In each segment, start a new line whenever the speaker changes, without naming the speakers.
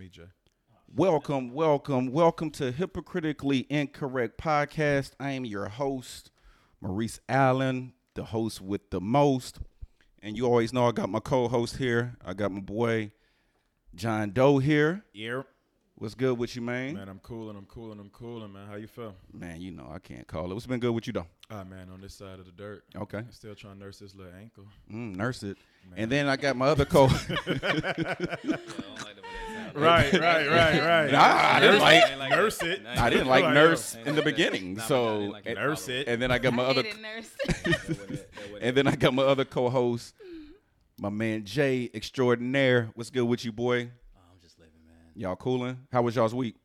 DJ.
Welcome, welcome, welcome to Hypocritically Incorrect Podcast. I am your host, Maurice Allen, the host with the most. And you always know I got my co host here. I got my boy, John Doe here.
Yeah.
What's good with you, man?
Man, I'm cooling. I'm cooling. I'm cooling, man. How you feel?
Man, you know I can't call it. What's been good with you, though?
Ah, man, on this side of the dirt.
Okay.
I'm still trying to nurse this little ankle.
Mm, nurse it. And then I got my other co host.
Right, right, right, right.
I didn't like.
nurse it.
I didn't like nurse in the beginning,
Nah,
so-
nah, I didn't like it.
Nurse it.
And then I got my
I
other
hated nurse.
And then I got my other co-host, my man Jay Extraordinaire. What's good with you, boy?
Oh, I'm just living, man.
Y'all cooling? How was y'all's week?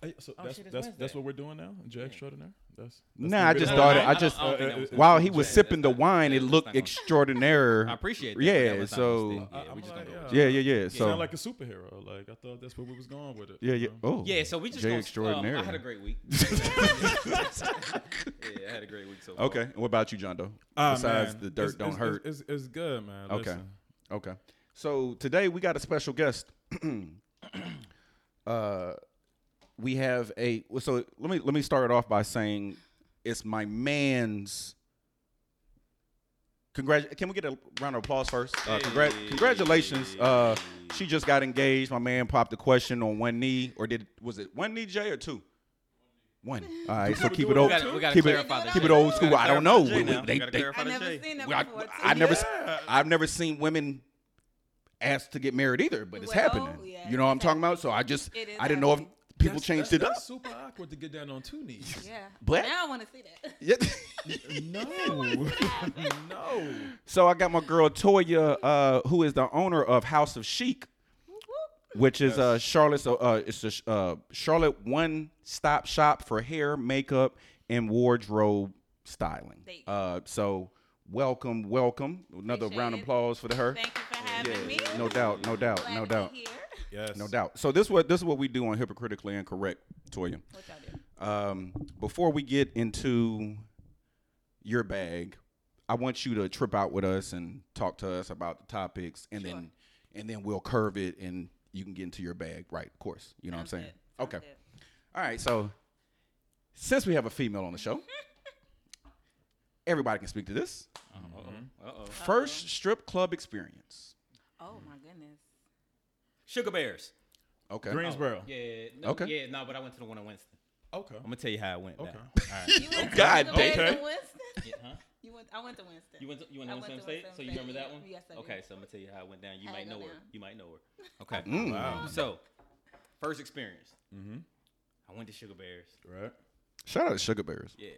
Hey, so
Oh,
that's,
shit, it's
that's, that's
Wednesday.
what we're doing now? Jay Extraordinaire? That's, that's
Nah, I
the
just
bit-
thought it.
I
I
don't-
just uh,
I don't think that was-
while he was
Yeah,
sipping the
that's not-
wine,
yeah,
it
that's
looked
not gonna-
extraordinaire.
I appreciate that.
Yeah,
but that was not a
so-
mistake.
I-
yeah,
I'm
we just
like,
gonna go with
yeah, yeah, yeah.
You
so
sound like a superhero. Like, I thought that's where we was going with it.
yeah, yeah.
you know?
Oh,
it. Yeah, so we just
Jay
gonna,
Extraordinaire.
Um, I had a great week. yeah, I had a great week so far.
Okay. And what about you, John? Doe?
Ah,
Besides
man,
the dirt
it's-
don't
it's-
hurt.
It's, it's, it's good, man.
Okay.
Listen,
Okay. So today we got a special guest. uh, we have a well, so let me let me start it off by saying it's my man's. Congrat! Can we get a round of applause first? Uh, congrat- congratulations! Uh, she just got engaged. My man popped the question on one knee, or did was it one knee, Jay, or two? One. All right, so keep it
We
old.
gotta, we gotta
Keep it,
clarify the
keep
J.
it old
We
school.
gotta
I don't
clarify
know.
the J
We-
now.
they-
We gotta
they-
clarify
I
the
never
J.
seen that
I,
before. too.
I never, s- I've never seen women asked to get married either, but it's
Well, oh,
happening.
yeah,
you know what I'm
it's
talking about? So I just,
It is
I didn't know if
happening.
people
that's-
changed
that's-
it up.
That's super awkward to get down on two knees.
Yeah.
Black?
Now I want to see that.
Yeah.
No. no.
so I got my girl Toya, uh, who is the owner of House of Chic, which is uh, Charlotte's, uh, it's a sh- uh, Charlotte one stop shop for hair, makeup, and wardrobe styling.
Thank you.
Uh, so welcome, welcome. Another
Appreciate
round of
it.
applause for her.
Thank you for having me.
No doubt, no doubt,
Glad
no
to be
doubt.
Here.
Yes.
No doubt. So this what this is what we do on hypocritically incorrect, Toya.
What y'all do?
Um, before we get into your bag, I want you to trip out with us and talk to us about the topics, and then and then we'll curve it, and you can get into your bag, right? Of course. You know what I'm saying? Okay. All right. So since we have a female on the show, everybody can speak to this.
Uh oh.
First strip club experience.
Oh my goodness.
Sugar Bears. Oh,
Okay.
Greensboro.
Yeah. No,
Okay.
Yeah, no, but I went to the one in Winston.
Okay.
I'm gonna tell you how it went.
Okay.
down.
You went to
God
the
damn.
Winston, Winston?
Yeah, huh?
You went. I went to Winston.
You went to, you went
I
to
went
Winston
to
State,
Winston
so you
State,
remember that one?
yeah. Yes, I do.
Okay, so I'm gonna tell you how it went down. You
How
might
it
know
go
her.
down.
You might know her. Okay.
Mm.
Wow.
So, first experience.
Mm-hmm.
I went to Sugar Bears.
Right.
Shout out to Sugar Bears.
Yeah.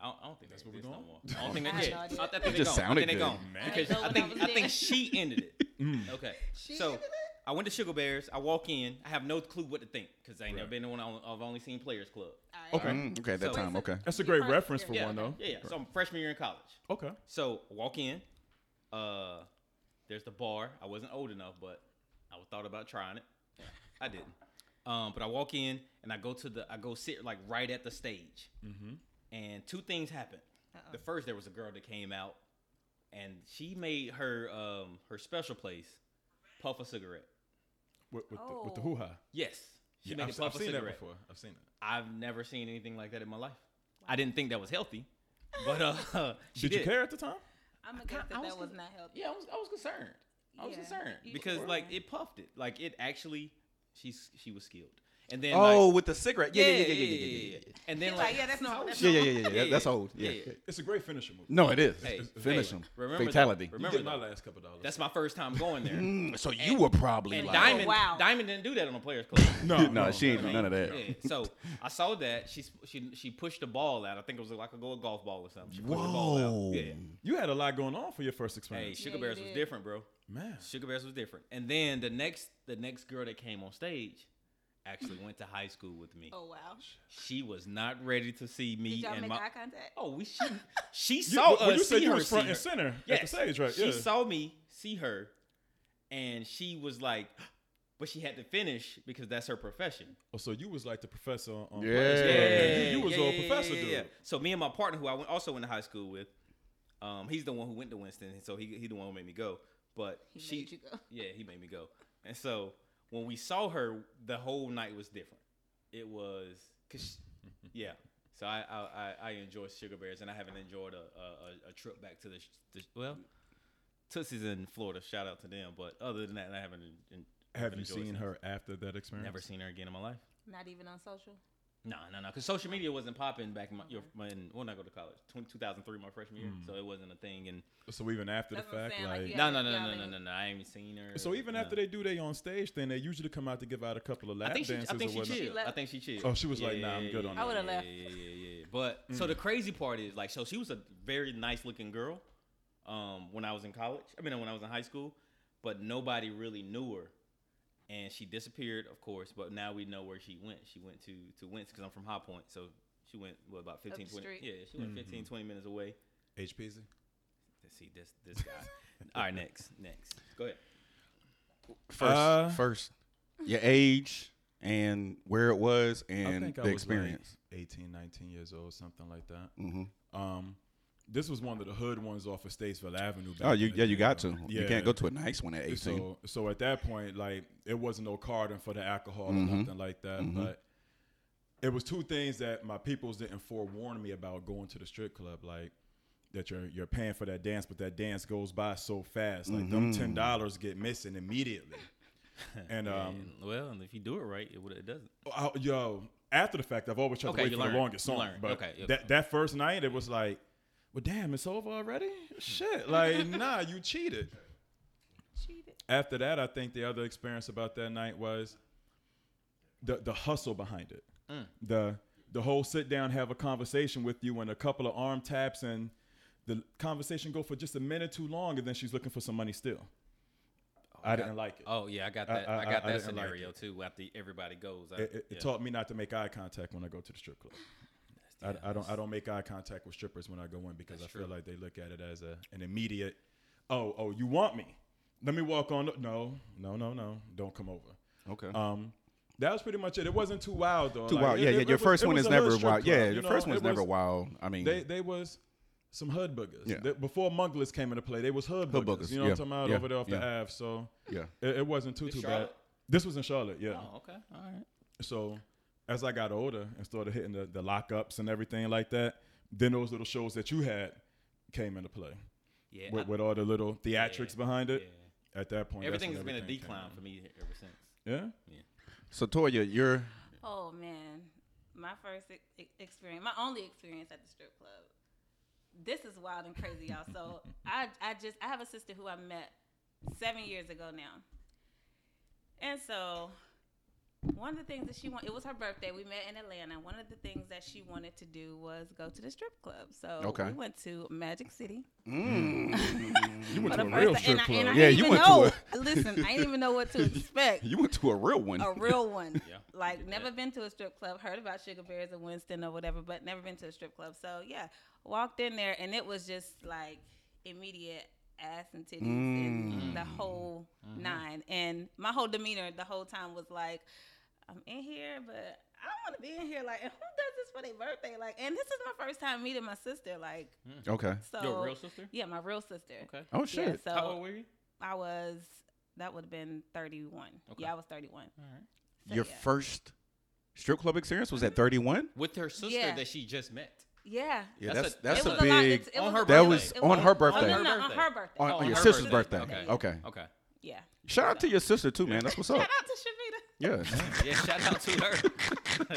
I don't, I don't think that's
where
what
we
we're
going?
I don't think
I
they
had
yeah.
no
I
idea.
I think
It
they
just
gone. I
sounded
think they
good.
gone.
Man. Mm.
Because
I know
I
when I
think
was
I think
there.
she ended it. Okay.
She
So
ended it?
I went to Sugar Bears. I walk in. I have no clue what to think because I ain't never been to one. I- I've only seen Players Club.
All right.
Mm, okay. At that
So-
time. Okay.
That's a
Your
great
first
reference for
experience.
Yeah.
one though.
Yeah. Yeah. So I'm freshman year in college.
Okay.
So walk in. Uh, there's the bar. I wasn't old enough, but I thought about trying it. Yeah, I didn't. Um, but I walk in and I go to the I go sit like right at the stage,
Mm-hmm.
and two things happened. The first, there was a girl that came out, and she made her um her special place puff a cigarette.
With, with, the, with the
Oh.
hoo ha.
Yes, she made
I've,
it
se- I've
puff a
seen that
cigarette.
before. I've seen it.
I've never seen anything like that in my life. I didn't think that was healthy, but uh, she
Did, you care at the time?
I'm gonna guess
I
that
was
that was
gonna-
not healthy.
Yeah, I was I was concerned. I was
Yeah,
concerned
you
because
were.
like it puffed it. Like it actually she's she was skilled. And then
Oh,
like,
with the cigarette. Yeah, yeah, yeah, yeah, yeah, yeah, yeah. yeah.
And
He's
then
like,
like
yeah, that's normal. That's
Yeah, yeah,
normal.
yeah, yeah, yeah. That's old. Yeah.
It's a great finisher move.
No, it is.
Hey,
Finish
hey,
him.
remember that.
Fatality.
You
Remember
get my
that.
last couple dollars.
That's my first time going there. and
Mm, so you were probably like,
Diamond
Oh, wow.
Diamond didn't do that on the Players Club.
no,
no, she ain't do none of that.
Yeah, so I saw that she she she pushed the ball out. I think it was like a go a golf ball or something. She pushed the ball
Whoa.
out. Yeah.
You had a lot going on for your first
Hey,
experience.
Sugar
you
Bears was
did.
different, bro.
Man.
Sugar Bears was different. And then the next the next girl that came on stage actually went to high school with me.
Oh wow.
She was not ready to see
Did
me
y'all
and
make
my.
eye contact?
Oh, we she she
You,
saw
well, you
us see
said you
her.
was front and
see her.
center
Yes,
at the stage, right?
She
yeah.
saw me see her, and she was like, but she had to finish because that's her profession.
oh, so you was like the professor on- on
Yeah.
Players Club.
Yeah,
You, you was
yeah,
a
yeah, yeah,
professor
yeah,
dude.
yeah. So me and my partner, who I went, also went to high school with, um, he's the one who went to Winston, so he he the one who made me go. But
He
she,
made you go.
yeah, he made me go, and so When we saw her, the whole night was different. It was, cause she- yeah. So I, I I- I enjoy Sugar Bears, and I haven't enjoyed a a, a- a trip back to the, sh- the sh- well, Tootsie's in Florida. Shout out to them. But other than that, I haven't. en- en-
Have
haven't
you
enjoyed
seen
since.
her after that experience?
Never seen her again in my life.
Not even on social.
No, no, no. Because social media wasn't popping back in my, your, when, when I go to college, 20, 2003, my freshman year. So it wasn't a thing. And
So even after the
That's what I'm
fact,
saying, like,
like.
yeah.
no, no, no,
y'all
no, no,
ain't-
no, no. I ain't seen her.
So even
no.
after they do they on stage thing, they usually come out to give out a couple of
I
lap
think she, I
dances
think
or
she
whatnot.
chilled. I
left.
think she chilled.
Oh, she was like, "Nah, I'm good on Mm.
yeah,
that." I would've
yeah,
left.
Yeah, yeah, yeah. But so the crazy part is like, so she was a very nice looking girl, um, when I was in college. I mean, when I was in high school, but nobody really knew her, and she disappeared, of course. But now we know where she went. She went to to Wince because I'm from High Point, so she went what about 15,
the
20?
street.
Yeah, she
Mm-hmm.
went 15, 20 minutes away.
HPZ.
Let's see this this guy. All right, next, next. Go ahead.
First,
Uh,
first, your age and where it was
I
and
think I
the
was
experience.
like 18, 19 years old, something like that.
hmm
Um, this was one of the hood ones off of Statesville Avenue. back
Oh, you
in the
yeah, you
day,
got
though.
to. You can't go to a nice one at eighteen.
So, so at that point, like it wasn't no carding for the alcohol
Mhm.
or nothing like that.
Mhm.
But it was two things that my peoples didn't forewarn me about going to the strip club, like that you're you're paying for that dance, but that dance goes by so fast, like them
Mhm.
ten dollars get missing immediately. And um,
And, well, and if you do it right, it, would- it doesn't.
I, Oh, yo, after the fact, I've always tried
Okay,
to wait
you
for
learn.
the longest
You
song,
learn.
but
Okay, yeah.
that that first night, it was like, well, damn, it's over already.
Hmm.
Shit, like nah, you cheated.
Cheated.
after that, I think the other experience about that night was the the hustle behind it.
Hmm.
The the whole sit down, have a conversation with you, and a couple of arm taps, and the conversation go for just a minute too long, and then she's looking for some money still. I
God.
didn't like it.
Oh yeah, I got
I-
that. I,
I-
got
I- I
that
didn't like
scenario too. After everybody goes, I,
It, it- it
yeah.
taught me not to make eye contact when I go to the strip club. I, I don't. I don't make eye contact with strippers when I go in because I
That's
feel
true.
like they look at it as a an immediate. Oh, oh, you want me? Let me walk on. No, no, no, no. Don't come over.
okay.
Um, that was pretty much it. It wasn't too wild though.
Too
Like,
wild.
it-
Yeah,
it-
yeah.
it
Your
was-
first
it
one
was a
is
hood
never
strip
wild.
club,
Yeah,
you
your
know?
first
It
one's never
was-
wild. I mean,
They they was some hood boogers.
Yeah.
They- before Munglers came into play, they was hood boogers.
Hood boogers,
You know what
yeah,
I'm talking about
yeah,
over there off
yeah.
the Ave. So
yeah.
it, it wasn't too
This
too bad.
Charlotte?
This was in Charlotte, yeah.
Oh okay, all right.
So as I got older and started hitting the, the lockups and everything like that, then those little shows that you had came into play
Yeah,
with,
I-
with all the little theatrics
Yeah,
behind it.
yeah.
At that point, that's when
everything's been a
everything came
decline
in.
for me ever since.
Yeah.
So Toya, you're
Oh man, my first ex- ex- experience, my only experience at the strip club. This is wild and crazy, y'all. So I, I just, I have a sister who I met seven years ago now, and so one of the things that she wanted, it was her birthday. We met in Atlanta. One of the things that she wanted to do was go to the strip club. So
Okay.
we went to Magic City.
mm,
You went
For
to
the
a
first
real
time,
strip
and I-
club.
and I
Yeah,
didn't
you
even
went to
know-
a-
Listen, I didn't even know what to expect.
you went to a real one.
a real one.
Yeah,
Like
get
never
that.
been to a strip club. Heard about Sugar Bears and Winston or whatever, but never been to a strip club. So yeah, walked in there and it was just like immediate ass and titties
Mm.
and the whole
Mm-hmm.
nine. And my whole demeanor the whole time was like, I'm in here, but I don't want to be in here. Like, and who does this for their birthday? Like, and this is my first time meeting my sister. Like,
Okay.
so
Your real sister?
yeah, my real sister.
Okay.
Oh
Yeah,
shit.
so
How old were you?
I was. That would have been 31.
Okay.
Yeah, I was 31.
All right.
So,
Your
yeah.
first strip club experience was at 31.
With her sister
Yeah.
that she just met.
Yeah.
Yeah, that's
That's a-
that's
It was
a
lot-
big
it's- it
on
was
her
a lot-
That was
it
on her
Oh,
birthday.
no, no, no, on her birthday.
on,
Oh,
on
on
your
her
sister's
birthday.
birthday. Okay.
Okay.
Okay.
Yeah.
Shout out to your sister too, man. That's what's
Shout
up.
out to Shavita.
Yeah.
Yeah. Shout out to her.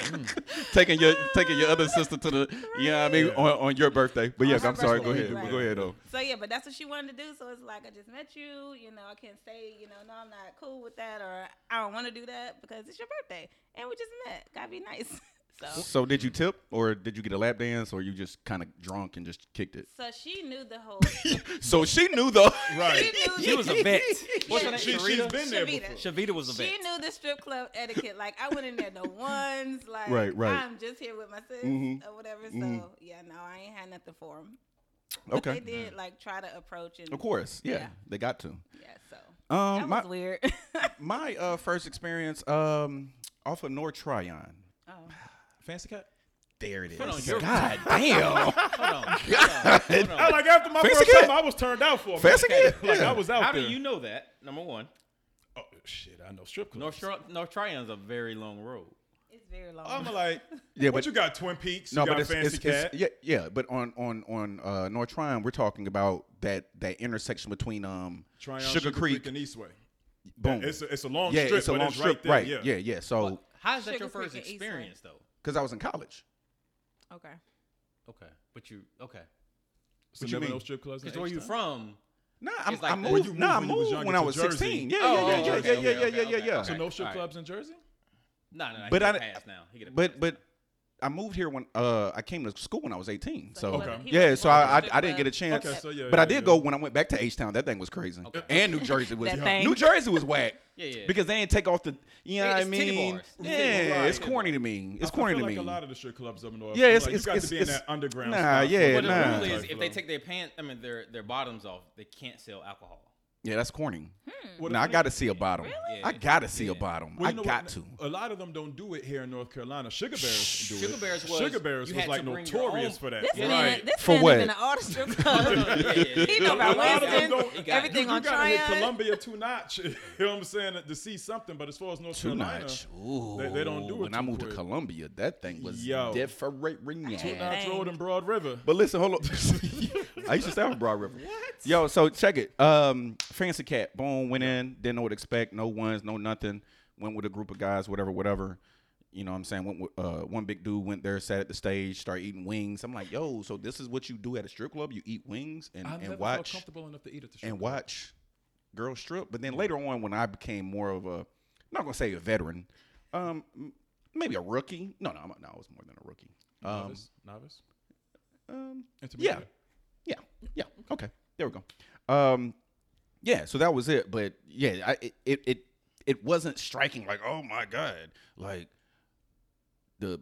taking your taking your other sister to the you know what I mean
Right.
on, on your birthday. But
On
yes,
her
I'm sorry. Go
birthday,
ahead.
right.
Go ahead though.
So yeah, but that's what she wanted to do. So it's like I just met you. You know, I can't say you know no, I'm not cool with that, or I don't want to do that because it's your birthday and we just met. Gotta be nice. So.
So did you tip or did you get a lap dance or you just kind of drunk and just kicked it?
So she knew the whole.
So she knew though.
Right.
knew-
She was a vet. What's her name?
She, she's
Sharita?
been there
Shavita.
before.
Shavita was a vet.
She knew the strip club etiquette. Like I went in there no ones. Like
Right, right.
I'm just here with my sis
Mhm.
or whatever. So
Mhm.
yeah, no, I ain't had nothing for them.
Okay.
They did like try to approach and
Of course. Yeah.
Yeah.
They got to.
Yeah, so that
Um
was
my
weird.
my uh first experience um off of North Tryon.
oh.
Fancy cat.
There it is.
Hold on, your-
God damn.
Hold on. Hold on.
I,
Hold on.
like after my
Fancy
first
cat?
time, I was turned out for. a
Fancy
minute.
cat?
Like
Yeah.
I was out
How
there.
do you know that? Number one.
Oh, shit, I know strip clubs.
North Shore, North Tryon's a very long road.
It's very long.
I'm like,
Yeah,
yeah, but
but-
you got Twin Peaks,
No,
you
but
got
it's,
Fancy
it's,
Cat.
it's yeah, yeah. But on on on uh, North Tryon, we're talking about that that intersection between um
Tryon,
Sugar, Creek,
and Eastway.
boom.
It's a, it's a long
yeah,
strip,
it's a
but
long
it's
strip,
right there.
Yeah,
yeah.
yeah.
Oh.
So
How is that
Sugar
your first
Creek and Eastland.
experience though?
because I was in college,
okay.
Okay, but you okay
So
What you
never
mean?
no strip clubs. in
because where you
H-Town?
from?
nah, I'm,
It's like
I
that. Or
moved.
oh, you
Nah, I
moved when you was
moved
younger
when I
to
was
Jersey.
sixteen. Yeah,
Oh,
yeah, yeah, yeah,
okay,
yeah, yeah,
okay,
yeah, yeah,
okay,
yeah.
So
okay.
no strip
Alright.
clubs in Jersey.
No, no, no.
But
But I
I
pass now. He get a
But
pass
but I moved here when uh I came to school when I was eighteen.
So
So,
he
Okay.
wasn't- he
yeah,
wasn't
so
going to
I I,
strip
I didn't
club.
get a chance.
Okay, so yeah,
but
yeah,
I did
yeah.
go when I went back to H Town. That thing was crazy,
Okay.
and New Jersey was
That thing.
New Jersey was whack.
Yeah, yeah.
Because they ain't take off the you know
Yeah,
what I
it's titty
mean.
bars. It's
Yeah,
titty bars. Right.
it's corny to me. It's
I
corny
feel
to
like
me.
a lot of the strip clubs up north.
Yeah, it's-
like, you
it's-
got to
it's-
be in
it's-
that underground.
nah,
stuff.
yeah,
Well,
Like,
the
nah.
rule is
type
if they
flow.
take their pants, I mean their their bottoms off, they can't sell alcohol.
Yeah, that's corny.
Well, the
Nah, I
thing-
gotta see a bottom.
Really?
I gotta see a
Yeah.
bottom.
well,
I
you know
got
what?
to.
A lot of them don't do it here in North Carolina. Sugar Bears do
Sugar
it.
Bears was-
Sugar Bears
you
was
had
like
to bring your
notorious
own-
for that.
This
Yeah.
man,
Right.
this
For
man
what?
been in all the strip clubs.
Yeah, yeah,
he
yeah.
know
A
about
lot of them
Winston,
don't.
got-
everything
you
on
gotta hit
Tryon.
Columbia two notch. you know what I'm saying? To see something, but as far as North
Too
Carolina,
much.
they- they don't do
Ooh,
it
When I
too
moved to
quick.
Columbia, that thing was
Yo. two
different.
notch road and Broad River.
But listen, hold on. I used to stay on Broad River. What? Yo, so check it. Um, Fancy Cat, boom, went in, didn't know what to expect, no ones, no nothing. Went with a group of guys, whatever, whatever. You know what I'm saying? Went with, uh, one big dude went there, sat at the stage, started eating wings. I'm like, yo, so this is what you do at a strip club? You eat wings and,
I never
and
felt
watch
comfortable enough to eat at the strip
and
club.
watch girls strip. But then later on, when I became more of a, I'm not gonna say a veteran, um, m- maybe a rookie. No, no, I'm, no, I was more than a rookie. Um,
novice, novice,
um,
intermediate.
yeah, yeah. Okay, there we go. Um, yeah. So that was it. But yeah, I, it- it it it wasn't striking like oh my god, like the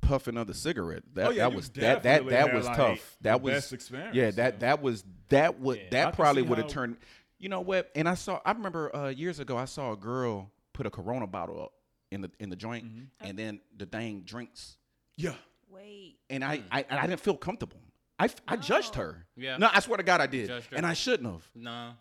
puffing of the cigarette. That
Oh, yeah,
that
you
was that that
definitely
that
had,
was
like,
tough.
the
That was
best experience,
Yeah, that
yeah.
that was that would
Yeah,
I
that
can
probably
see
would have
how-
turned. You know what? And I saw. I remember uh, years ago. I saw a girl put a Corona bottle up in the in the joint,
Mm-hmm.
and then the dang drinks
Yeah.
Wait,
and
Hmm.
I, I and I didn't feel comfortable. I, f- I judged
Oh.
her.
Yeah.
No, I swear to God, I did,
Judged her.
and I shouldn't have.
Nah,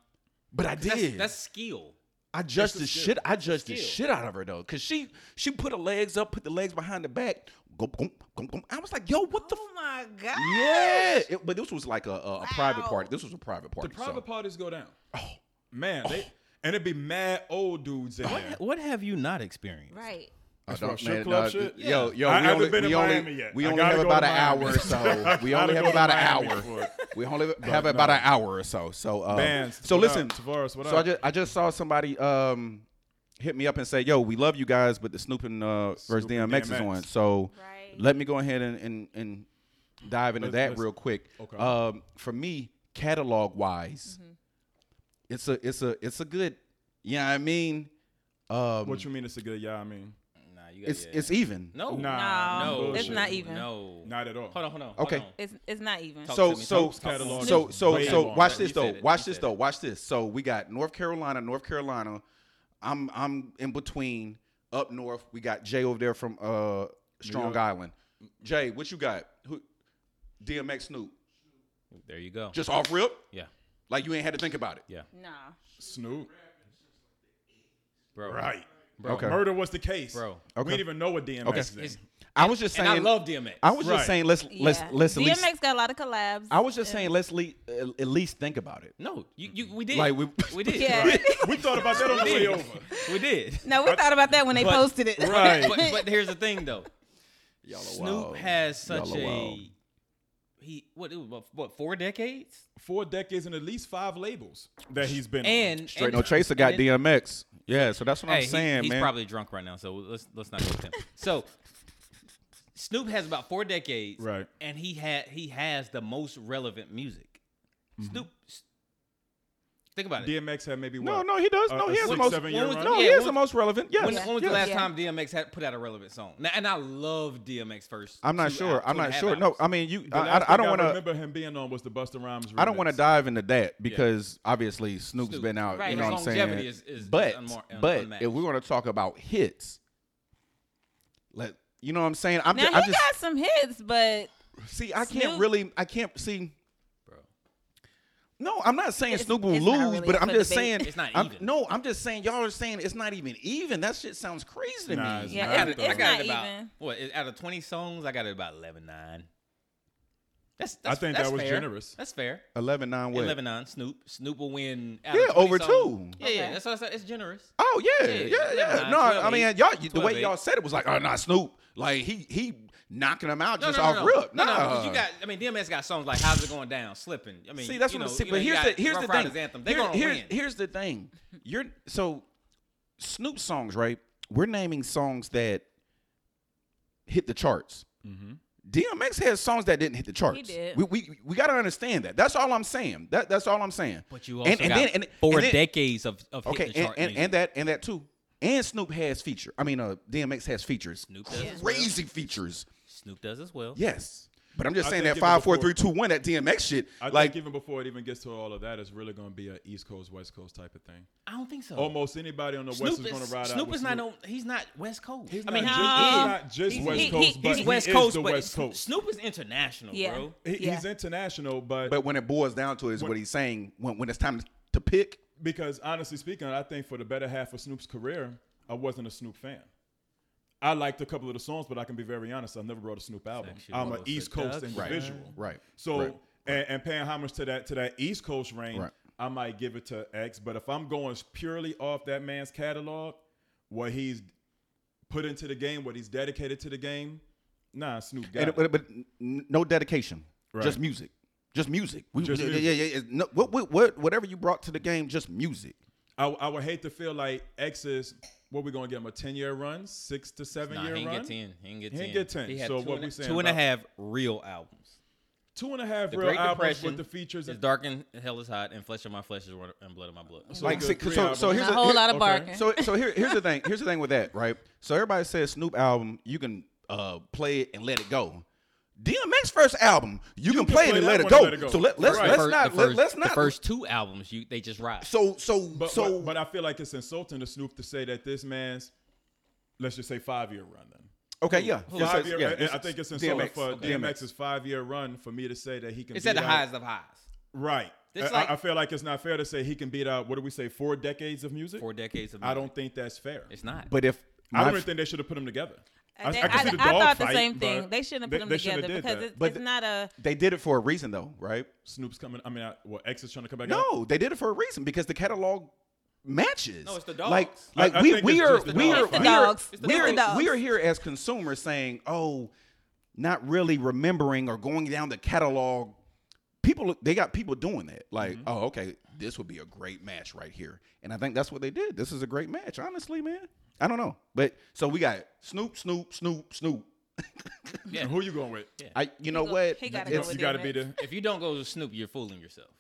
But I
that's,
did.
that's skill.
I judged
a
the
skill.
shit. I judged the
Skill.
shit out of her though, cause she she put her legs up, put the legs behind the back. Go, go, go, go. I was like, yo, what the?
oh my god!
F- yeah. It- but this was like a, a, a private
Wow.
party. This was a private party.
The private
so.
parties go down. Oh man, they and it'd be mad old dudes in there.
What have you not experienced?
Right.
I
That's right,
don't,
strip
man,
club
nah,
shit?
Yo, yo,
I
we
haven't
only,
been
we
in
only,
Miami yet.
We
I
only
gotta
have
go to
about an
Miami.
hour or so. We
I gotta
only have
go to
about an
Miami for
hour.
it.
We only have
no.
about an hour or so. So, uh,
Bands,
so
what
listen,
up? Tavares, what
so I
up?
just, I just saw somebody um, hit me up and say, "Yo, we love you guys, but the Snoop and uh, versus
Snoop and
DMX, is
DMX.
on." So
Right.
let me go ahead and and, and dive into
Let's-
that
let's-
real quick.
Okay.
Um, for me, catalog wise, it's a it's a it's a good. Yeah, I mean, um,
What you mean it's a good yeah, I mean.
Nah, you got
it's it's even.
no,
Nah,
no,
No, it's
bullshit.
not even.
No,
Not at all.
Hold on, hold on.
Okay.
Hold on.
It's it's not even.
Talk
so
to me.
so
Talk- talk to me.
so so
Way
so
long.
watch
He
this
said
though.
it.
Watch
He
this
said
though.
it.
Watch this. So we got North Carolina, North Carolina. I'm I'm in between up north. We got Jay over there from uh Strong Island. Jay, what you got? Who DMX Snoop.
There you go.
Just off rip?
yeah,
Like you ain't had to think about it.
yeah,
No.
Snoop.
bro.
Right.
Bro.
Okay.
Murder was the case.
Bro.
We
Okay.
didn't even know what DMX
Okay.
is.
It's-
I was just
and
saying
I love DMX.
I was
Right.
just saying let's let's
yeah.
let's at
DMX
least
got a lot of collabs.
I was just saying let's le- uh, at least think about it.
no, you, you we did.
Like, we-
we did.
Yeah.
we thought about that on the way over.
we did.
no, we thought about that when they
But-
posted it.
Right.
but, but here's the thing, though.
Y'all are
Snoop
wild.
has such
Y'all are
a
wild.
he what it was about, what four decades
Four decades and at least five labels that he's been on.
and
Straight
and-
No Chaser got
and then-
DMX. Yeah, so that's what
Hey,
I'm
he-
saying,
he's
man.
probably drunk right now, so let's let's not go with him. So Snoop has about four decades,
Right.
And he had he has the most relevant music.
Mm-hmm.
Snoop, s- think about it.
DMX had maybe
no,
what?
no, he does.
Uh,
no,
a
he has the
six,
most.
seven
when
year
was
run.
the-
No,
Yeah,
he is
when-
the most relevant. Yes.
When, when was the
Yeah.
last
Yeah.
time DMX had put out a relevant song? Now, and I love DMX first.
I'm not
two
sure. I'm
al- two and
not
a half
sure. No,
albums.
I mean, you.
The
I,
last
I, I don't
thing
want to.
remember him being on was the Busta Rhymes.
I don't want to
remix.
dive into that because obviously Snoop's
Snoop.
been out.
Right.
You know
His
what I'm saying?
longevity is- is- is
but
unmar- un-
but
unmatched.
if we want to talk about hits, let you know what I'm saying. I'm
Now
just,
he
I just
got some hits, but
see. I can't
Snoop-
really. I can't see.
Bro.
No, I'm not saying
It's-
Snoop will
it's not
lose,
really
but
up
I'm
for
just
debate.
saying
It's not
I'm-
even.
No, I'm just saying y'all are saying it's not even even. That shit sounds crazy to
Nah,
me.
it's
Yeah,
not,
it's-
though.
it's
I got
not
it about
even.
what it- out of twenty songs, I got it about eleven nine. That's,
I
that's
think
that's
that was
fair.
generous.
That's fair.
11 9 what?
Eleven nine. Snoop Snoop will win. out
Yeah,
of 20
over
songs.
two.
Yeah, yeah,
Okay.
that's what I said. It's generous.
Oh yeah,
Yeah,
yeah, yeah.
11,
No,
12,
I mean y'all you- the
12,
way
eight.
y'all said it was like, oh, not Snoop. Like he he knocking him out
No,
just
no, no,
off
no.
rip.
No, no,
nah.
'cause you got. I mean, DMX got songs like "How's It Going Down," "Slipping." I mean,
see, that's
you
what
know,
I'm saying.
you know,
But
you
here's
got
the here's
Rough
the
Riders
thing.
Anthem. They're
Here-
gonna
here-
win.
Here's the thing. You're so Snoop songs, right? We're naming songs that hit the charts.
Mm-hmm.
DMX has songs that didn't hit the charts.
did.
We we, we got to understand that. That's all I'm saying. That that's all I'm saying.
But you also
and, and
got
then, and,
four
and then-
decades of, of
Okay,
hit the
and,
chart
and,
music.
and that and that too. And Snoop has feature. I mean, uh, DMX has features.
Snoop does as well.
Crazy features.
Snoop does as well.
Yes. But I'm just
I
saying
think
that
even
five, four,
before-
three, two, one. That DMX shit.
I
like,
think even before it even gets to all of that, it's really going to be a East Coast West Coast type of thing.
I don't think so.
Almost anybody on the West
Snoop
is going to
is,
ride out.
Snoop
with
is not
Snoop.
on. He's not West Coast.
He's
I
not
mean,
just,
he
he's
is.
not just
He's-
West
he-
Coast,
he-
but
he's
he
West
is
Coast,
the
but
West Coast.
Snoop is international,
Yeah.
bro.
He-
Yeah.
He's international, but,
but when it boils down to it, is what he's saying when, when it's time to pick.
because honestly speaking, I think for the better half of Snoop's career, I wasn't a Snoop fan. I liked a couple of the songs, but I can be very honest. I've never wrote a Snoop album.
Section
I'm an
Rose
East Coast
Seduction. Right.
individual.
Right.
So
Right.
And, and paying homage to that to that East Coast reign,
Right.
I might give it to X. But if I'm going purely off that man's catalog, what he's put into the game, what he's dedicated to the game, nah, Snoop got
And,
it.
but, but n- no dedication.
Right.
Just music. Just music. We,
Just
yeah,
music.
yeah, yeah, yeah. No, what, what, what, whatever you brought to the game, just music.
I, I would hate to feel like X is what we gonna give him a ten year run, six to seven
Nah,
year
he ain't
run,
get ten. He ain't get
He
ten.
ain't get 10.
He had
So
two
what
and a-
we saying
two and a
about-
half real albums.
two and a half
The
real
Great
albums
Depression
with the features.
It's
Of,
dark and hell is hot, and flesh of my flesh is water and blood of my blood.
So
like,
good,
so,
three
so, so
albums.
here's
a
the-
whole
here-
lot of
okay.
barking.
So so here, here's the thing. Here's the thing with that, right? So everybody says Snoop album, you can uh, play it and let it go. DMX first album, you, can, play, it and,
that
let it,
one and
go.
let it go.
So let, let's
Right.
let's
Fir-
not
the
let,
first,
let's
the
not
first two albums. You they just ride.
so so
but,
so
but, but I feel like it's insulting to Snoop to say that this man's, let's just say five year run then.
okay yeah Yes,
Five
yes,
year,
yeah,
and
yes,
I think it's
yes.
insulting
DMX,
for
okay.
DMX's five year run for me to say that he can.
it's
beat
at the
out-
highest of highs.
right?
It's
I-
like-
I, feel like it's not fair to say he can beat out. What do we say? Four decades of music.
Four decades of.
I
music.
don't think that's fair.
It's not.
But if
I
my
don't even think they should have put them together.
I,
I can see the
I
dog
thought the
fight,
same thing.
but
They shouldn't have
they-
put them
they shouldn't
together
have did
because
that.
it's,
But
it's
the-
not a.
they did it for a reason though, right?
Snoop's coming. I mean, I, well, X is trying to come back. out.
No, they did it for a reason because the catalog matches.
No, it's the
Like,
dogs.
like
I- I
we,
think
we
it's
are
just the
we
dogs.
are
It's the
we are-
dogs. It's the
we are-
dogs.
we are here as consumers saying, oh, not really remembering or going down the catalog. People, they got people doing that. Like, oh, okay, this would be a great match right here, and I think that's what they did. This is a great match, honestly, man. I don't know, but so we got Snoop, Snoop, Snoop, Snoop.
And who you going with?
I, you know
go-
what?
he gotta go
It's-
You
with
got to
DMX.
be the
if you don't go to Snoop, you're fooling yourself.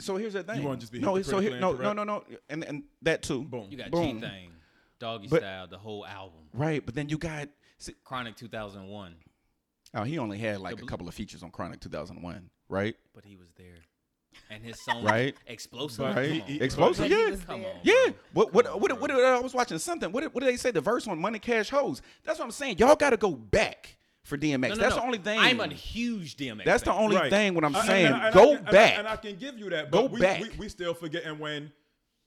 So here's the thing.
wanna just be
no, so here,
hypocritically
no, no,
incorrect?
no, no, and and that too.
boom.
You got
Boom.
G Thing, Doggy
But-
Style, the whole album,
Right, but then you got. See,
Chronic 2001,
Oh, he only had like
The
a
bl-
couple of features on Chronic 2001, right?
but he was there, and his song
Right.
explosive.
But
Come
he-
on.
he-
Explosive,
But he
yeah.
was
Come
there.
on.
Yeah. What
Come
what
on,
what,
bro.
what, did I was watching something. What did, what did they say? The verse on Money Cash Hoes. That's what I'm saying. Y'all got to go back for DMX.
No, no,
That's
no.
the only thing.
I'm a huge DMX.
That's the
fan.
only
Right.
thing. What I'm
I- and I-
saying.
and I
go
can- and I-
back.
And I, can give you that. But
Go
we,
back.
We, we still forgetting when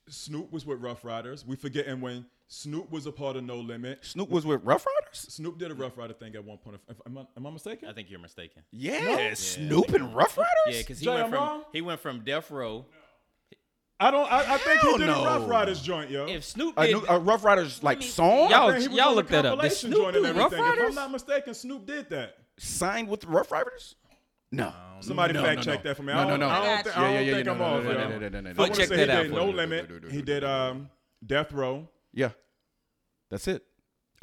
Snoop was with Rough Riders. We forgetting when Snoop was a part of No Limit.
Snoop was with Rough Riders.
Snoop did a Rough Rider thing at one point. If- Am I, am I mistaken?
I think you're mistaken.
Yeah.
Yeah,
Snoop and Rough Riders.
Yeah, because he
Jay
went from
Amar?
he went from Death Row.
I don't. I, I think he
Hell
did
no.
a Rough Riders joint, yo.
If Snoop
a,
did,
new, a Rough Riders like
me see.
song
I
Y'all-
think he was
y'all
on the
look that up. Did
compilation
Snoop
joint and
do Rough
everything. If
Riders?
I'm not mistaken, Snoop did that.
signed with Rough Riders. No.
Um,
Somebody
No,
fact
no,
check
no.
that for me.
No,
I don't,
no, no.
I
I
don't,
got
thi-
you.
I
Yeah,
don't
yeah,
think
yeah,
I'm
no, no,
off,
no,
yo.
no, no, no, no, no, no.
I wanna
Fact check
say
that
he
out
did
for
No
me.
Limit. He did. Um, Death Row.
Yeah. That's it.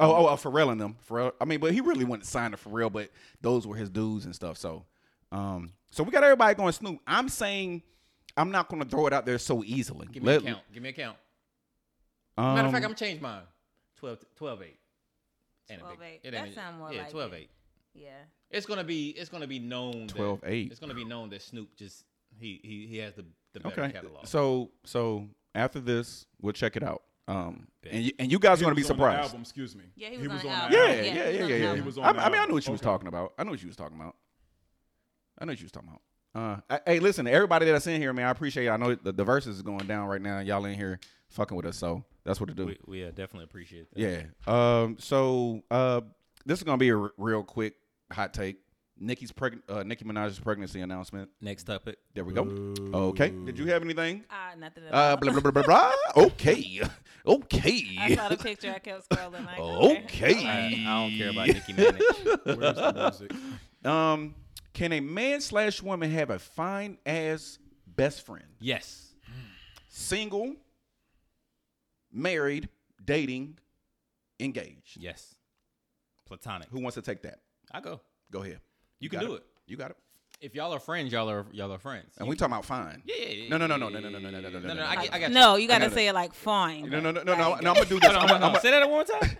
Oh, oh, oh, Pharrell and them. Pharrell. I mean, but he really wasn't signed to Pharrell, but those were his dudes and stuff. So, um, so we got everybody going Snoop. I'm saying, I'm not going to throw it out there so easily.
give me a
Let-
count. Give me a count.
Um,
Matter of fact, I'm gonna change mine. 12, 12 8. And a big-
12-8.
it ain't
That
a-
sound more
yeah,
like
12
it.
8.
Yeah.
It's gonna be it's gonna be known
12-8.
That, it's gonna be known that Snoop just he he, he has the, the better
okay.
catalog.
So, so after this, we'll check it out. Um, and you, and you guys are going to
He
be
was on the
surprised.
Album, excuse me.
Yeah, he was on the
the
album.
Yeah,
Yeah,
yeah, yeah,
he
yeah,
was on the
yeah.
album. He
was on
I,
the
I mean, I knew
album.
what you was
Okay.
talking about. I knew what you was talking about. I know what you was talking about. Uh, I- hey, listen, everybody that's in here, man, I appreciate. It. I know the, the verses is going down right now. Y'all in here fucking with us, so that's what to do.
We, we uh, definitely appreciate that.
Yeah. Um. So, uh, this is gonna be a r- real quick hot take. Nicki's pregnant. Uh, Nicki Minaj's pregnancy announcement.
Next topic.
There we go. Okay. Did you have anything?
Ah, nothing at all.
Uh, blah blah blah blah blah. Okay.
I
Okay.
saw the picture. I kept scrolling. Like,
I,
Okay.
I don't care about Nicki Minaj.
Where's the music?
Um. Can a man slash woman have a fine ass best friend?
yes.
Single, married, dating, engaged.
Yes. Platonic.
Who wants to take that?
I go.
Go ahead.
You can
got
do it.
You got it.
If y'all are friends, y'all are y'all are friends.
And we talking about fine.
Yeah, yeah, yeah.
No, no, no,
yeah,
no, no,
yeah,
no, no, no, no, no,
no,
no,
no. I,
no.
get- I got
Okay. No, you gotta
no, no.
say it like fine.
No, no, no, no, no, no. I'm gonna do this.
Hold on,
I'm
hold on,
gonna
Say that one more time.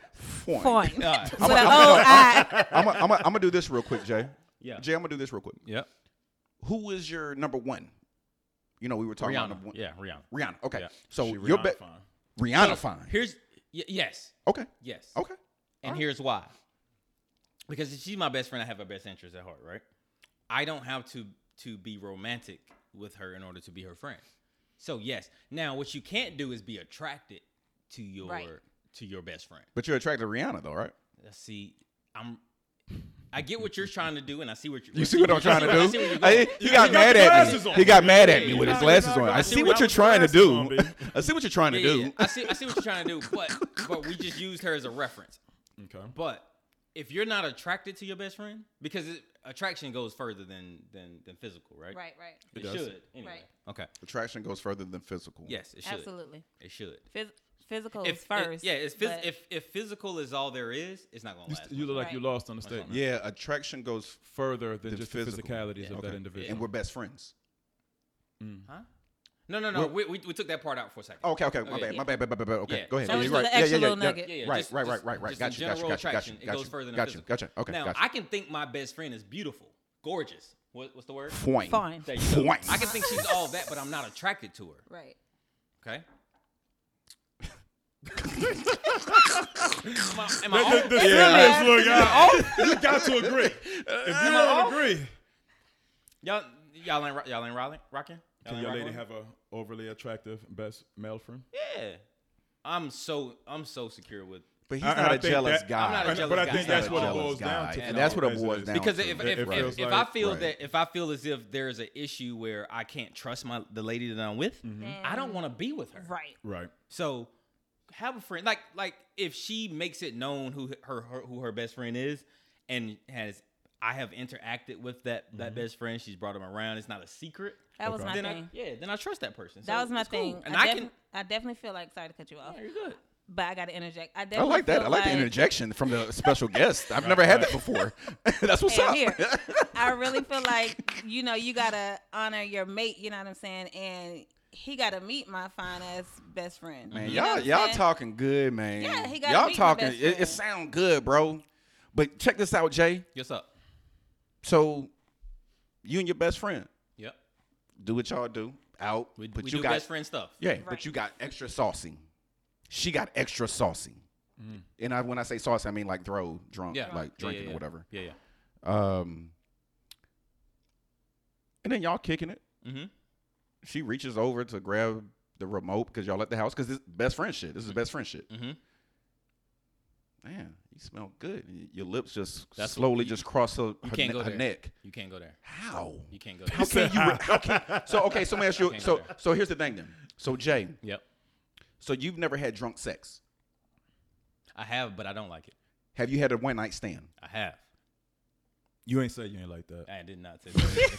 Fine.
All right.
With an old eye.
I'm gonna I'm gonna- I'm gonna do this real quick, Jay.
Yeah.
Jay, I'm gonna do this real quick.
Yep.
Who is your number one? You know, we were talking about
Rihanna.
number one.
Yeah, Rihanna.
Rihanna. Okay.
Yeah.
So
She
your
Rihanna
bet.
fine.
Rihanna
So,
fine.
Here's y- yes,
Okay.
yes.
Okay.
And here's why. Because if she's my best friend, I have her best interest at heart, right? I don't have to to be romantic with her in order to be her friend. So yes. Now what you can't do is be attracted to your
Right.
to your best friend.
But you're attracted to Rihanna though, right?
Let's See, I'm I get what you're trying to do and I see what you
You see what I'm trying to
I see where
do?
you're going.
Hey, He
got
got mad
the
at
glasses
me.
on.
He got mad at me
Yeah,
with his
you
glasses
got-
on.
you
I
got
see
the
what you're
glasses
trying to
on,
do.
baby.
I see what you're trying to
Yeah, yeah, yeah.
do.
I see I see what you're trying to do, but but we just used her as a reference.
Okay.
But if you're not attracted to your best friend, because it, attraction goes further than than than physical, right?
Right, right.
It,
does.
should. Anyway.
Right.
Okay.
Attraction goes further than physical.
Yes, it should.
Absolutely.
It should.
Phys- physical
If
is
it-
first.
yeah, it's phys-
but-
if if physical is all there is, it's not gonna
You,
last.
you
much.
look like you
Right.
lost on the statement.
Yeah. Attraction goes,
Further than
The
just the
physical.
physicalities
Yeah.
of
Okay.
that individual.
and we're best friends.
huh? No, no, no. We, we, we took that part out for a second.
Okay. Okay. My
Okay,
bad.
yeah.
My bad. bad, bad, bad, bad. Okay.
Yeah.
Go ahead.
That was
You're
just
right.
an
Yeah,
extra
yeah, yeah,
little
yeah.
nugget.
Yeah, yeah,
right,
just-
right,
just-
right, right, right.
just
Gotcha,
in
gotcha,
general
gotcha, gotcha,
attraction, it
gotcha,
goes further than
gotcha,
physical.
gotcha. Okay,
now
gotcha.
I can think my best friend is beautiful, gorgeous. What, what's the word?
Fine.
Fine.
There you go.
Fine.
I can think she's all that, but I'm not attracted to her.
Right.
Okay. am I, am I
The-
off?
the serious look, y'all. You got to agree. If you don't agree,
y'all, y'all ain't ro- y'all ain't rolling, rocking.
can your
ain't
lady
rocking?
have a overly attractive best male friend?
Yeah. I'm so I'm so secure with
But he's
I-
not
I
a
think
jealous
that-
guy.
I'm not a
And-
jealous
but I
guy.
think
He's not
that's
a
what it
jealous
boils
guy.
down to.
And that's what it boils
prejudice.
down
because
to.
if
It
if, if,
feels
if, if
like-
I feel
right.
that if I feel as if there's an issue where I can't trust my the lady that I'm with,
Mm-hmm.
Mm-hmm. I don't want to be with her.
Right.
Right.
So have a friend like like if she makes it known who her, her who her best friend is and has I have interacted with that that best friend. She's brought him around. It's not a secret.
That was Mm-hmm. my
then
thing.
I, yeah, then I trust that person.
That
So
was my
it's cool.
thing.
And
I,
I,
def-
can.
I definitely feel like sorry to cut you off,
Yeah, you're good.
but I got to interject. I
I
definitely
like that.
feel
I like the interjection from the special guest. I've never had that before. That's what's
And
up.
here, I really feel like you know you gotta honor your mate. You know what I'm saying? And he gotta meet my fine ass best friend.
Man,
You know
y'all
what I'm
y'all
saying?
talking good, man.
Yeah, he gotta
y'all
be my
talking.
best
It, it
friend.
sound good, bro. But check this out, Jay.
Yes up.
So you and your best friend
Yep.
do what y'all do out,
We,
but
we
you
do
got
best friend stuff.
yeah,
Right.
but you got extra saucy. She got extra saucy. And I, when I say saucy, I mean like throw drunk,
Mm. Yeah.
like
Yeah, yeah,
drinking
yeah.
or whatever.
Yeah, yeah.
Um, and then y'all kicking it.
Mhm.
She reaches over to grab the remote because y'all at the house because this best friend shit. This is best friend shit.
Mhm.
Man, you smell good. Y- Your lips just
That's what
slowly
you-
just cross her,
You
her,
can't
ne-
go
her
there.
neck.
You can't go there.
How?
You can't go
How
there.
can you? re- How can, so okay, so let me ask you.
can't go
So
there.
so here's the thing then. So Jay,
yep.
so you've never had drunk sex.
I have, but I don't like it.
Have you had a one night stand?
I have.
You ain't say you ain't like that.
I did not say that.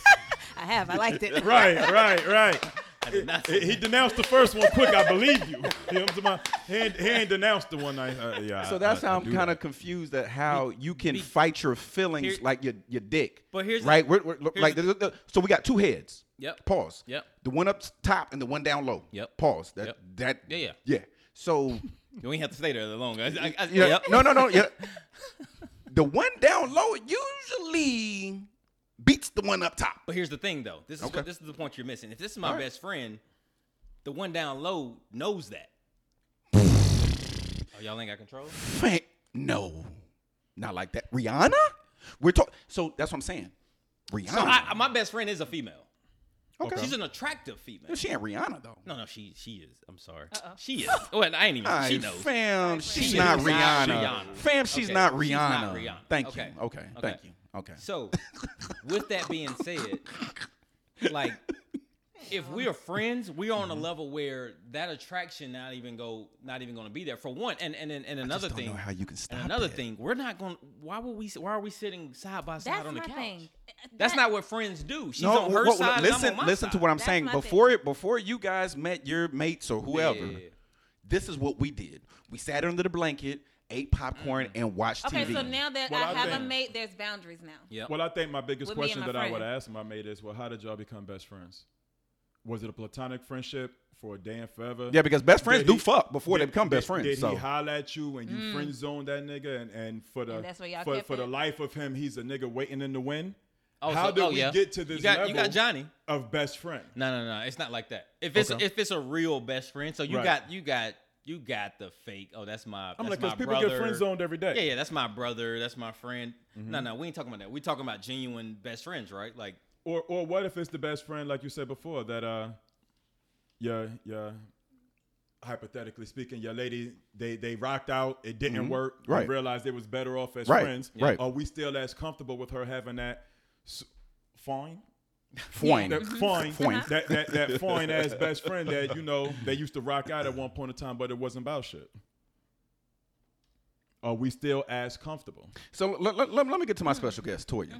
I have. I liked it.
Right, right, right.
I did not
He
say
he
that.
denounced the first one quick. I believe you. You know what I'm talking about? He ain't, he ain't denounced the one night. Uh, yeah.
So
I-
that's
I-
how
I
I'm
do
kind
that.
of confused at how you can
be-
fight your feelings
Here-
like your your dick.
But here's the-
right, we're, we're-
here's
like
the-
the- the- so we got two heads.
Yep.
Pause.
Yep.
The one up top and the one down low.
Yep.
Pause. That
Yep.
that.
Yeah, yeah.
Yeah. So
You ain't have to stay there that long. I, I, I,
you know,
yep.
no no no yeah. The one down low usually beats the one up top.
But here's the thing, though. This is
Okay.
what, this is the point you're missing. If this is my
All right.
best friend, the one down low knows that. oh, y'all ain't got control.
Fan- no, not like that. Rihanna. We're talking. So that's what I'm saying. Rihanna.
So I, my best friend is a female.
Okay.
She's an attractive female.
She ain't Rihanna though.
No, no, she she is. I'm sorry.
Uh-oh.
She is. Well, I ain't even. she
Aight,
knows.
Fam,
She
she's
is
not
not
Rihanna.
Rihanna.
Fam, she's
Okay,
not Rihanna.
she's not Rihanna.
Thank
Okay.
you. Okay.
Okay.
Thank you. Okay.
So, with that being said, like, if we are friends, we are on a
Mm-hmm.
level where that attraction not even go, not even going to be there. For one, and and and, and another
Just don't
thing,
know how you can stop
and another
that.
thing, we're not going. to Why would we? Why are we sitting side by side
That's
on the
my
couch?
thing.
That's
That-
not what friends do. She's on her
wha- wha-
side. and I'm
listen,
on my
listen to
side.
what I'm
That's
saying.
my
Before it, before you guys met your mates or whoever,
Yeah.
this is what we did. We sat under the blanket, ate popcorn,
Mm-hmm.
and watched
Okay,
TV.
so now that
Well,
I,
I
have a
think-
mate, there's boundaries now.
Yep.
Well, I think my biggest
With me
question
and my
that I would
friend.
ask my mate is, well, how did y'all become best friends? Was it a platonic friendship for a day and forever?
yeah, because best friends
Did
do
he-
fuck before they
Did-
become best
did-
friends.
Did
so
he holler at you and you friend zoned that nigga, and, and for the
Mm. And that's where y'all
for,
kept
for the
it?
life of him, he's a nigga waiting in the wind.
Oh,
How
so-
did
oh,
we
yeah.
get to this
You got,
level
you got Johnny.
of best friend?
No, no, no. It's not like that. If it's
Okay.
if it's a real best friend, so you
Right.
got you got you got the fake. Oh, that's my.
I'm
that's
like,
my
because people
brother.
get friend zoned Mm-hmm. every day.
Yeah, yeah. That's my brother. That's my friend. No, no. We ain't talking about that. We talking about genuine best friends, right? Like,
Or or what if it's the best friend, like you said before, that uh, your your hypothetically speaking, your lady they they rocked out, it didn't work. you
Mm-hmm. Right.
realized they was better off as
Right,
friends.
right.
Are we still as comfortable with her having that s- fine?
fine.
That
Mm-hmm.
fine,
Fine.
that that that fine ass best friend that you know they used to rock out at one point in time, but it wasn't about shit. Are we still as comfortable?
So let, let, let, let me get to my
Mm-hmm.
special guest, Toya.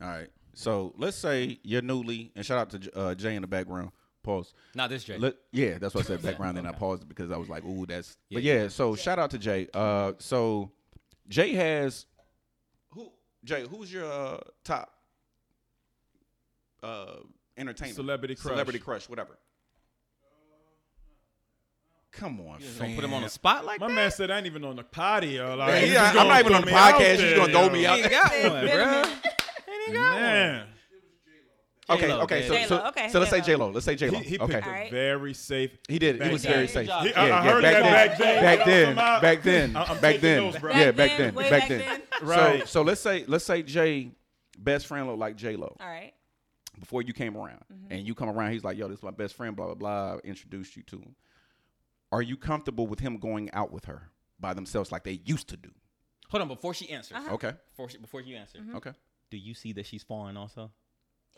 All right. So let's say you're newly, and shout out to J- uh, Jay in the background. Pause.
not this Jay.
Let- yeah, that's what I said background. Then I paused it because I was like, "Ooh, that's." but yeah, so shout out to Jay. Uh, so Jay has who? Jay, who's your uh, top uh entertainer?
Celebrity crush.
Celebrity crush, whatever. Come on,
You just
fam.
gonna put him on the spot like
My
that.
man said I ain't even on the potty. Or like,
Yeah,
you
he-
just
I'm
gonna
not even
throw
on the
me out
podcast.
there,
He's gonna throw
yo.
me
He ain't
out.
got one, bro.
Man,
Okay,
J-Lo,
okay. So,
J-Lo,
so,
okay,
so let's say J
J-Lo.
Lo. Let's say J
he,
Lo.
he picked
Okay.
a
Alright.
very safe.
He did. He was
then.
very
Good
safe.
job.
He-
yeah,
I- I
yeah,
heard
back,
that
then,
back then.
back then, back then,
I'm- I'm
back
taking
then,
those, bro.
yeah,
Back
back
then,
then,
way
back
back
then.
then.
So,
Right.
so let's say, let's say Jay, best friend look like J Lo
All right.
before you came around,
Mm-hmm.
and you come around, he's like, "Yo, this is my best friend," blah blah blah. Introduced you to him. Are you comfortable with him going out with her by themselves like they used to do?
Hold on, before she answers.
Uh-huh. Mm-hmm.
Okay,
Before she, before you answer,
okay.
do you see that she's falling also?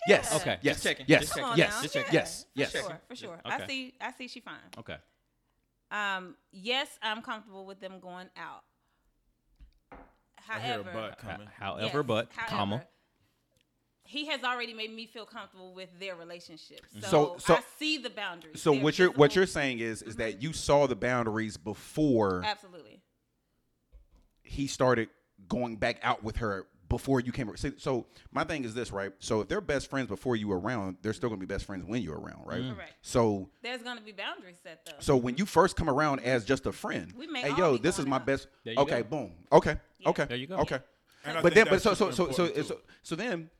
Yes.
Yeah.
Okay,
Yes.
just checking,
Yes.
just
Come
checking.
on
yes.
now.
Just
yeah,
checking.
Yes.
For
Yes.
sure. For
Just
sure.
checking.
I
Okay.
see. I see. She fine.
Okay.
Um. Yes, I'm comfortable with them going out.
I hear a
However,
butt coming.
However,
Yes,
but comma.
however, He has already made me feel comfortable with their relationship,
Mm-hmm. So-
so,
so-
I see the boundaries.
So
They're
what you're what
visible.
you're saying is is
Mm-hmm.
that you saw the boundaries before
absolutely
he started going back out with her before you came. So, so my thing is this, right? So if they're best friends before you were around, they're still gonna be best friends when you're around, right?
correct.
So,
There's gonna be boundaries set though.
so when you first come around as just a friend,
We may
hey,
all
yo,
be
this is
going
my
out.
best.
There you
Okay,
go.
boom. Okay, okay.
There you go.
Okay.
And I
But
think
then,
that's
but so so
super
so so,
important,
so
too.
so then,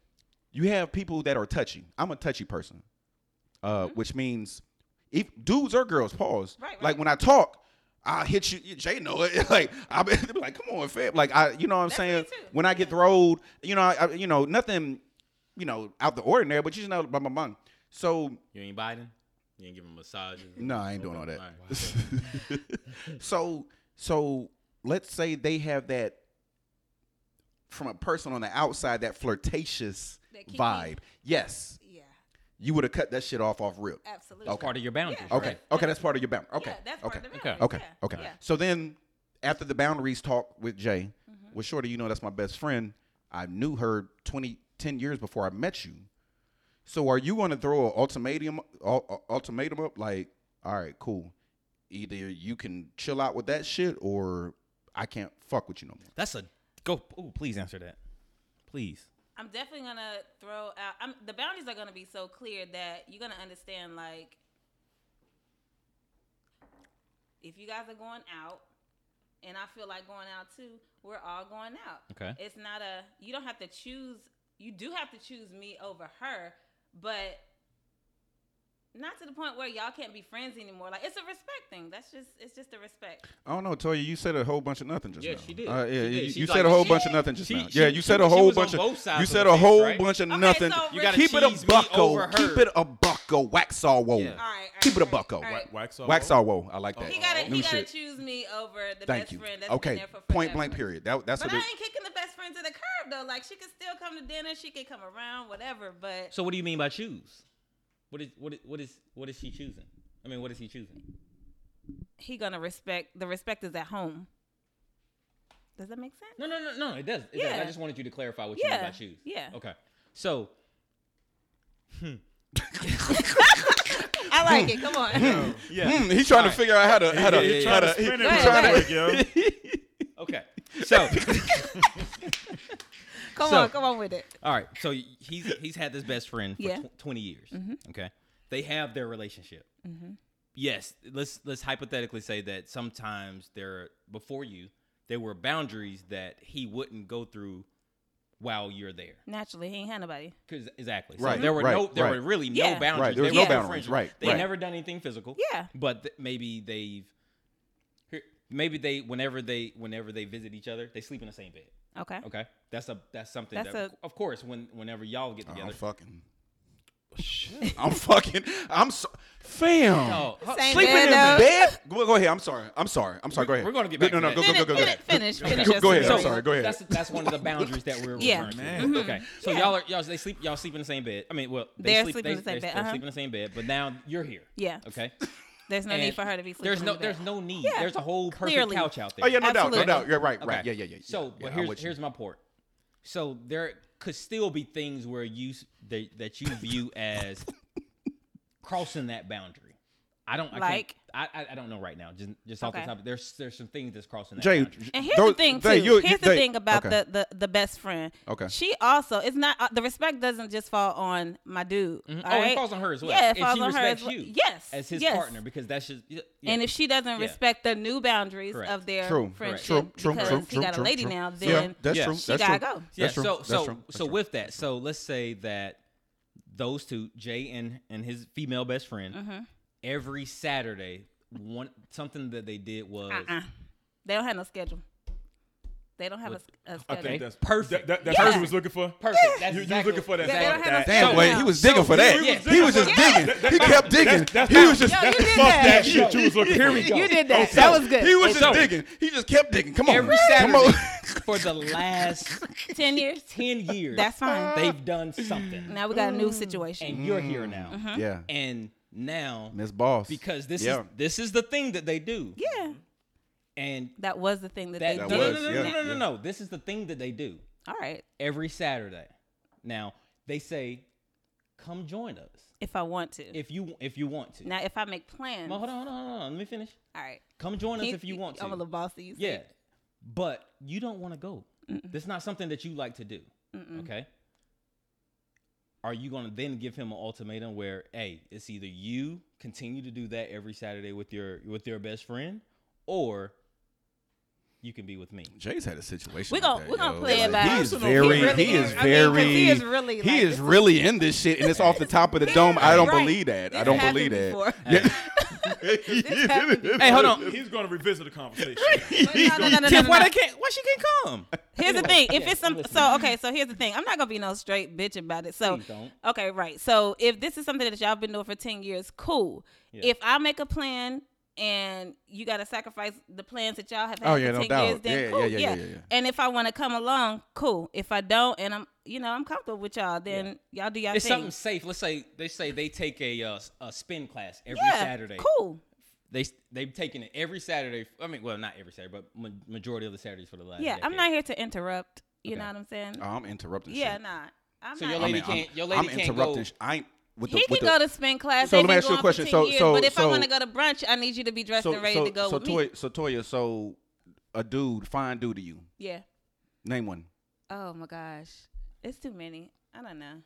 you have people that are touchy. I'm a touchy person, uh, which means if dudes or girls, pause.
Mm-hmm. Right,
Like
right.
when I talk. I hit you, you- Jay. Know it. Like I be they be like, come on, fam. Like I, you know what I'm
That's
saying.
me too.
When I get throwed, you know, I, I- you know, nothing, you know, out the ordinary. But you just know, blah blah blah. So
You ain't biting. You ain't giving massages.
no, I ain't doing all
Okay,
that.
all right.
so so let's say they have that from a person on the outside that flirtatious
That kinky-
vibe. Yes,
yeah,
you would have cut that shit off off rip.
absolutely.
That's part of your boundaries.
Okay,
right?
okay, that's part of your boundary. Okay,
Yeah, that's
okay,
part of the
Okay.
boundaries.
okay,
yeah,
okay.
yeah.
So then, after the boundaries talk with Jay,
Mm-hmm.
well, shorty, you know that's my best friend. I knew her 20, 10 years before I met you. So are you going to throw an ultimatum, ul- ul- ultimatum up? Like, all right, cool. Either you can chill out with that shit, or I can't fuck with you no more.
That's a go. Ooh, please answer that. Please.
I'm definitely gonna throw out. I'm, the boundaries are gonna be so clear that you're gonna understand. Like, if you guys are going out, and I feel like going out too, we're all going out.
Okay.
It's not a. You don't have to choose. You do have to choose me over her, but Not to the point where y'all can't be friends anymore. Like it's a respect thing. That's just it's just a respect.
I don't know, Toya. You said a whole bunch of nothing just
Yeah,
now.
she did.
Uh, yeah,
She did.
you,
She's
you
like-
said a whole
she-
bunch of nothing just
she-
now.
she-
yeah, you said
she
a whole
was on
bunch
both
of
sides
you
of
said
the
a
fence,
whole
right?
bunch of
Okay,
nothing.
so You gotta
keep it a
cheese me over
bucko.
her.
Keep it a bucko. Wax all woe.
Yeah. All right,
All right. all right,
Keep it a
all right,
bucko.
all right.
Wax all.
Wax all woe. I like that.
He gotta
New
he gotta
shit.
choose me over the
Thank
best
you.
friend. That's been
Okay.
there for
Point
forever.
blank. Period. That, that's
But
what
I
it.
ain't kicking the best friend to the curb though. Like she can still come to dinner, she can come around, whatever. But
So what do you mean by choose? What is what is what is what is she choosing? I mean, what is he choosing?
he gonna respect the respect is at home. Does that make sense?
No, no, no, no. It does. It does.
Yeah.
I just wanted you to clarify what you mean
Yeah,
by choose.
yeah.
Okay. So
I like it. Come on.
Yeah.
Hmm, he's trying
All right.
to figure out how to how to
He- he
how
trying
to.
to spin it
he
real
tryna-
quick, yo.
okay. So
come
So-
on, come on with it.
all right. So he's he's had this best friend for
Yeah. Mm-hmm.
tw- twenty years. Okay. They have their relationship. Yes. Let's let's hypothetically say that sometimes there before you there were boundaries that he wouldn't go through while you're there.
Naturally, he ain't had nobody.
Cause exactly. So
Right,
there were
right,
no there
right.
were really no
Yeah. Right,
boundaries.
there was
They
no
were
boundaries,
friends.
right,
They
right.
never done anything physical.
Yeah.
But th- maybe they've here- maybe they whenever they whenever they visit each other, they sleep in the same bed.
Okay.
Okay? That's a that's something
That's
that
a-
of course when whenever y'all get
I'm
together.
fucking. I'm fucking. I'm so, fam.
Oh, huh,
Same
Sleeping in
bed, though.
bed. Go, go ahead. I'm sorry. I'm sorry. I'm sorry. Go ahead.
we're gonna get
Go-
back
No,
to
no.
that.
Go, go, go, go, go.
Finish, finish,
Go-
finish
Go,
your
go ahead. I'm
story.
sorry. Go ahead.
That's that's one of the boundaries that we're
Yeah. Mm-hmm.
referring
Man.
to. Okay. So y'all are y'all they sleep y'all sleep in the same bed. I mean, well, they
They're
sleep
sleeping in
they-
the
they're-
same bed,
They're
uh-huh.
sleeping in the same bed, but now you're here.
Yeah.
Okay.
There's no
And
need for her to be sleeping.
There's no
in the
there's
bed.
no need.
Yeah.
There's a whole perfect
Clearly.
couch out there.
Oh yeah, no doubt, no
Absolutely.
doubt. You're right, right.
Okay.
Yeah, yeah, yeah. yeah.
So,
Yeah,
but
I'm
here's
with you.
here's my port. So there could still be things where you s- that, that you view as crossing that boundary. I don't I
Like?
can't, I I- I don't know right now. Just just off
Okay.
the top, there's there's some things that's crossing that
Jay.
boundary.
And here's
those-
the thing too.
Jay, you-
here's the
Jay,
thing about
okay.
the, the the best friend.
Okay.
She also it's not uh, the respect doesn't just fall on my dude. all
oh,
right?
it falls on her as well.
Yeah, it
if
falls
she
on her
respects
as well.
you,
Yes,
as his
yes.
partner because that's just yeah, yeah.
And if she doesn't
Yeah.
respect the new boundaries
Correct.
of their
True,
friendship
true, true,
because
true,
he
true,
got a
true,
lady
true.
now,
Yeah,
then
that's
Yeah.
true.
she
that's
gotta
true.
go.
yeah,
That's true.
so
That's
so
true. That's
so
true.
with that, so let's say that those two, Jay and and his female best friend,
Mm-hmm.
every Saturday, one something that they did was
uh-uh. they don't have no schedule. They don't have a,
With-
s- a schedule.
I think that's
Perfect.
That, that, that's
Yeah.
what you was looking for.
perfect. That's
You, you was
exactly
looking for that.
Yeah, they don't
that.
have no
Damn,
So-
boy, he was digging for that.
yes.
He was just
Yeah.
digging. He kept digging.
That's, that's
He
not-
was just.
Yo, you
that's
did
fuck
that.
that shit you was looking
Here
for.
we go.
You did that. that was good.
He was just
So-
digging. He just kept digging. Come on.
every
Come on.
Saturday for the last
Ten years.
ten years.
That's fine.
They've done something,
now we got a new situation.
and you're here now.
Yeah.
And now,
Mm-hmm. Miss Boss.
because this
Yeah.
is this is the thing that they do,
Yeah,
and
that was the thing that,
that,
they
no,
That
did.
no,
was,
no, no,
yeah.
no, no, no, no. This is the thing that they do
All right,
every Saturday. Now they say, "Come join us
if I want to.
if you if you want to."
now, if I make plans,
Well,
all
hold on, hold on, hold on. Let me finish.
right.
Come join us if you want to.
I'm a little bossy. You see.
Yeah, but you don't want to go. That's not something that you like to do. Okay. Are you going to then give him an ultimatum where, hey, it's either you continue to do that every Saturday with your with your best friend, or you can be with me?
Jay's had a situation.
We
like
gon-
that,
we gonna
yo.
play it
Like,
by-
He is
Personal.
very.
He really
He is
is.
I mean, 'cause
very.
he is really,
He
like,
is
this-
really in this shit, and it's off the top of the dome. I don't
Right.
believe that. I
This
don't
happened
believe
before.
that. Yeah.
happened before.
Hey, hold on.
He's going to revisit the conversation.
No, no, no, no, no,
Tiff,
no,
why
no.
they can't? Why she can't come?
Here's the
Anyway,
thing. If
yeah,
it's
I'm
some,
listening.
so okay. So here's the thing. I'm not gonna be no straight bitch about it. So
Please don't.
okay, right. So if this is something that y'all been doing for ten years, cool. If I make a plan and you gotta sacrifice the plans that y'all have had
Oh, yeah,
for
no
ten
doubt.
years, then
Yeah,
cool.
yeah, yeah, yeah, yeah, yeah.
And if I want to come along, cool. If I don't, and I'm you know I'm comfortable with y'all, then y'all do y'all
it's
thing.
something safe. Let's say they say they take a uh, s- a spin class every
yeah,
Saturday.
cool.
They they've taken it every Saturday. I mean, well, not every Saturday, but ma- majority of the Saturdays for the last.
Yeah, I'm
decade.
not here to interrupt. You
Okay.
know what I'm saying?
Oh, I'm interrupting.
yeah,
shit.
nah. I'm
So
not
your
I
lady
mean, I'm,
can't- your lady
I'm
can't
interrupting.
go-
sh- I ain't with the.
He
with
can
the-
go to spin class.
So let me
They've been
ask you a
going for
question.
10
So-
years,
so-
but if I
so-
want to go to brunch, I need you to be dressed and ready to go
so,
with
Toy,
me.
so Toya, so a dude, fine dude to you.
Yeah.
Name one.
Oh my gosh, it's too many. I don't know.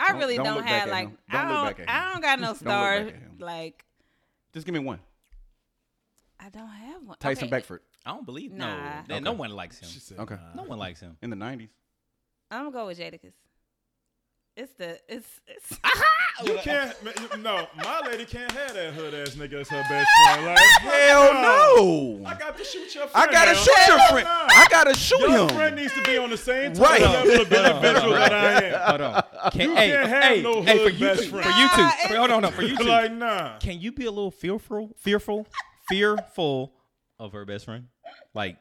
I
Don't-
really
don't
don't,
look back
have
at
like
him. Don't
I
look
don't
back at him.
I don't got no
Don't look back
star
at him.
like
Just give me one.
I don't have one.
Tyson
Okay,
Beckford
I don't believe
Nah.
no. that- No
Okay.
one likes him.
She said,
Okay.
nah.
No one likes him.
in the '90s.
I'm gonna go with Jadakiss. It's the it's it's
You can't. man, you- No, my lady can't have that hood ass nigga as her best friend. Like
Hell
I
no.
got to shoot your friend.
I gotta
now.
shoot your
Hell
friend.
no.
I gotta shoot
Your friend
him.
needs to be on the same type
Right.
of level of
Hold on,
individual
hold on,
that I am.
Hold on. Can,
You
hey,
can't have
hey,
no
hey,
hood
for you
best
two,
friend.
for you two.
Nah,
For, hold on, no, for you two.
Like nah.
can you be a little fearful, fearful, fearful of her best friend? Like,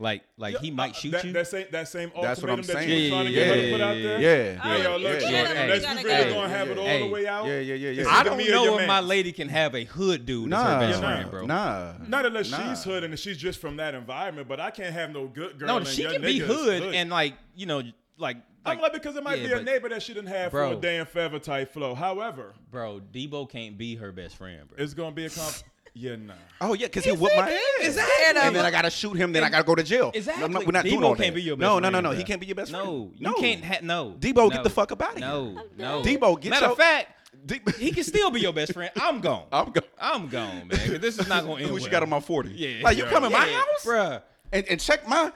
like, like he might shoot
uh, that,
you.
That same that same
That's what
ultimatum
I'm
that
saying.
you were trying
Yeah,
to
yeah,
get her
yeah,
to put out
yeah,
there.
yeah,
Oh,
Hey, yo,
yeah,
look,
yeah,
Jordan,
yeah,
unless
yeah,
you really
yeah,
gonna have it all
yeah.
the way out.
Yeah, yeah, yeah, yeah.
it's
I
either
don't
me or
know
your
if my
man's.
lady can have a hood dude as her
Nah,
best
Yeah,
friend, bro.
nah.
Not unless
Nah.
she's hood and she's just from that environment, but I can't have no good girl.
no,
and
she
your
can be
niggas
hood, and like you know, like, like
I'm like because it might
yeah,
be a
but-
neighbor that she didn't have for
Bro.
a Dan Feather type flow. However,
bro, Debo can't be her best friend, bro.
it's gonna be a comp. yeah, nah.
Oh yeah, because he whooped my ass.
Exactly.
And then I gotta shoot him. Then I gotta go to jail.
Exactly.
I'm not- we're not
Debo
doing all
can't
that.
be your best
no,
friend,
no, no, no.
bruh.
He can't be your best friend.
No, you can't. Ha- no,
Debo,
no,
get the fuck up outta
no,
here.
No,
Debo, get
Matter
your-
of fact,
Debo-
he can still be your best friend. I'm gone.
I'm go-
I'm gone, man. 'cause This is not gonna end.
Who
well.
you got on my forty?
Yeah.
Like you come in my
Yeah,
house,
bruh.
and, and check my.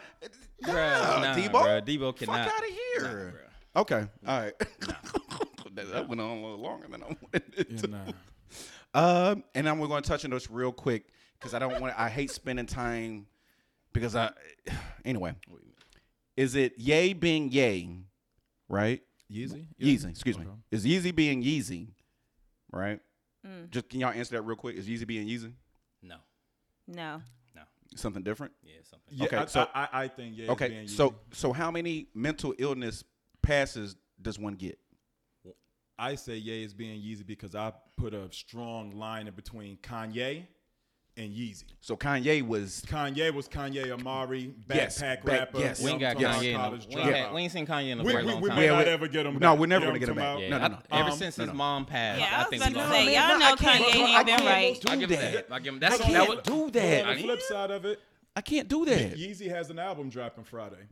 Nah,
Bruh, nah,
Debo.
bruh, Debo cannot.
Fuck out of
Nah,
here.
bruh.
okay. All right. that, that went on a little longer than I wanted it
Yeah,
to.
nah.
Um, and then we're going to touch on this real quick because I don't want. I hate spending time because I. Anyway, is it Yay being Yay, right?
Yeezy?
Yeezy, excuse me.
Okay.
Is Yeezy being Yeezy, right?
Mm.
Just can y'all answer that real quick? Is Yeezy being Yeezy
No,
No.
no.
something different?
Yeah, something.
Yeah,
Okay,
I,
so-
I, I, I think yeah. it's
Okay,
being
so
Yeezy.
so how many mental illness passes does one get?
I say Ye is being Yeezy because I put a strong line in between Kanye and Yeezy.
So Kanye was
Kanye was Kanye Amari, backpack
Yes, back-
rapper.
yes.
We ain't got
Yes.
Kanye. In a,
college
we, ain't had-
dropout.
we ain't seen Kanye in a
We-
very
we-
long
we
time.
may
Yeah,
not
we-
ever get him
no,
back.
we're never
You know
gonna get
what
him
I'm
back.
talking
Yeah,
No, no,
I-
no.
ever
Um,
since
no,
his
no.
mom passed,
Yeah, I
I
was
think we
about to
lost.
say,
man,
y'all
I
know
can't-
Kanye
I
ain't been
can't-
right.
I
I give him that. I give him that's
I
that
can't
was-
do
about. On
that.
the flip side of it,
I can't do that.
Yeezy has an album dropping Friday.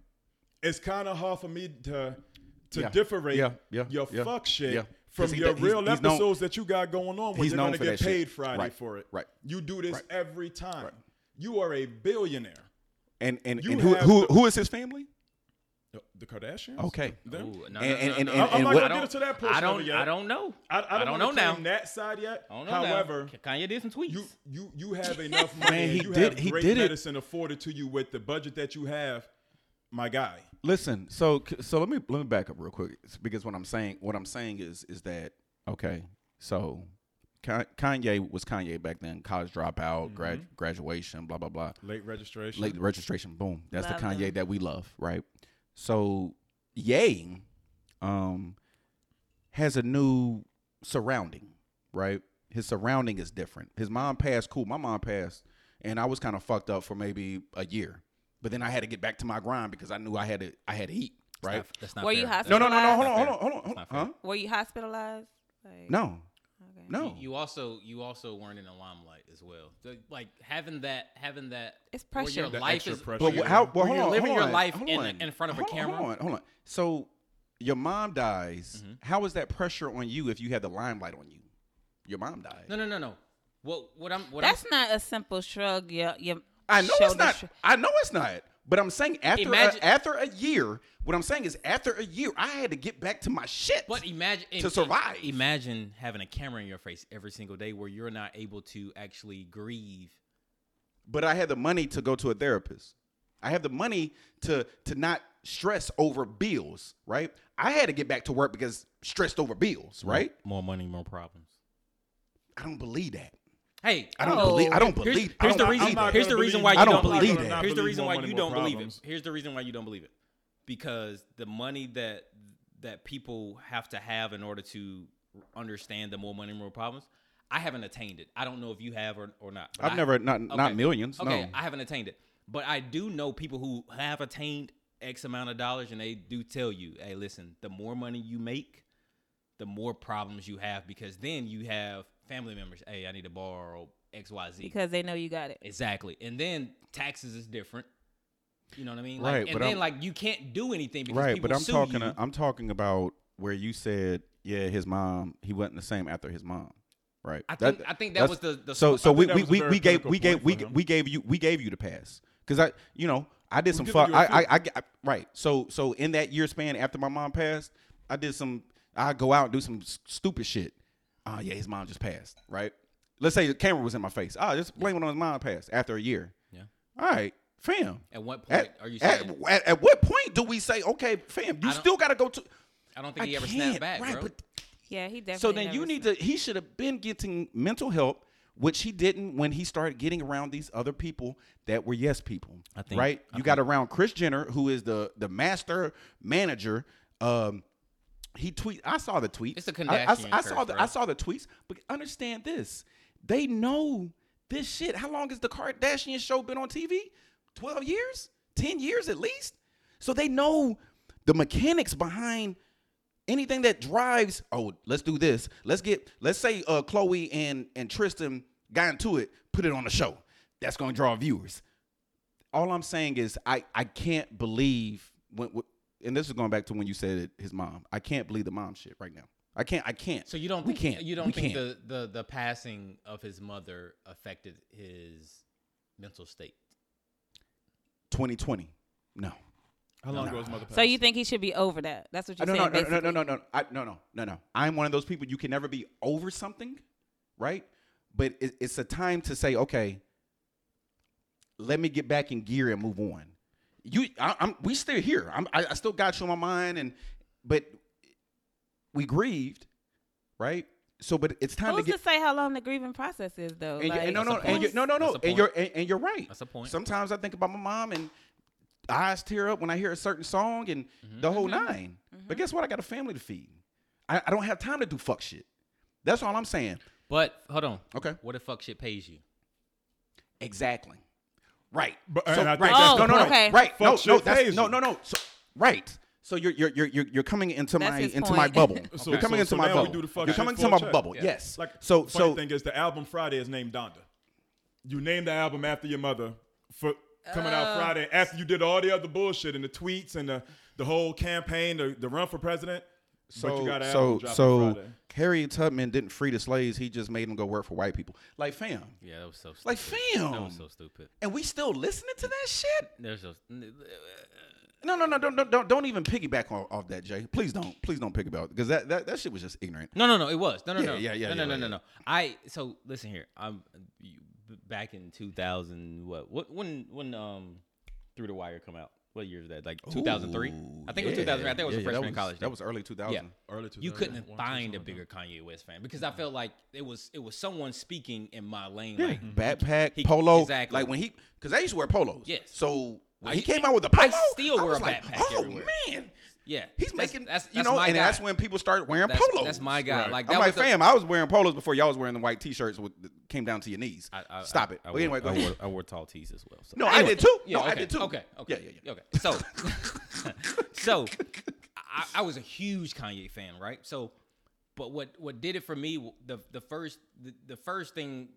It's kind of hard for me to to
Yeah.
differentiate
Yeah, yeah,
your
yeah,
fuck shit
yeah. 'Cause
from
he
your
do- he's-
real
he's known-
episodes that you got going on when
he's
you're going
known
to
for
get
that shit.
paid Friday
Right,
for it.
right.
You do this
Right.
every time. You are a billionaire.
And and,
You
and who
have
who
the-
who is his family?
The- The Kardashians?
Okay.
Them?
Ooh, no, no,
And- and-
no, no,
and-
no.
and- and
I'm
what-
not going to get to that portion
I
of it
don't.
yet.
I don't know.
I, I don't,
know
wanna
now.
claim That side yet.
I don't know
However,
now. Kanye did some tweets.
you you you have enough money.
Man,
and
he
you
did-
have
he
great
did it.
medicine afforded to you with the budget that you have, my guy.
Listen, so so let me let me back up real quick because what I'm saying what I'm saying is is that okay, so Ka- Kanye was Kanye back then, college dropout, grad,
Mm-hmm.
graduation, blah blah blah,
Late registration.
late registration, boom. That's the
Love
Kanye
him.
that we love, right? So, Yay, um, has a new surrounding, right? His surrounding is different. His mom passed, cool. My mom passed, and I was kind of fucked up for maybe a year, but then I had to get back to my grind because I knew I had to. I had to eat,
That's
right?
not- That's not
Were
fair.
you
That's
No, no,
not
no, no.
fair.
Hold on, hold
That's
on, hold on,
not
hold on.
fair.
Huh?
Were you hospitalized? Like,
No,
Okay.
no.
You also you also weren't in the limelight as well. The- Like having that having that
It's
where
pressure.
Your
The
life
extra
is
pressure.
But
Sure.
wh- how? Well,
Were
hold
you
on,
living
hold
your
on,
life
hold
in-
on,
in front of a
hold on,
camera? Mm-hmm.
Hold on, hold on. So your mom dies. How is that pressure on you if you had the limelight on you? Your mom died.
no no no no. What what I'm what
That's
I'm
not a simple shrug. Your, your
I know it's
shoulder
not.
shrug.
I know it's not. But I'm saying after
Imagine-
a, after a year, what I'm saying is after a year, I had to get back to my shit.
but imagine
to survive.
Imagine having a camera in your face every single day where you're not able to actually grieve.
but I had the money to go to a therapist. I have the money to to not stress over bills. Right. I had to get back to work because stressed over bills. Right.
More money, more problems.
I don't believe that.
Hey,
I don't
Oh.
believe. I don't believe.
Here's,
I
here's
don't-
the
I'm
reason.
not
not
Here's
gonna
the reason
believe
why
it.
you
I
don't,
don't believe
it.
that.
I
Here's the
believe
reason
more
why
money,
you
more
don't believe it.
problems.
Here's the reason why you don't believe it. Because the money that that people have to have in order to understand the more money, more problems. I haven't attained it. I don't know if you have or, or not. but
I've
I-
never not not
Okay.
millions.
Okay,
No.
I haven't attained it, but I do know people who have attained X amount of dollars, and they do tell you, "Hey, listen, the more money you make, the more problems you have because then you have family members. Hey, I need to borrow X, Y, Z.
because they know you got it.
Exactly, and then taxes is different. You know what I mean?
Right,
Like, and
but
then
I'm-
like you can't do anything because
right,
people
but I'm
sue
talking. uh,
you.
I'm talking about where you said, yeah, his mom. He wasn't the same after his mom. Right.
I think- I think that
that's-
was the- the
so
sp-
so
I
we
think that
we,
was a
we,
very
we gave we
critical
gave we,
point for him.
we gave you we gave you the pass because I you know I did some
giving
fuck
you a
I,
few.
I I g- I- right so so in that year span after my mom passed I did some I go out and do some s- stupid shit ah, yeah, his mom just passed, right? Let's say the camera was in my face. Ah, just blame it on his mom passed after a year.
Yeah.
All right, fam.
At what point
At,
are you
at,
saying?
at, at what point do we say, okay, fam, you
I don't-
still got to go to?
I don't think
I
he ever
can't,
snapped back,
right,
bro.
but-
Yeah, he definitely.
so then
never
you need
said-
to. He should have been getting mental help, which he didn't when he started getting around these other people that were yes people.
I think-
right.
I
you got
think-
around Chris Jenner, who is the the master manager. Um, he tweet. I saw the tweets.
It's a
I- I,
Kardashian
I saw
curse,
the
bro.
I saw the tweets, but understand this: they know this shit. How long has the Kardashian show been on TV? Twelve years, ten years at least. So they know the mechanics behind anything that drives oh let's do this let's get let's say uh chloe and and tristan got into it put it on the show that's gonna draw viewers all i'm saying is i i can't believe when, when- and this is going back to when you said it, his mom i can't believe the mom shit right now i can't i can't
So you don't
we
think,
can't
you don't
we
think
can't.
the, the the passing of his mother affected his mental state?
2020 no
How long ago was mother?
So you think he should be over that? That's what
I
you're
no,
saying.
no, no, no, no,
basically.
no, no, I, no, no, no, no. I'm one of those people you can never be over something, right? But it, it's a time to say, okay, let me get back in gear and move on. You, I, I'm, we still here. I'm, I, I still got you on my mind, and but we grieved, right? So, but it's time
Who's
to
to,
get.
say how long the grieving process is, though?
And, you-
Like-
and no, no,
That's a
and you,
point.
no, no, no,
That's a
and you're and, and you're right.
That's a point.
Sometimes I think about my mom and eyes tear up when I hear a certain song and
Mm-hmm.
the whole
Mm-hmm.
9 But guess what? I got a family to feed. I, I don't have time to do fuck shit. That's all I'm saying.
But hold on.
Okay.
What if fuck shit pays you?
Exactly. Right.
But-
so,
and I
right.
think that's
Oh,
no,
the
no, no.
point. okay.
Right.
Fuck
no,
shit
no, that's,
phase
no,
you.
no, no. So, right. So you're you're you're you're you're coming into
That's
my
his
into my
point.
bubble.
So-
you're coming
so-
into
so
my
now we
bubble.
do the fuck
you're
shit
coming
full
into my
check.
bubble.
Yeah.
Yes.
Like
so
funny
so
thing is the album Friday is named Donda. You named the album after your mother for coming
Uh,
out Friday after you did all the other bullshit and the tweets and the, the whole campaign, the, the run for president.
So,
but you got an album
so,
dropping
so
Friday.
Harriet Tubman didn't free the slaves. He just made them go work for white people. Like, fam.
Yeah, that was so stupid.
Like, um,
That
fam.
was so stupid.
And we still listening to that shit?
There's just
No, no, no. Don't, don't, don't, don't even piggyback off, off that, Jay. Please don't. Please don't piggyback because that, that, that shit was just ignorant.
no, no, no. It was no, no,
Yeah,
no,
yeah, yeah, yeah,
no, no, no,
yeah,
no,
yeah.
no. I so listen here. I'm you- back in 2000. What? What? When? When? Um, Through the Wire come out. What year is that? Like 2003.
Ooh,
I think it was
yeah.
2003. I think it was
Yeah,
a
yeah,
freshman
that
in
was,
college.
That was early 2000.
yeah.
Early
You
2000,
couldn't
one, two,
find a
something
bigger Kanye West fan because
Mm-hmm.
I felt like it was it was someone speaking in my lane.
Yeah. Mm-hmm.
Like,
Backpack,
Mm-hmm. He-
polo.
exactly.
Like when he, because I used to wear polos.
Yes.
So when
I-
he came out with the
I
polo,
still wear
was
a
like,
backpack
Oh
everywhere.
man,
yeah,
he's
That's-
making
that's, that's
you know,
my
and
guy.
that's when people started wearing
That's-
polos.
that's my guy. Like, that
I'm like,
was the-
fam, I was wearing polos before y'all was wearing the white t-shirts with came down to your knees.
I- I-
Stop
I-
it.
I
But
wore-
anyway, go
I
ahead.
wore, I wore tall tees as well. So.
No, I did too.
Yeah,
no,
okay.
I did too.
Okay, okay,
Yeah, yeah, yeah.
okay. So, so I, I was a huge Kanye fan, right? So, but what what did it for me? w- The the first the, the first thing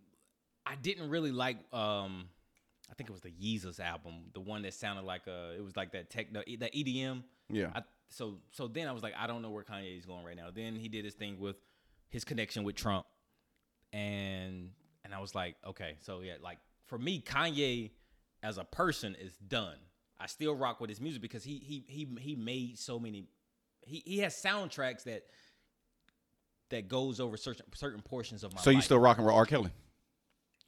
I didn't really like. um I think it was the Yeezus album, the one that sounded like uh it was like that techno that EDM.
Yeah.
I, so so then I was like, I don't know where Kanye is going right now. Then he did his thing with his connection with Trump, and and I was like, okay, so yeah, like for me, Kanye as a person is done. I still rock with his music because he he he he made so many. He he has soundtracks that that goes over certain certain portions of my.
So you
life.
still rocking with R. Kelly?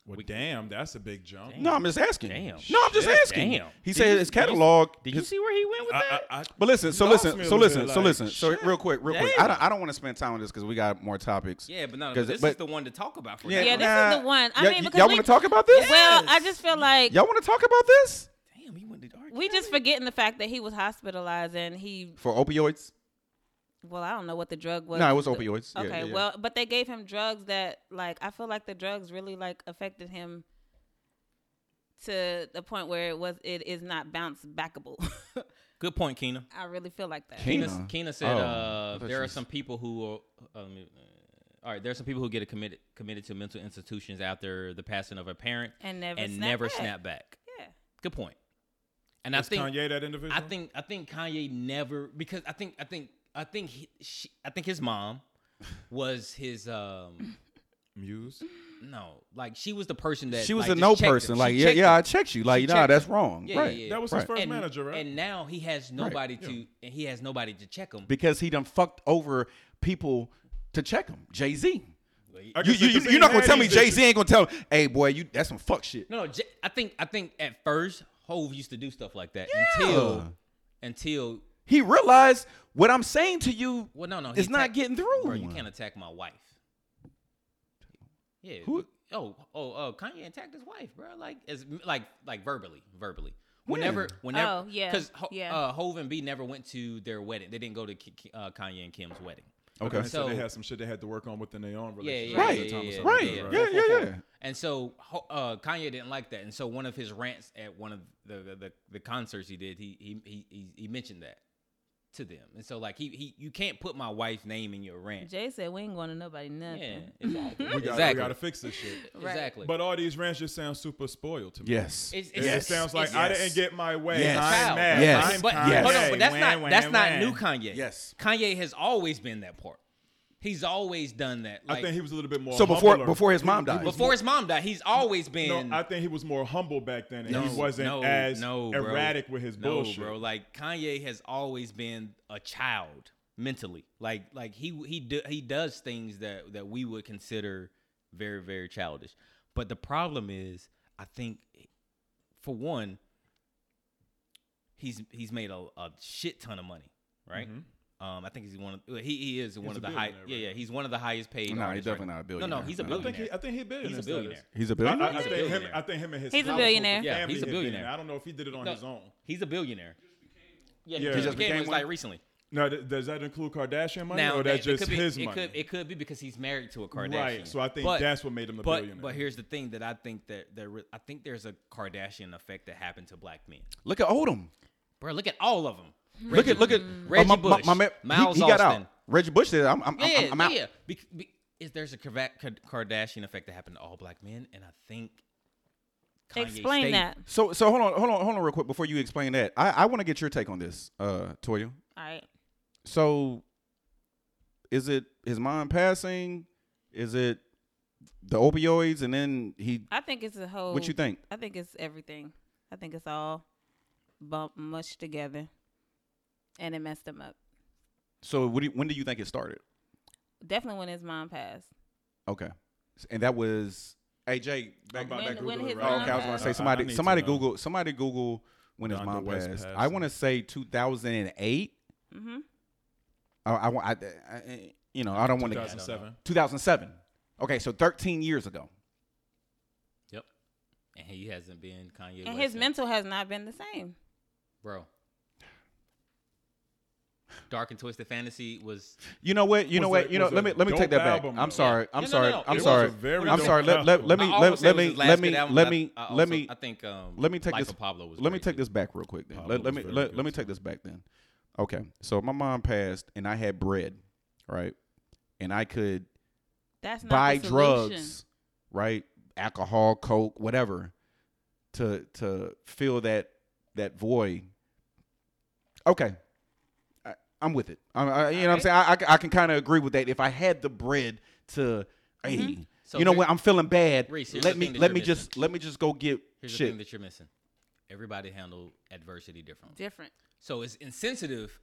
Well, damn, that's a big jump.
Damn.
No, I'm just asking.
Damn.
No, I'm just
Shit,
asking.
damn.
He
Did
said
you-
his
did you-
catalog.
Did you
his-
see where he went with
I-
that?
I- I-
But listen, so
You lost
listen,
me a
so
little
listen,
bit,
so
like,
listen. So
shit.
real quick, real quick. I
Damn.
don't, I don't want to spend time on this because we got more topics.
yeah, but no, no
'Cause-
this is
but-
the one to talk about. For
Yeah,
now.
Yeah, this
Nah.
is the one. I
Y'all-
mean, because
y'all
we-
wanna talk about this?
Well, I
Yes.
just feel like
Y'all want to talk about this
Damn, he went to R.
we just forgetting the fact that he was hospitalized and he.
for opioids?
Well, I don't know what the drug was.
No, it was opioids. Yeah,
Okay,
yeah, yeah.
well, but they gave him drugs that, like, I feel like the drugs really like affected him to the point where it was it is not bounce backable.
Good point, Keena.
I really feel like that.
Keena?
Keena, Keena said
Oh, I
uh,
thought
there
you
are
was-
some people who are. Uh, let me- uh, all right, there are some people who get committed committed to mental institutions after the passing of a parent
And never
and
snap
never
back.
snap back.
Yeah.
Good point. And
Is
I think
Kanye that individual?
I think I think Kanye never because I think I think I think he, she, I think his mom was his um
Muse.
no like she was the person that
she was
like,
a
just
no
checked him.
person.
She
Like, yeah,
checked
yeah,
him.
I checked you. Like,
She
nah,
checked
that's
him.
wrong.
Yeah,
right.
yeah, yeah.
That was
Right.
his first
and,
manager, right?
and now he has nobody to and he has nobody to check him
Because he done fucked over people to check him. Jay Z.
Well, he-
I
You,
guess
you,
they
you,
just
you're not
ain't
gonna tell
had
me
these
Jay Z ain't gonna tell. Hey, boy, you that's some fuck shit.
No, no. J- I think I think at first Hove used to do stuff like that until until
He realized what I'm saying to you.
well, no, no.
It's not
attacked-
getting through.
Bro, you can't attack my wife. Yeah.
Who-
Oh, oh, oh! Kanye attacked his wife, bro. Like, as like, like verbally, verbally. Whenever, whenever.
Oh, yeah,
Because
yeah.
uh, Hove and B never went to their wedding. They didn't go to Ki- Ki- uh, Kanye and Kim's wedding.
Okay.
So, they
So-
had some shit they had to work on within their own
Yeah,
relationship.
yeah,
at
Right,
the
yeah,
time or
yeah,
something,
right,
like that,
yeah,
Full, full,
yeah.
full. And so Ho- uh, Kanye didn't like that, and so one of his rants at one of the the, the, the concerts he did, he, he he he he mentioned that to them, and so like he he you can't put my wife's name in your rant.
Jay said we ain't going to nobody
Yeah,
nothing.
exactly.
We gotta,
exactly.
we gotta fix this shit.
Right.
Exactly.
But all these rants just sound super spoiled to me.
Yes.
It's-
It, it
it's-
Yes.
sounds like
it's-
I
yes.
didn't get my way.
Yes.
I'm
Foul.
mad.
Yes.
I'm
But,
Kanye.
Yes.
hold on, but that's
Wah,
not
wah,
that's not
wah.
new Kanye.
Yes.
Kanye has always been that part. He's always done that. Like,
I think he was a little bit more.
So before
humbler.
before his
He-
mom
he
died.
was
before his mom died, he's always been.
No, I think he was more humble back then, and
No,
he wasn't
no,
as
no, bro.
erratic with his
no,
bullshit.
bro. Like Kanye has always been a child mentally. Like like he he do, he does things that that we would consider very very childish. But the problem is, I think for one, he's he's made a, a shit ton of money, right? Um, I think he's one of well, he he is one
Mm-hmm. a
of the high
billionaire,
yeah
right?
yeah he's one of the highest paid.
No, he's
artists,
definitely not
right?
a
No, no,
billionaire.
he's a
No.
I think
billionaire.
he, I think he billionaire.
He's a
status.
billionaire.
He's a
I,
billionaire.
I- I
He's a
think him,
billionaire.
I think him and his
He's a
household,
billionaire.
his
Yeah,
family
he's a
had been in it.
billionaire.
I don't know if he did it on
No.
his own.
He's a billionaire. Yeah,
Yeah.
he just became one like recently.
Now, th- does that include Kardashian money,
now
or that's
that- it
just
could be,
his
it
money?
Could, it could be because he's married to a Kardashian.
Right, so I think
But-
that's what made him a
but,
billionaire.
But here's the thing that I think that there, I think there's a Kardashian effect that happened to black men.
Look at Odom.
Bro, look at all of them.
Look at look at
Reggie
oh,
Bush,
man-
Miles
he, he got
Austin.
out. Reggie Bush said, "I'm I'm,
Yeah,
I'm, I'm out."
yeah. Be, be, is there's a Kava- Ka- Kardashian effect that happened to all black men, and I think Kanye
Explain
stayed-
that.
So so hold on hold on hold on real quick before you explain that. I I want to get your take on this, uh, Toya.
All right.
So is it his mom passing? Is it the opioids and then he?
I think it's a whole.
What you think?
I think it's everything. I think it's all bumped mushed together, and it messed him up.
So what do you, when do you think it started?
Definitely when his mom passed.
Okay, and that was AJ.
I'm
Back,
about
back,
to
When-
Google
when
it
his
right
Oh,
now.
okay, I was gonna
passed.
say
I-
somebody
I need
somebody
to know.
Google somebody Google when his
Donda
mom
West
passed.
passed.
I want to say 2008.
Mm-hmm.
I, I, wa- I, I- I- you know I don't want to
2007.
2007. Okay, so 13 years ago.
Yep. And he hasn't been Kanye.
And
West
his
since.
mental has not been the same.
bro. Dark and twisted fantasy was
You know what? You know
Was
what?
a-
You know.
was a
Let me let me
dope
take that back.
album,
I'm
though.
sorry. I'm
Yeah, no,
sorry.
no, no.
I'm
It was
sorry.
a very
I'm
dope
sorry. Let let
album.
let
I
me
almost
let
said
let
it was
me
his last
let
good
me
album,
let
but I-
me
I also-
let me
I think um,
let me take
Life
this-
of Pablo was
let me
great,
take
too.
this back real quick then.
Pablo
Let, let
was
me
very
let,
good,
let me
too.
take this back then. Okay, so my mom passed and I had bread, right? And I could
That's not
buy
the solution.
drugs, right? Alcohol, coke, whatever, to to fill that that void. Okay, I, I'm with it. I, I, you know what I'm
Alright.
saying? I, I, I can kind of agree with that. If I had the bread to, hey,
So
you know
here-
what? I'm feeling bad.
Reese, here's
let
the
me
thing that
let
you're
me
missing.
just let me just go get
Here's the
shit.
thing that you're missing. Everybody handled adversity differently.
Different.
So it's insensitive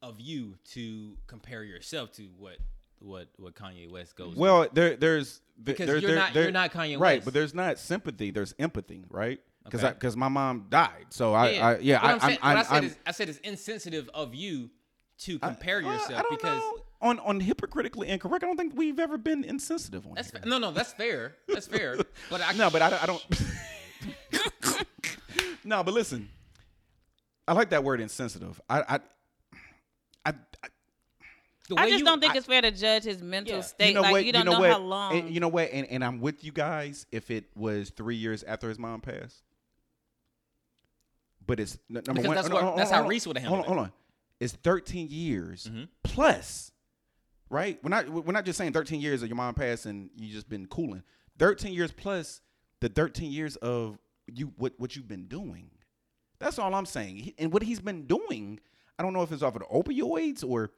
of you to compare yourself to what what what Kanye West goes. through.
Well, there, there's th-
Because
there-
you're
there-
not-
there-
you're not Kanye
right?
West.
But there's not sympathy. There's empathy, right? Because
Okay.
because my mom died, so I
yeah,
I yeah
What
I,
I'm saying-
I'm,
what I said
I'm-
is I said it's insensitive of you to compare
Uh,
yourself
I don't
because
know. on on hypocritically incorrect. I don't think we've ever been insensitive on
that's
here.
fa- no no that's fair that's fair. But I
no, but I, don't- I don't. no, but listen, I like that word insensitive. I I I, I
the
I
way
just
you-
don't think
I-
it's fair to judge his mental
Yeah.
state. like you don't know,
what?
how long.
And, you know what? And, and I'm with you guys. If it was three years after his mom passed, but it's n- number
Because
one.
that's
no,
what-
no, hold
that's
on,
how
hold on.
Reese would've
Hold on,
handled
hold on. It's 13 years
Mhm.
plus, right? We're not we're not just saying 13 years of your mom passed and you just been cooling. 13 years plus the 13 years of you what what you've been doing. That's all I'm saying. He- And what he's been doing, I don't know if it's off of the opioids or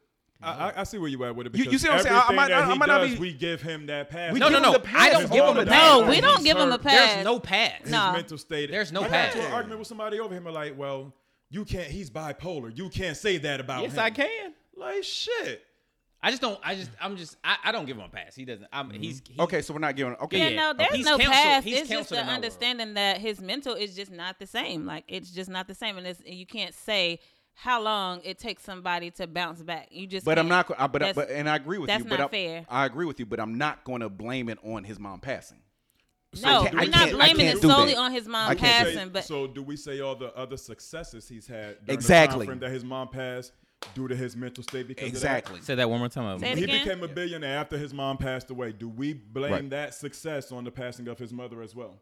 I, I- I see where you at with it.
You- you
Because
see what I'm saying? I- I
everything
might
that
not- I
he
might not
does,
be-
We give him that pass.
We
no no
give him
no
the
I
pass.
don't
His
give him
mom
a
died
pass.
No, we
when
don't
he's
give him a
hurt.
pass.
There's no pads.
No.
His mental state.
There's no
I got into
path.
an argument with somebody over him. Like, well, you can't. He's bipolar. You can't say that about him.
Yes, I can.
Like shit.
I just don't. I just. I'm just. I, I don't give him a pass. He doesn't. I'm. He's,
Mm-hmm.
he's
Okay, so we're not giving. Okay,
Yeah,
yeah.
no,
Okay.
there's
He's
no
counsel-
past.
he's
It's just
counsel
the
in my world.
understanding that his mental is just not the same. Like it's just not the same, and it's and you can't say how long it takes somebody to bounce back. You just.
But I'm not.
can't.
go- I, but I,
That's-
but and I agree with
that's
you. But
not
I,
fair.
I agree with you. But I'm not going to blame it on his mom passing.
No,
I can't-
we're
I
not
can't- I
blaming
can't
it
do that.
solely on his
I
mom
can't
say-
passing, but
so do we say all the other successes he's had during the
Exactly.
time frame that his mom passed due to his mental state because of that?
Exactly.
Say that one more time.
Say it
He
again.
became a billionaire after his mom passed away. Do we blame
Right.
that success on the passing of his mother as well?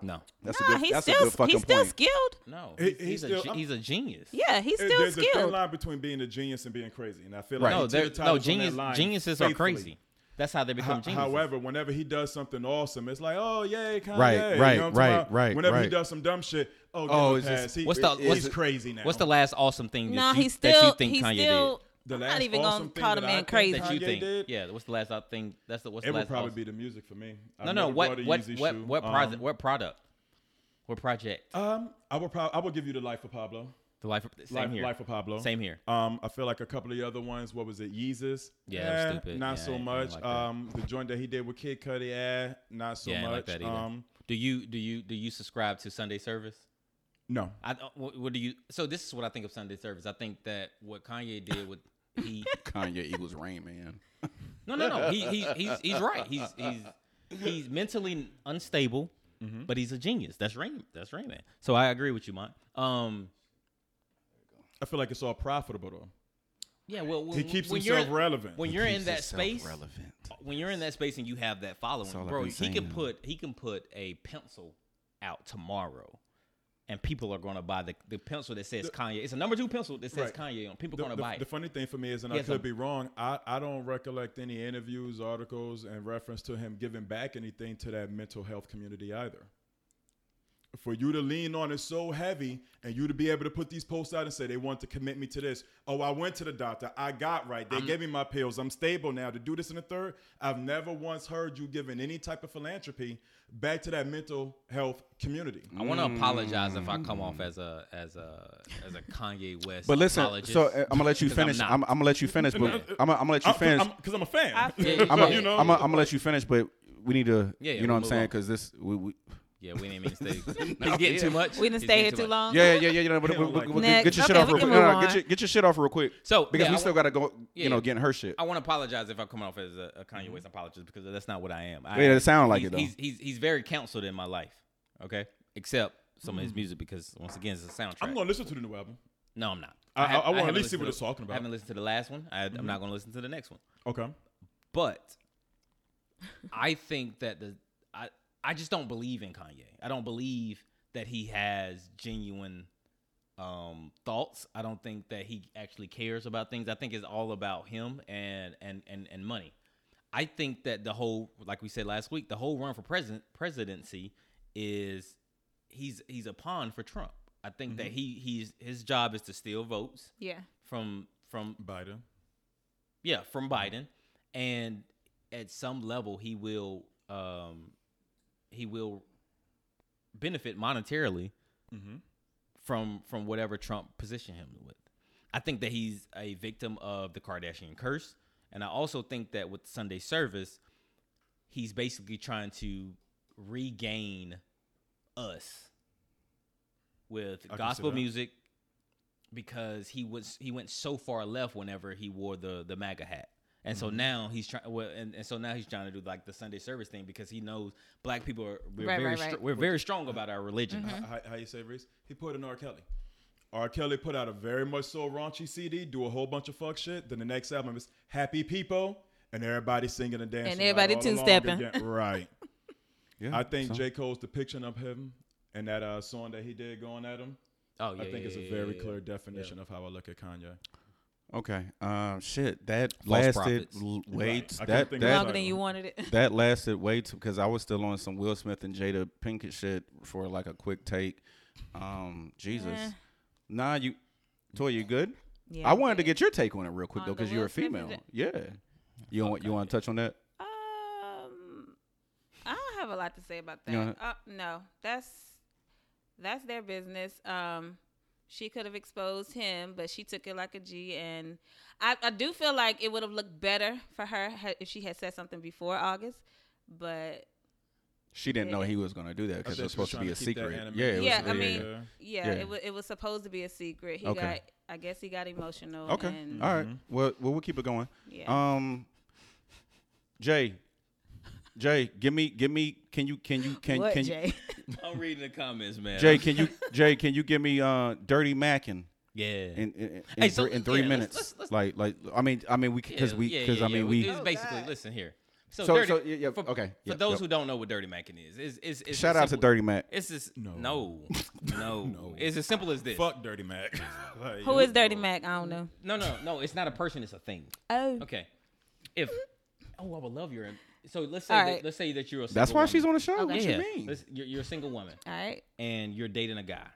No.
That's
nah,
a good.
he's
That's
still
a good fucking
he's still
point.
skilled.
No.
He-
He's,
he's
he's a
still-
ge-
I'm-
he's a genius.
Yeah, he's
It-
still
There's a thin
skilled.
line between being a genius and being crazy, and I feel
Right.
like
No.
he teeter
They're, no.
totters on that
Genius.
line
Geniuses are
faithfully.
crazy. That's how they become
Ho-
geniuses.
However, whenever he does something awesome, it's like, oh yay, Kanye.
Right,
You know what
right,
I'm
right,
talking about?
right,
Whenever he
right.
does some dumb shit, oh,
Oh,
oh
it's just-
he,
What's the-
he's
what's the-
crazy now.
what's the last awesome thing that,
No,
you,
he's
that
still
you think
he's
Kanye
still.
The
I'm
last
not even
awesome
gonna
thing
call the
that I
man
think
crazy.
did? That you
Kanye
think?
did?
Yeah. What's the last uh, thing? That's the what's
It
the
would
last
probably
awesome?
be the music for me. I've
No, no.
never bought
What
a
what
Yeezy
what
shoe.
what project?
Um,
What product? What project?
Um, I would probably I would give you the life of Pablo.
The life. of- Same
life,
here.
life of Pablo.
Same here.
Um, I feel like a couple of the other ones. What was it? Yeezus.
Yeah, that was
Eh,
stupid.
Not
Yeah, I
so
didn't
much.
like that.
um, the joint that he did with Kid Cudi. Yeah, not so
Yeah, I
much.
didn't like that either.
Um,
Do you do you do you subscribe to Sunday service?
no.
I don't- what, what do you? So this is what I think of Sunday service. I think that what Kanye did with he
Kanye equals Rain Man.
no no no he, he he's he's right. He's he's he's mentally unstable, but he's a genius. That's Rain. That's Rain Man. So I agree with you, Mont. Um.
I feel like it's all profitable though.
Yeah. Well, when,
He keeps
when
himself
you're,
relevant.
When you're in
Keeps
that
itself
space,
relevant.
when you're in that space and you have that following,
That's all I've
bro,
been
he can
saying.
put he can put a pencil out tomorrow, and people are going to buy the, the pencil that says Kanye. It's a number two pencil that says
Right.
Kanye on. People
The,
going to
the-
buy it.
the funny thing for me is, and I
He has
could
a-
be wrong. I, I don't recollect any interviews, articles, and reference to him giving back anything to that mental health community either. For you to lean on it so heavy, and you to be able to put these posts out and say they want to commit me to this. Oh, I went to the doctor. I got right. They gave me my pills. I'm stable now. To do this in the third, I've never once heard you giving any type of philanthropy back to that mental health community.
I want to apologize if I come off as a as a as a Kanye West.
Mm. But listen,
apologist,
so uh, I'm gonna let you
'cause I'm
finish.
not.
I'm, I'm gonna let you finish, but I'm gonna, I'm gonna let you finish.
Because I'm, a fan.
I feel
Yeah,
you.
I'm
yeah,
gonna,
yeah.
you know,
I'm gonna let you finish, but we need to.
Yeah, yeah,
you know what
we'll
I'm
move
saying?
on.
Because this, we, we,
yeah, we didn't mean to stay. It's getting too much.
We didn't
It's
stay
getting
here too long.
yeah, yeah, yeah, yeah. But,
Hell,
but-
like-
but
Next.
get your shit
Okay,
off
we
real
can
quick. No,
move
no, get
on.
your get your shit off real quick.
So,
because
yeah,
we
I
still
wa-
gotta go.
yeah.
You know, getting her shit.
I want to apologize if I come off as a, a Kanye West apologist because that's not what I am. I,
Mm-hmm. Yeah, it sound like
he's,
it, though.
He's, he's he's very counseled in my life. Okay, except some
Mm-hmm.
of his music because once again it's a soundtrack.
I'm gonna listen to the new album.
no, I'm not.
I-
have-
I- I wanna at
haven't
least see
listened
what
to
it's talking about. Mm-hmm.
I haven't listened to the last one. I, I'm not gonna listen to the next one.
Okay.
But I think that the I I just don't believe in Kanye. I don't believe that he has genuine um thoughts. I don't think that he actually cares about things. I think it's all about him and and and and money. I think that the whole like we said last week, the whole run for president presidency is he's he's a pawn for Trump. I think that he he's his job is to steal votes
Yeah.
from from
Biden.
yeah, from Biden, and at some level he will um he will benefit monetarily
Mm-hmm.
from from whatever Trump positioned him with. I think that he's a victim of the Kardashian curse, and I also think that with Sunday service, he's basically trying to regain us with
I can see
gospel
that.
music because he was he went so far left whenever he wore the the MAGA hat. And
Mm-hmm.
so now he's trying, well, and, and so now he's trying to do like the Sunday service thing because he knows black people are we're
Right,
very
right,
str-
right.
we're very strong about our religion.
Mm-hmm.
How, how you say, Reese? He put in R. Kelly. R. Kelly put out a very much so raunchy CD, do a whole bunch of fuck shit. Then the next album is Happy People, and everybody singing and dancing. like,
everybody
all along
two-stepping.
again. Right.
Yeah,
I think
so-
J. Cole's depiction of him and that uh, song that he did going at him,
Mm-hmm.
Oh
I think
yeah,
it's
yeah,
a very
yeah,
clear definition of how I look at Kanye.
Okay. Um. Shit. That
False
lasted
prophets.
l-
Right. I
way. t-
couldn't think of
That that
Exactly.
Longer than you wanted it.
that lasted way too because I was still on some Will Smith and Jada Pinkett shit for like a quick take. Um, Jesus,
Eh.
nah, you, Toy, you good?
Yeah,
I
I'm
wanted to
good.
get your take on it real quick
On
though
the
because you're
Will
a
Smith and
female. Yeah, you want you want to touch on that?
Um, I don't have a lot to say about that.
You don't
Uh, no, that's that's their business. Um, She could have exposed him, but she took it like a G. And I, I do feel like it would have looked better for her ha- if she had said something before August. But
She didn't know
Yeah.
he was going to do that because
think
it's
she was
supposed to
trying
be
to
a
keep that
secret.
anime-
Yeah, it was,
Yeah, I
yeah,
mean,
yeah.
yeah,
Yeah.
It, w- it was supposed to be a secret. He
Okay.
got, I guess he got emotional.
Okay.
And,
All right. Well, well, we'll keep it going.
Mm-hmm. Yeah.
Um, Jay, Jay, give me, give me. Can you, can you, can,
what,
can you,
Jay?
I'm reading the comments, man.
Jay, can you, Jay, can you give me uh dirty mackin
yeah.
in in, in,
Hey, so,
three, in three
yeah, let's-
minutes?
let's- let's-
like, like, I mean, I mean, we because
Yeah,
we
yeah,
because
yeah,
I mean
yeah.
we.
Oh,
It's basically listen here. So,
So-
dirty,
so, yeah, yeah,
for,
okay,
For
yep,
those
yep.
who don't know what dirty macking is, is is, is
Shout out to Dirty Mac.
It's as
No.
no, no, no. It's as simple as this.
Fuck Dirty Mac. Like,
Who is Dirty Mac? I don't know.
No, no, no. It's not a person. It's a thing.
Oh,
Okay. If oh, I would love your. So let's say
All
that,
right.
let's say that you're a. Single
That's why
woman.
she's on the show. What
Yeah,
you mean?
Let's- you're, you're a single woman
all right.
and you're dating a guy.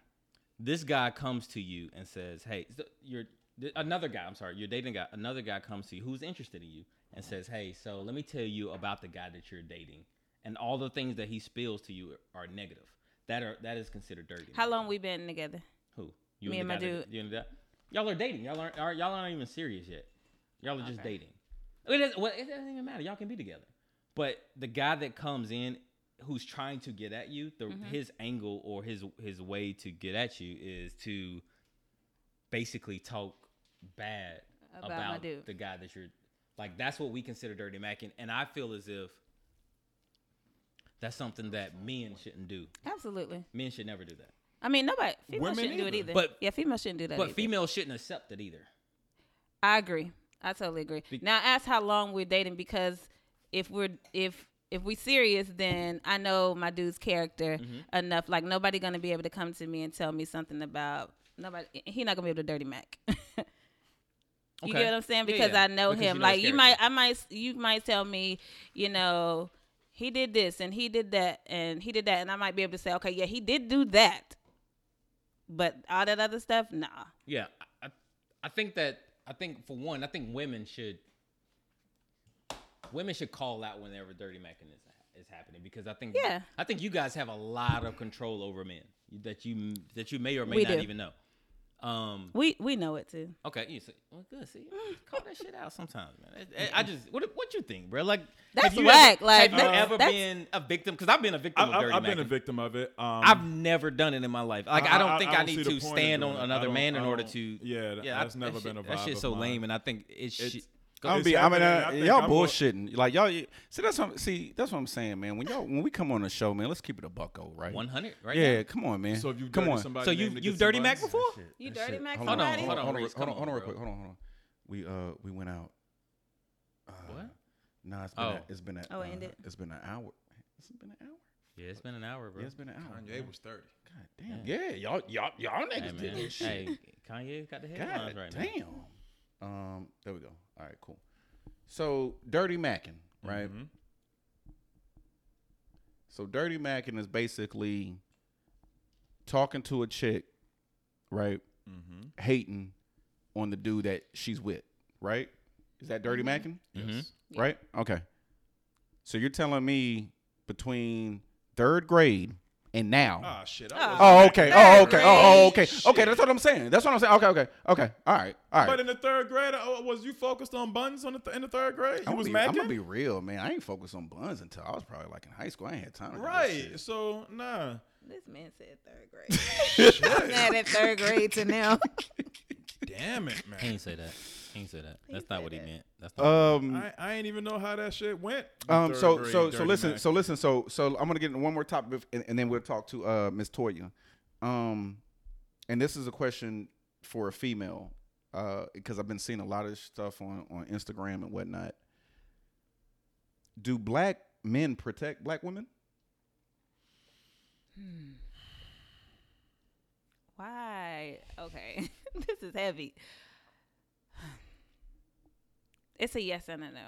This guy comes to you and says, "Hey, so you're th- another guy. I'm sorry, you're dating a guy. Another guy comes to you who's interested in you and says, "Hey, so let me tell you about the guy that you're dating and all the things that he spills to you are negative. That are that is considered dirty.
How long we been together?
Who? You
Me and
the
my
guy that-
dude.
you and the guy- y'all are dating. Y'all aren't. are- Y'all aren't even serious yet. Y'all are just dating. It doesn't, well, it doesn't even matter. Y'all can be together. But the guy that comes in, who's trying to get at you,
Mm-hmm.
the, his angle or his his way to get at you is to basically talk bad
About my
about,
dude.
the guy that you're. Like that's what we consider dirty macking, and I feel as if that's something that men shouldn't do.
Absolutely.
Men should never do that.
I mean, nobody. Females
Women
shouldn't do it
either.
either.
But-
yeah, females shouldn't do that.
But
either.
females shouldn't accept it either.
I agree. I totally agree.
Be-
now ask how long we're dating because if we're if if we serious, then I know my dude's character
Mm-hmm.
enough. Like nobody gonna be able to come to me and tell me something about nobody. He not gonna be able to dirty Mac. You
Okay.
get what I'm saying?
Yeah,
Because
yeah.
I know
Because you
him.
know
like
his
you
character.
might, I might, you might tell me, you know, he did this and he did that and he did that, and I might be able to say, okay, yeah, he did do that, but all that other stuff, nah.
Yeah, I- I, I think that I think for one, I think women should women should call out whenever dirty macking is, is happening because I think
Yeah.
I think you guys have a lot of control over men that you that you may or may
We
not
do.
even know. Um.
We we know it too.
Okay. You see, well, good. See, call that shit out sometimes, man. I- I, I just what what you think, bro? Like
That's
have you
whack,
Ever,
like,
have you
that's-
ever
that's-
been a victim? Because I've been a victim of
I,
dirty
have been a
macking.
victim of it. Um,
I've never done it in my life. Like I, don't think I,
don't see
need
the
to
point of
stand
doing
on
it. I
another
don't-
man
I
in order
don't-
to.
Yeah, th- that's
I,
never
that
been
shit-
a
That
vibe
shit's
of
so
mine.
lame, and I think it's. shit.
It's-
I'm gonna
It's
be. I mean,
happening.
uh,
I think
y'all
I'm more-
bullshitting. Like y'all. See, that's what. I'm, see, that's what I'm saying, man. When y'all, when we come on the show, man, let's keep it a bucko, right?
One hundred, right?
yeah,
now.
come on, man.
So if you
come
dirty
on.
somebody,
So
name
you
to
you've
get
dirty
somebody-
Mac before?
You dirty Mac
Hold on,
somebody?
hold on, hold on,
Reese,
hold on,
come
hold on,
on,
real quick. Hold on, hold on. We uh, we went out. Uh,
What?
Nah, it's been
Oh.
a, it's been a,
Oh,
uh,
it ended.
it's been an hour. It's been an hour.
Yeah, it's been an hour, bro.
Yeah, it's been an hour. man.
Kanye was thirty.
God damn. Yeah, y'all, y'all, y'all
hey,
niggas
man.
did this shit.
hey, Kanye's got the headlines
God
right now.
damn. Um, there we go. All right, cool. So dirty macking, right?
Mhm.
So dirty macking is basically talking to a chick, right?
Mhm.
Hating on the dude that she's with, right? Is that dirty macking?
Yes.
Yeah.
Right? Okay. So you're telling me between third grade and now.
Ah shit. I
Oh.
wasn't
Oh,
back
okay.
in
Oh,
third
okay.
grade.
Oh, oh, okay.
Shit.
Okay, that's what I'm saying. That's what I'm saying. Okay, okay, okay. All right, all
But
right.
in the third grade, oh, was you focused on buns on the th- in the third grade? You
I'm
was
gonna, be, I'm gonna
macking,
be real, man. I ain't focused on buns until I was probably like in high school. I ain't had time. To do that
right?
shit.
So nah.
This man said third grade. I'm mad at third grade to now.
Damn it,
He
man.
ain't say that. He ain't say that. That's not what he meant. That's not.
Um.
I, I ain't even know how that shit went. in
Um.
third
So
grade,
so so
Dirty
listen.
Mac.
So listen. So so I'm gonna get into one more topic, bef- and, and then we'll talk to uh Miss Toya. Um, and this is a question for a female, uh, because I've been seeing a lot of stuff on on Instagram and whatnot. Do black men protect black women?
Why? Okay. this is heavy. It's a yes and a no.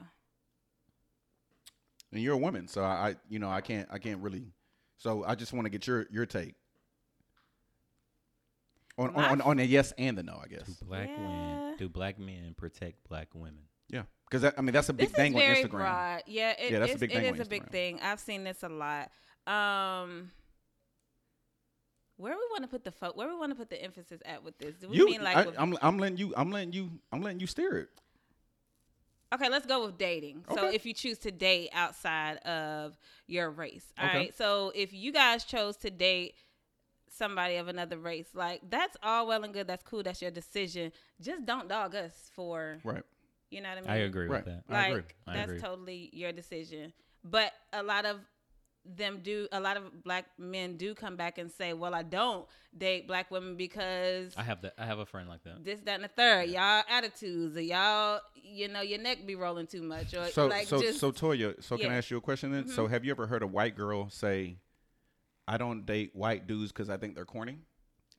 And you're a woman, so I, I you know I can't I can't really. So I just want to get your your take. On,
My-
on, on the yes and the no, I guess.
black
Yeah.
men. Do black men protect black women?
Yeah, because I mean that's a big
this
thing
is
on
very
Instagram.
broad. Yeah, it,
Yeah, that's a
it's,
big
it
thing on
is a big
Instagram.
thing. I've seen this a lot. Um, Where we want to put the fo- where we want to put the emphasis at with this? Do we
you,
mean like
I,
with-
I'm, I'm letting you, I'm letting you, I'm letting you steer it.
Okay, let's go with dating. So
Okay.
if you choose to date outside of your race. all right.
Okay.
So if you guys chose to date somebody of another race, like that's all well and good. That's cool. That's your decision. Just don't dog us for
Right.
you know what I mean?
I agree
Right.
with that.
I
Like
agree.
I
that's
agree.
totally your decision. But a lot of them do a lot of black men do come back and say, Well, I don't date black women because
I have that. I have a friend like that.
this, that, and the third. Y'all attitudes, or y'all, you know, your neck be rolling too much, or
So,
like
so,
just
so Toya, so can
yeah. Mm-hmm.
I ask you a question then? So, have you ever heard a white girl say, "I don't date white dudes because I think they're corny"?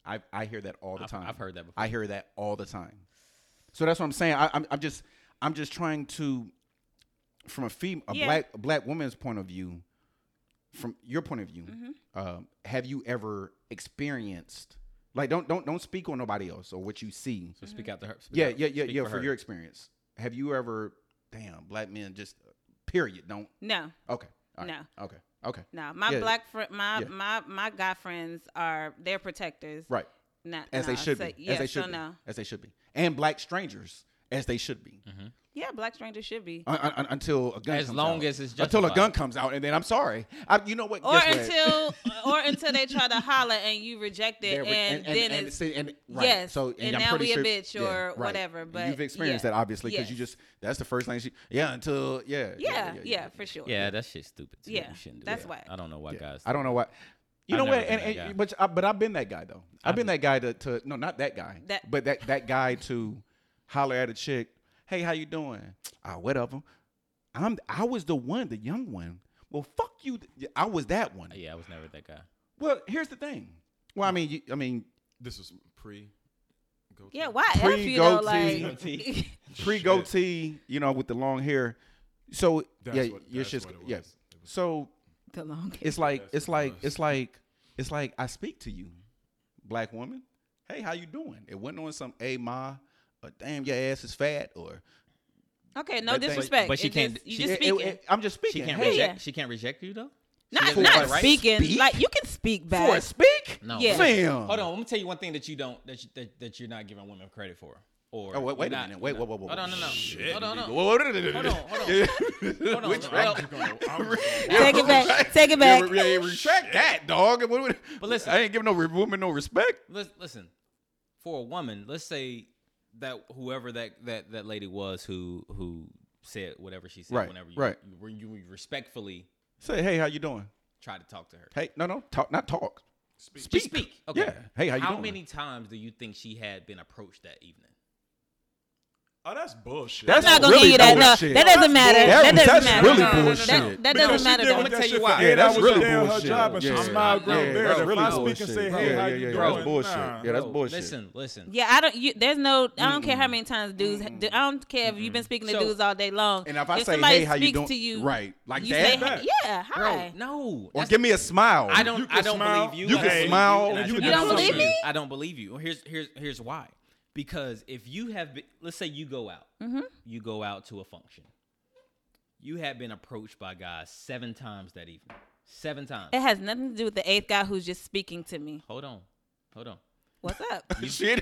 I I hear that all the
I've-
time.
I've heard that before.
I hear that all the time. So that's what I'm saying. I, I'm I'm just I'm just trying to, from a fem a
Yeah.
black a black woman's point of view, from your point of view,
Mm-hmm.
um, have you ever experienced like don't don't don't speak on nobody else or what you see?
So speak out to her. speak
Yeah,
out-
yeah, yeah,
speak
yeah. For,
her.
your experience, have you ever? Damn, black men just period. Don't
no,
okay. all right, Okay. Okay.
no. My
Yeah.
black friend, my
Yeah.
my my guy friends are they're protectors,
Right.
Not
As they
no.
should
So,
be.
Yeah,
as they
so
should be.
no.
As they should be. And black strangers as they should be.
Yeah, black strangers should be,
Un- un- un- until a gun.
As
comes
long
out.
as it's
until a
justified.
gun comes out, and then I'm sorry. I, you know what?
or
Guess what?
until or until they try to holler and you reject it,
There
and,
we- and, and,
then
and
it's
see, and- right.
yes,
So
and
I'm
now
pretty
we a
sure-
bitch
yeah,
or
right.
whatever,
And
but
you've experienced
yeah.
that obviously because you
Yes.
just that's the first thing she yeah until yeah
yeah, yeah, for sure.
Yeah, that shit's stupid. Too.
Yeah,
you shouldn't do
that's
that.
whack.
I don't know why
Yeah.
guys.
I don't know why. You
I've
know
never
what? And,
been that
and-
guy.
but I, but I've been that guy though. I've, been, that guy to, to no, not that guy.
That-
but that that guy to holler at a chick. Hey, how you doing? Ah, whatever. I'm I was the one, the young one. Well, fuck you. I was that one.
Yeah, I was never that guy.
Well, here's the thing. Well, I mean, you, I mean,
This is pre. goatee.
Yeah, why F you though?
Pre-goatee.
Like,
pre goatee, you know, with the long hair. So
That's
yeah,
what-
you're
that's
just
what it was.
yes.
It was-
So
the long
it's like
That's
it's
what it
like
was.
it's like it's like I speak to you, black woman. Hey, how you doing? It wasn't on some a ma or damn your ass is fat or
Okay, no
But they-
disrespect.
but she
It's
can't-
Just, you
she-
just
It- it-
speaking.
it- I'm just
She
speaking.
can't
hey,
reject. She can't reject you though.
not
doesn't
not
have the right-
speaking.
Speak?
Like you can speak back.
for a speak?
No.
Yeah.
Fam.
Hold on, let me tell you one thing that you don't that you, that, that you're not giving women credit for. Or
Oh wait, wait
you're
a
not-
minute. Wait, whoa, whoa, whoa.
Hold on, no, no.
Shit.
Hold on, no.
Whoa, whoa, whoa, whoa,
Hold
whoa.
on, hold on.
Yeah.
Hold on, hold on.
Take it back. Take it back.
Yeah, re- yeah, retract that, dog. What would-
But listen.
I ain't giving no re- woman no respect.
Lis- listen, for a woman, let's say that whoever that that that lady was who who said whatever she said
Right,
whenever you,
right.
you when you respectfully
Say, hey, how you doing?
try to talk to her.
Hey, no, no, talk, not talk.
Just speak. Okay.
Yeah. Hey, how you doing?
many times do you think she had been approached that evening?
Oh, that's bullshit.
That's
I'm not gonna
really
give you that.
bullshit.
No, that doesn't matter.
That's
That, doesn't
that's
matter.
really
No, no, no, no,
bullshit.
That, that
Because
doesn't
she
matter.
did
to
what
me.
that
tell you
shit
why.
for
Yeah,
eight
that's
hours
really
a day on
bullshit.
Her job and
Yeah.
she's mild grown
Yeah,
bear.
that's
If
really
I speak and say,
bullshit.
hey,
Yeah,
how
yeah,
you
yeah,
doing?
that's bullshit.
Nah.
Yeah, that's bullshit.
Listen, listen.
Yeah, I don't. You, there's no. I don't care how many times dudes. I don't care if you've been speaking to
So-
dudes all day long.
And if I say,
somebody
"Hey, how you
speaks
doing?"
to you,
Right, like
you
that?
say,
Back.
yeah,
Bro,
hi.
no.
Or
that's-
give me a smile.
I don't.
You can
I don't
smile.
believe you.
You
I
can
don't believe
smile.
and I
You
don't
can
do something. You don't believe me?
I don't believe you. Here's here's here's why. Because if you have, been, let's say you go out,
Mm-hmm.
you go out to a function, you have been approached by guys seven times that evening. Seven times.
It has nothing to do with the eighth guy who's just speaking to me.
Hold on, hold on.
What's up?
Shit.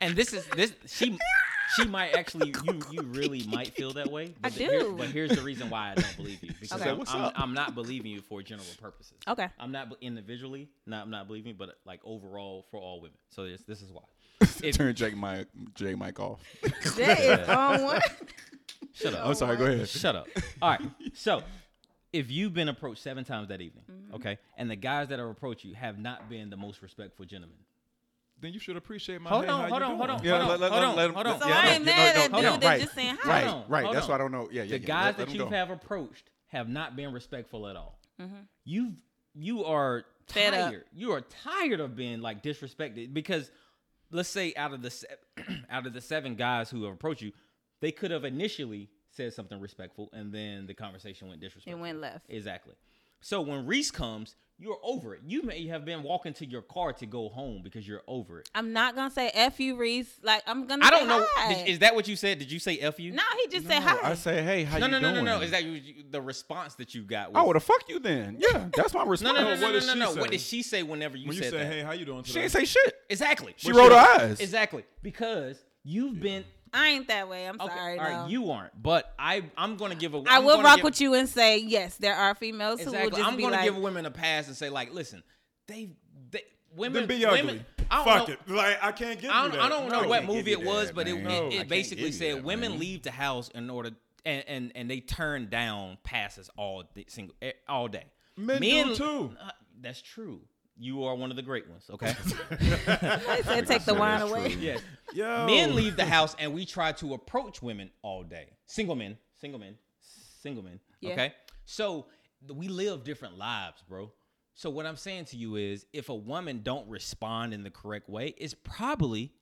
And this is this she she might actually you you really might feel that way. But
I
the- here-
do.
but here's the reason why I don't believe you because
Okay.
I'm,
What's
I'm,
up?
I'm not believing you for general purposes.
Okay.
I'm not be- individually. Not I'm not believing, you, but like overall for all women. So this this is why. If,
Turn Jake Mike, Jake Mike off.
That is on one.
shut up.
I'm sorry. Go ahead.
Shut up. All right. So, if you've been approached seven times that evening, okay, and the guys that have approached you have not been the most respectful gentlemen.
Then you should appreciate my
Hold
hey,
on,
how
hold
you
on, hold
doing?
on. Hold on, hold on, hold on.
So
Yeah,
I
no,
ain't
no,
mad
no,
at
no,
dude.
no,
They
right,
just saying hi.
Right,
Hold on,
right.
hold
That's
on.
why I don't know. Yeah, yeah.
The
yeah.
guys
Let- let
that
them
you
go.
have approached have not been respectful at all. You've you are
Mm-hmm. Fed up.
tired. You are tired of being like disrespected because let's say out of the se- out of the seven guys who have approached you, they could have initially said something respectful and then the conversation went disrespectful.
went left.
Exactly. So when Reese comes, you're over it. You may have been walking to your car to go home because you're over it.
I'm not gonna say F you, Reese. Like I'm gonna
I
say
don't know.
hi.
Did, is that what you said? Did you say F you?
Oh no, he just said
No,
hi.
I say, hey, how
no,
you
no, no,
doing?
no, no. Is that you, you- the response that you got? Was,
I would have fuck you then. Yeah, that's my
no,
response.
no, no,
what
no, no,
did
no,
she
no.
say?
What did she say whenever you
when you
said
say,
that?
"Hey, how you doing?" Today?
She ain't say shit.
Exactly.
She rolled her eyes.
Exactly. Because you've been.
I ain't that way. I'm
Okay,
sorry.
all right,
no.
you aren't. But I, I'm going to give a.
I
I'm
will
gonna
rock
give-
with you and say yes. There are females who will
Exactly.
just
I'm
be
going
like,
to give women a pass and say, like, listen, they, they women,
Then be ugly.
women, I don't
Fuck
know,
it. Like I can't get
I
you
don't,
that.
I don't
No.
know what
can't give
movie
you
it was,
that,
but it,
man.
it,
No,
it
I can't
basically
give you
said
that,
women
man.
leave the house in order and, and and they turn down passes all day, single eh, all day.
Men do too.
Uh, that's true. You are one of the great ones. Okay.
I said take the wine
That's
away.
true.
yes.
Yo.
Oh.
Men leave the house and we try to approach women all day. Single men, single men, single men.
Yeah.
Okay. So th- we live different lives, bro. So what I'm saying to you is if a woman don't respond in the correct way, it's probably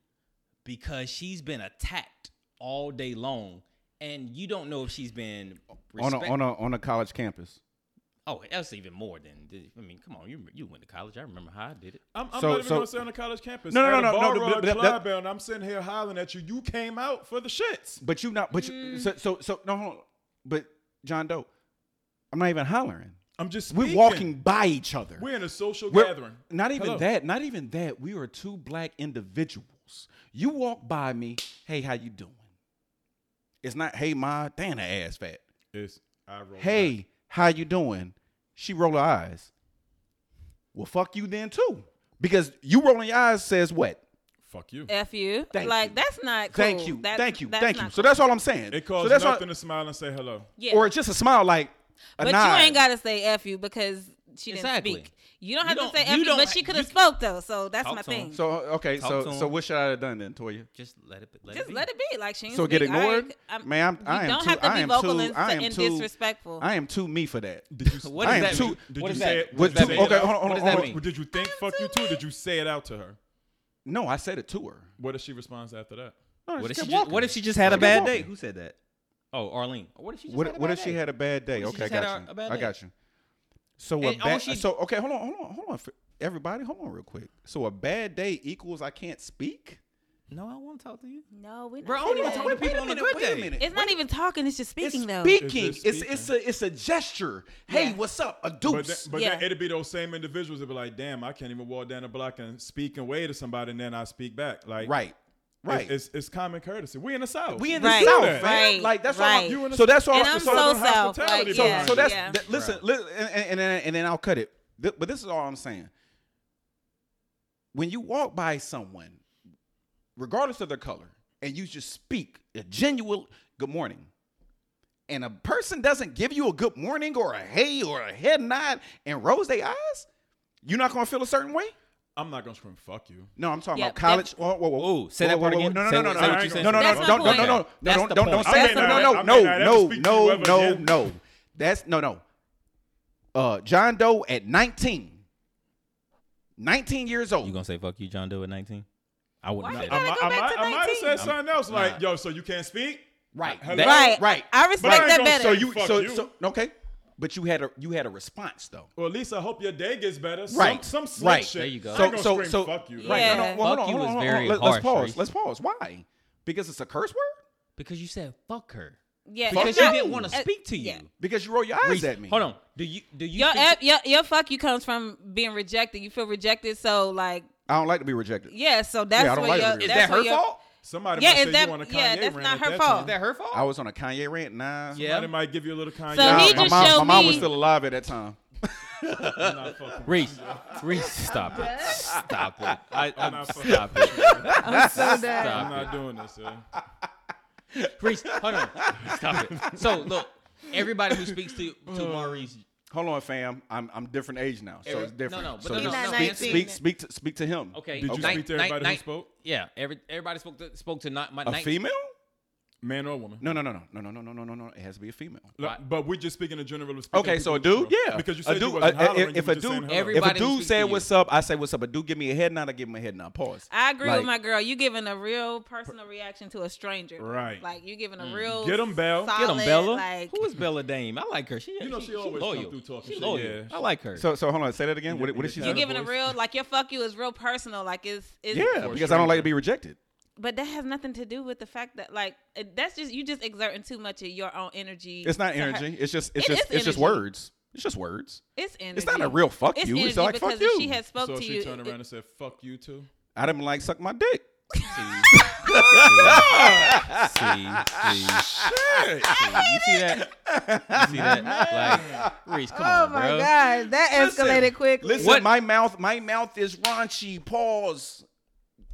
because she's been attacked all day long and you don't know if she's been
On a,
respect-
on a on a college campus.
Oh, that's even more than I mean, come on, you you went to college. I remember how I did it.
I'm, I'm
So-
not even
so-
gonna say on the college campus.
No, no,
At
no,
a
no,
bar
no,
or
but-
a
but that-
club, and I'm sitting here hollering at you. You came out for the shits.
But you not. But you,
Mm.
so so so no. Hold on. But John Doe, I'm not even hollering.
I'm just.
We're
speaking.
walking by each other.
We're in a social
We're-
gathering.
Not even
Hello.
that. Not even that. We are two black individuals. You walk by me. Hey, how you doing? It's not. Hey, my damn her ass fat.
It's I roll. my-
Hey, how you doing? She roll her eyes. Well, fuck you then too, because you rolling your eyes says what?
fuck you.
F you.
Thank
like
you.
that's not cool.
Thank you,
That's-
thank you,
that's
thank you.
not
So
cool.
that's all I'm saying.
It
so
costs
that's all-
nothing to smile and say hello.
yeah.
or just a smile like. A
but
nod.
you ain't gotta say F you because she didn't
Exactly.
speak. You don't have
You
to say
don't-
F
you
you,
don't
but
ha-
she could
you
have spoke though. So that's
Talk
my
to 'em.
thing.
So okay,
Talk to
so so
him.
what should I have done then, Toya?
Just let it. Let
just
it be.
let it be. Like she. Ain't
So get
speak. I
ignored,
ain't- I'm-
man. I'm,
you
I am
don't
too.
have to
I
be
am
vocal
too.
and,
I am
and
too
disrespectful.
I am too me for that.
Did you?
What
I
does
am
that
too-
mean?
Did
what
you
does
say
that,
it?
what
Did you say
What
does that
do-
it
mean?
okay,
out-
hold on,
what
hold
does
on,
that
hold
mean?
on.
Did you think fuck you too? Did you say it out to her?
No, I said it to her.
What if she responds after that?
No,
What if,
just
she
kept
just,
walking.
what if she just had a
Keep
bad
walking.
day? Who said that? Oh, Arlene. What if she just
What,
had a
what
bad
if she
day?
had a bad day?
What if she
Okay,
just had
got
a-
you.
a bad
I
day?
got you. So a
And all
bad.
she-
so okay, hold on, hold on, hold on. For everybody, hold on real quick. So a bad day equals I can't speak.
No, I want to talk to you.
no, we.
Bro, I only want to talk to
Wait a
people on a
minute,
good
wait a
day.
minute.
It's not even talking. It's just
It's
speaking though.
speaking.
It's
It's,
just
it's a it's a gesture. Hey,
Yeah.
what's up? A
But, then,
deuce.
but then
Yeah.
it'd be those same individuals that be like, damn, I can't even walk down the block and speak and wave to somebody, and then I speak back. Like,
right,
it's-
right.
It's, it's, common courtesy. We in the south.
We in the
Right,
south, man.
right,
Like that's all.
right.
I'm,
You in the
so that's all.
And I'm
so,
so
Southern
south.
hospitality
Like,
so,
yeah,
so that's
yeah.
that, listen. Li- and, and, and then- and then I'll cut it. Th- But this is all I'm saying. When you walk by someone, regardless of their color, and you just speak a genuine good morning, and a person doesn't give you a good morning or a hey or a head nod and rolls their eyes, you're not gonna feel a certain way.
I'm not gonna scream fuck you.
No, I'm talking
Yeah,
about college. Whoa, whoa, whoa.
Ooh, say that part again.
No, no,
Say
no, no,
what-
no,
say
no,
what you said.
no, no,
That's
no,
my
don't-
point.
no, no, no,
That's
no, don't,
the
don't, don't
point.
say
That's
it.
the
No, no,
point.
no,
I may not ever
no,
speak to you
no,
ever
no,
again.
no. That's no, no. Uh, John Doe at 19. 19 years
You
old.
gonna say fuck you, John Doe at 19? I wouldn't
Why
say
you
I,
that.
gotta
might-
go
I,
back
might,
to
I might have
19.
said something else like, yo, so you can't speak?
Right.
Hello?
That-
Right.
Right.
I
But I
respect
ain't
that
gonna
better.
say
So you,
Fuck
so,
you.
so, okay. But you had a, you had a response though.
Well, at least I hope your day gets better. Some,
Right.
Some slick
right.
shit.
There you go.
I ain't
So,
gonna
so,
scream
so,
fuck you.
Yeah.
right. No, no, well, hold
Fuck
on,
you
hold
was
on, hold
very
on. Let-
harsh,
Let's pause.
Reese.
Let's pause. Why? Because it's a curse word?
Because you said fuck her.
Yeah,
Because
no.
she didn't want to
Uh,
speak to you.
yeah.
Because you roll your eyes
Reese,
at me.
Hold on. Do you do you
Your,
think
F, your your fuck you comes from being rejected. You feel rejected, so like
I don't like to be rejected.
yeah. So that's
I don't
where
like
your
it. Is
that's
that
where
her
your-
fault?
Somebody
Yeah,
might
is
say
that-
you want a Kanye
yeah, that's
rant
not
at
her
that
fault.
time.
is that her fault?
I was on a Kanye rant. Nah.
Yeah.
Somebody might give you a little Kanye
So he
Nah,
rant.
my
just
mom,
showed
my mom
me-
was still alive at that time.
I'm not fucking with
Reese, Reese, stop it. Stop it. I,
I'm
I'm,
not fucking
stop it.
I'm so
you.
dead.
I'm not doing this, yo.
Reese, hold on.
Stop it. So look, everybody who speaks to to Maurice,
Hold on, fam. I'm I'm different age now, so
Every-
it's different.
no, no, but
so
no,
no,
just
no, no,
speak,
it's-
speak, speak, to, speak to him.
Did
okay.
you
Nine-
speak to
nine-
everybody who
nine-
spoke?
Yeah, every everybody spoke to spoke to not my
A
nine-
female?
Man or woman?
No, no, no, no, no, no, no, no, no, no, no. It has to be a female.
Look, But we're just speaking in general. speaking
Okay, so a
because-
dude, yeah,
Because you
a
said
dude,
you wasn't
a- a-
hollering, you
if
were
a
just saying
dude-
hello.
every-
If a
Everybody who
dude
speaks
said
to you.
what's up, I say what's up. A dude give me a head nod, I give him a head nod. Pause.
I agree
Like-
with my girl. You giving a real personal reaction to a stranger.
Right.
Like you giving a real
Get 'em, Belle. Get
Solid,
Mm. Get him, Bella.
Like
Who is Bella Dame? I like her. She,
You know she always come
loyal.
through talking
she
shit,
loyal.
yeah.
I like her.
So, so hold on. Say that again.
You
What,
get-
what
you
did she
get
you
say?
that
giving a
voice.
real like your fuck you is real personal. Like it's, it's
Yeah,
For a
because I don't
stranger.
like to be rejected.
But that has nothing to do with the fact that like it- that's just you just exerting too much of your own energy.
It's not
to her.
energy. It's just, it's
It
just,
is
it's just
energy.
words. It's just words.
It's energy.
It's not a real fuck
It's
you.
energy
It's like
because
fuck
if
you.
she has spoke
So
to
she
you.
turned
it-
around and said, "Fuck you too."
I didn't like suck my dick.
see, see. You see that? You see that? Like, Reese, come on, bro.
Oh god, that
Listen,
quickly.
Listen,
What-
my mouth, my mouth is raunchy. Pause.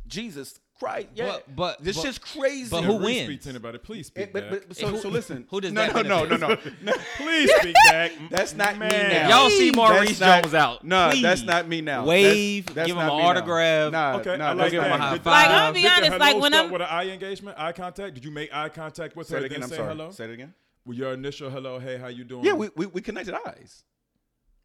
Jesus Christ. Yeah.
But- but-
this
but-
shit's crazy.
but who
Please
wins?
Speak to anybody. Please speak
It- but,
back.
but, but so,
Who-
so listen.
who does
no,
that
No, no, no, no,
benefit?
no.
Please speak back.
That's not me
Man.
now.
Y'all see
That's
Maurice
not-
Jones out.
No,
Please.
that's not me now.
Wave,
That's- that's
give him
not
an
me now.
autograph.
Nah,
Okay,
nah,
I
don't
like
give
that.
him a high
Did the-
five. Like,
I'll be
did the
honest,
hello
like, when
start
I'm-
with an eye engagement, eye contact. Did you make eye contact with
Say
her?
it again.
then
I'm
say
sorry.
hello.
Say it again.
With your initial hello, hey, how you doing?
Yeah, we, we, we connected eyes.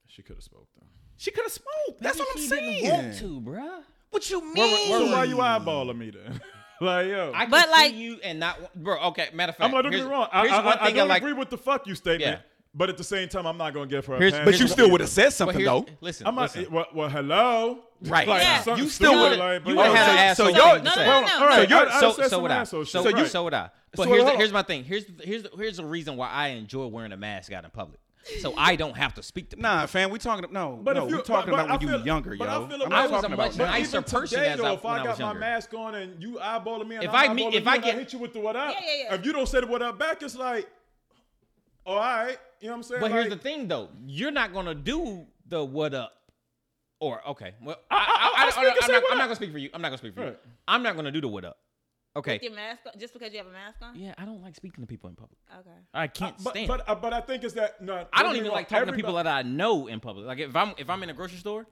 She could have spoke though.
She could have smoked. That's what I'm
She
saying.
Didn't want to, bro.
What you mean?
So why you eyeballing me then? like yo,
I can
But,
see
like-
you and not, wa- bro. Okay, matter of fact,
I'm like, don't get
here's-
me wrong. I,
here's
I,
one
I, I
thing
don't
like.
agree with the fuck you statement,
Yeah.
but at the same time, I'm not gonna give her. A
Here's-
pass
But
here's
you
what-
still would have said
but
something
here's-
though.
Listen,
I'm not.
listen.
Well, well, hello.
Right.
Yeah.
something
You still
stupid,
would've-
like, but
you
yo,
would've had
so-
an ass
so
on
y'all-
what you
No,
said.
no, no,
All
no.
right,
you're-
I- I
so-
said
so
some
would I.
asshole
So,
shit,
you,
right.
so would I. But
So
here's,
hold on.
here's my thing. Here's here's here's the reason why I enjoy wearing a mask out in public. So I don't have to speak to people.
Nah, fam, we talking no,
But
no,
if you,
we talking
but, but
about
I
when you
feel,
were younger,
but
yo.
I, feel a
I'm
way-
I was
not
a
talking about
much
but
now.
even
nicer person
today,
as
though,
I-
if
when
I
I
got
was
my
younger.
mask on and you eyeballing me, and
If
I'm
I meet-
eyeballing
if
you
I
and
get-
hit you with the what up,
Yeah, yeah, yeah.
if you don't say the what up back, it's like, all right, you know what I'm saying?
But here's the
Like,
thing, though. You're not gonna do the what up, or okay. Well, I,
I- I- I
I,
speak and
am
say
not,
what
I'm not
up.
gonna speak for you. I'm not gonna speak for you.
Right.
I'm not gonna do the what up.
With
Okay.
your mask on, just because you have a mask on.
Yeah, I don't like speaking to people in public.
Okay.
I can't
but,
stand. it.
But, uh, but I think it's that no.
I
get
don't
me
even
wrong,
like talking to people
everybody-
that I know in public. Like if I'm if I'm in a grocery store,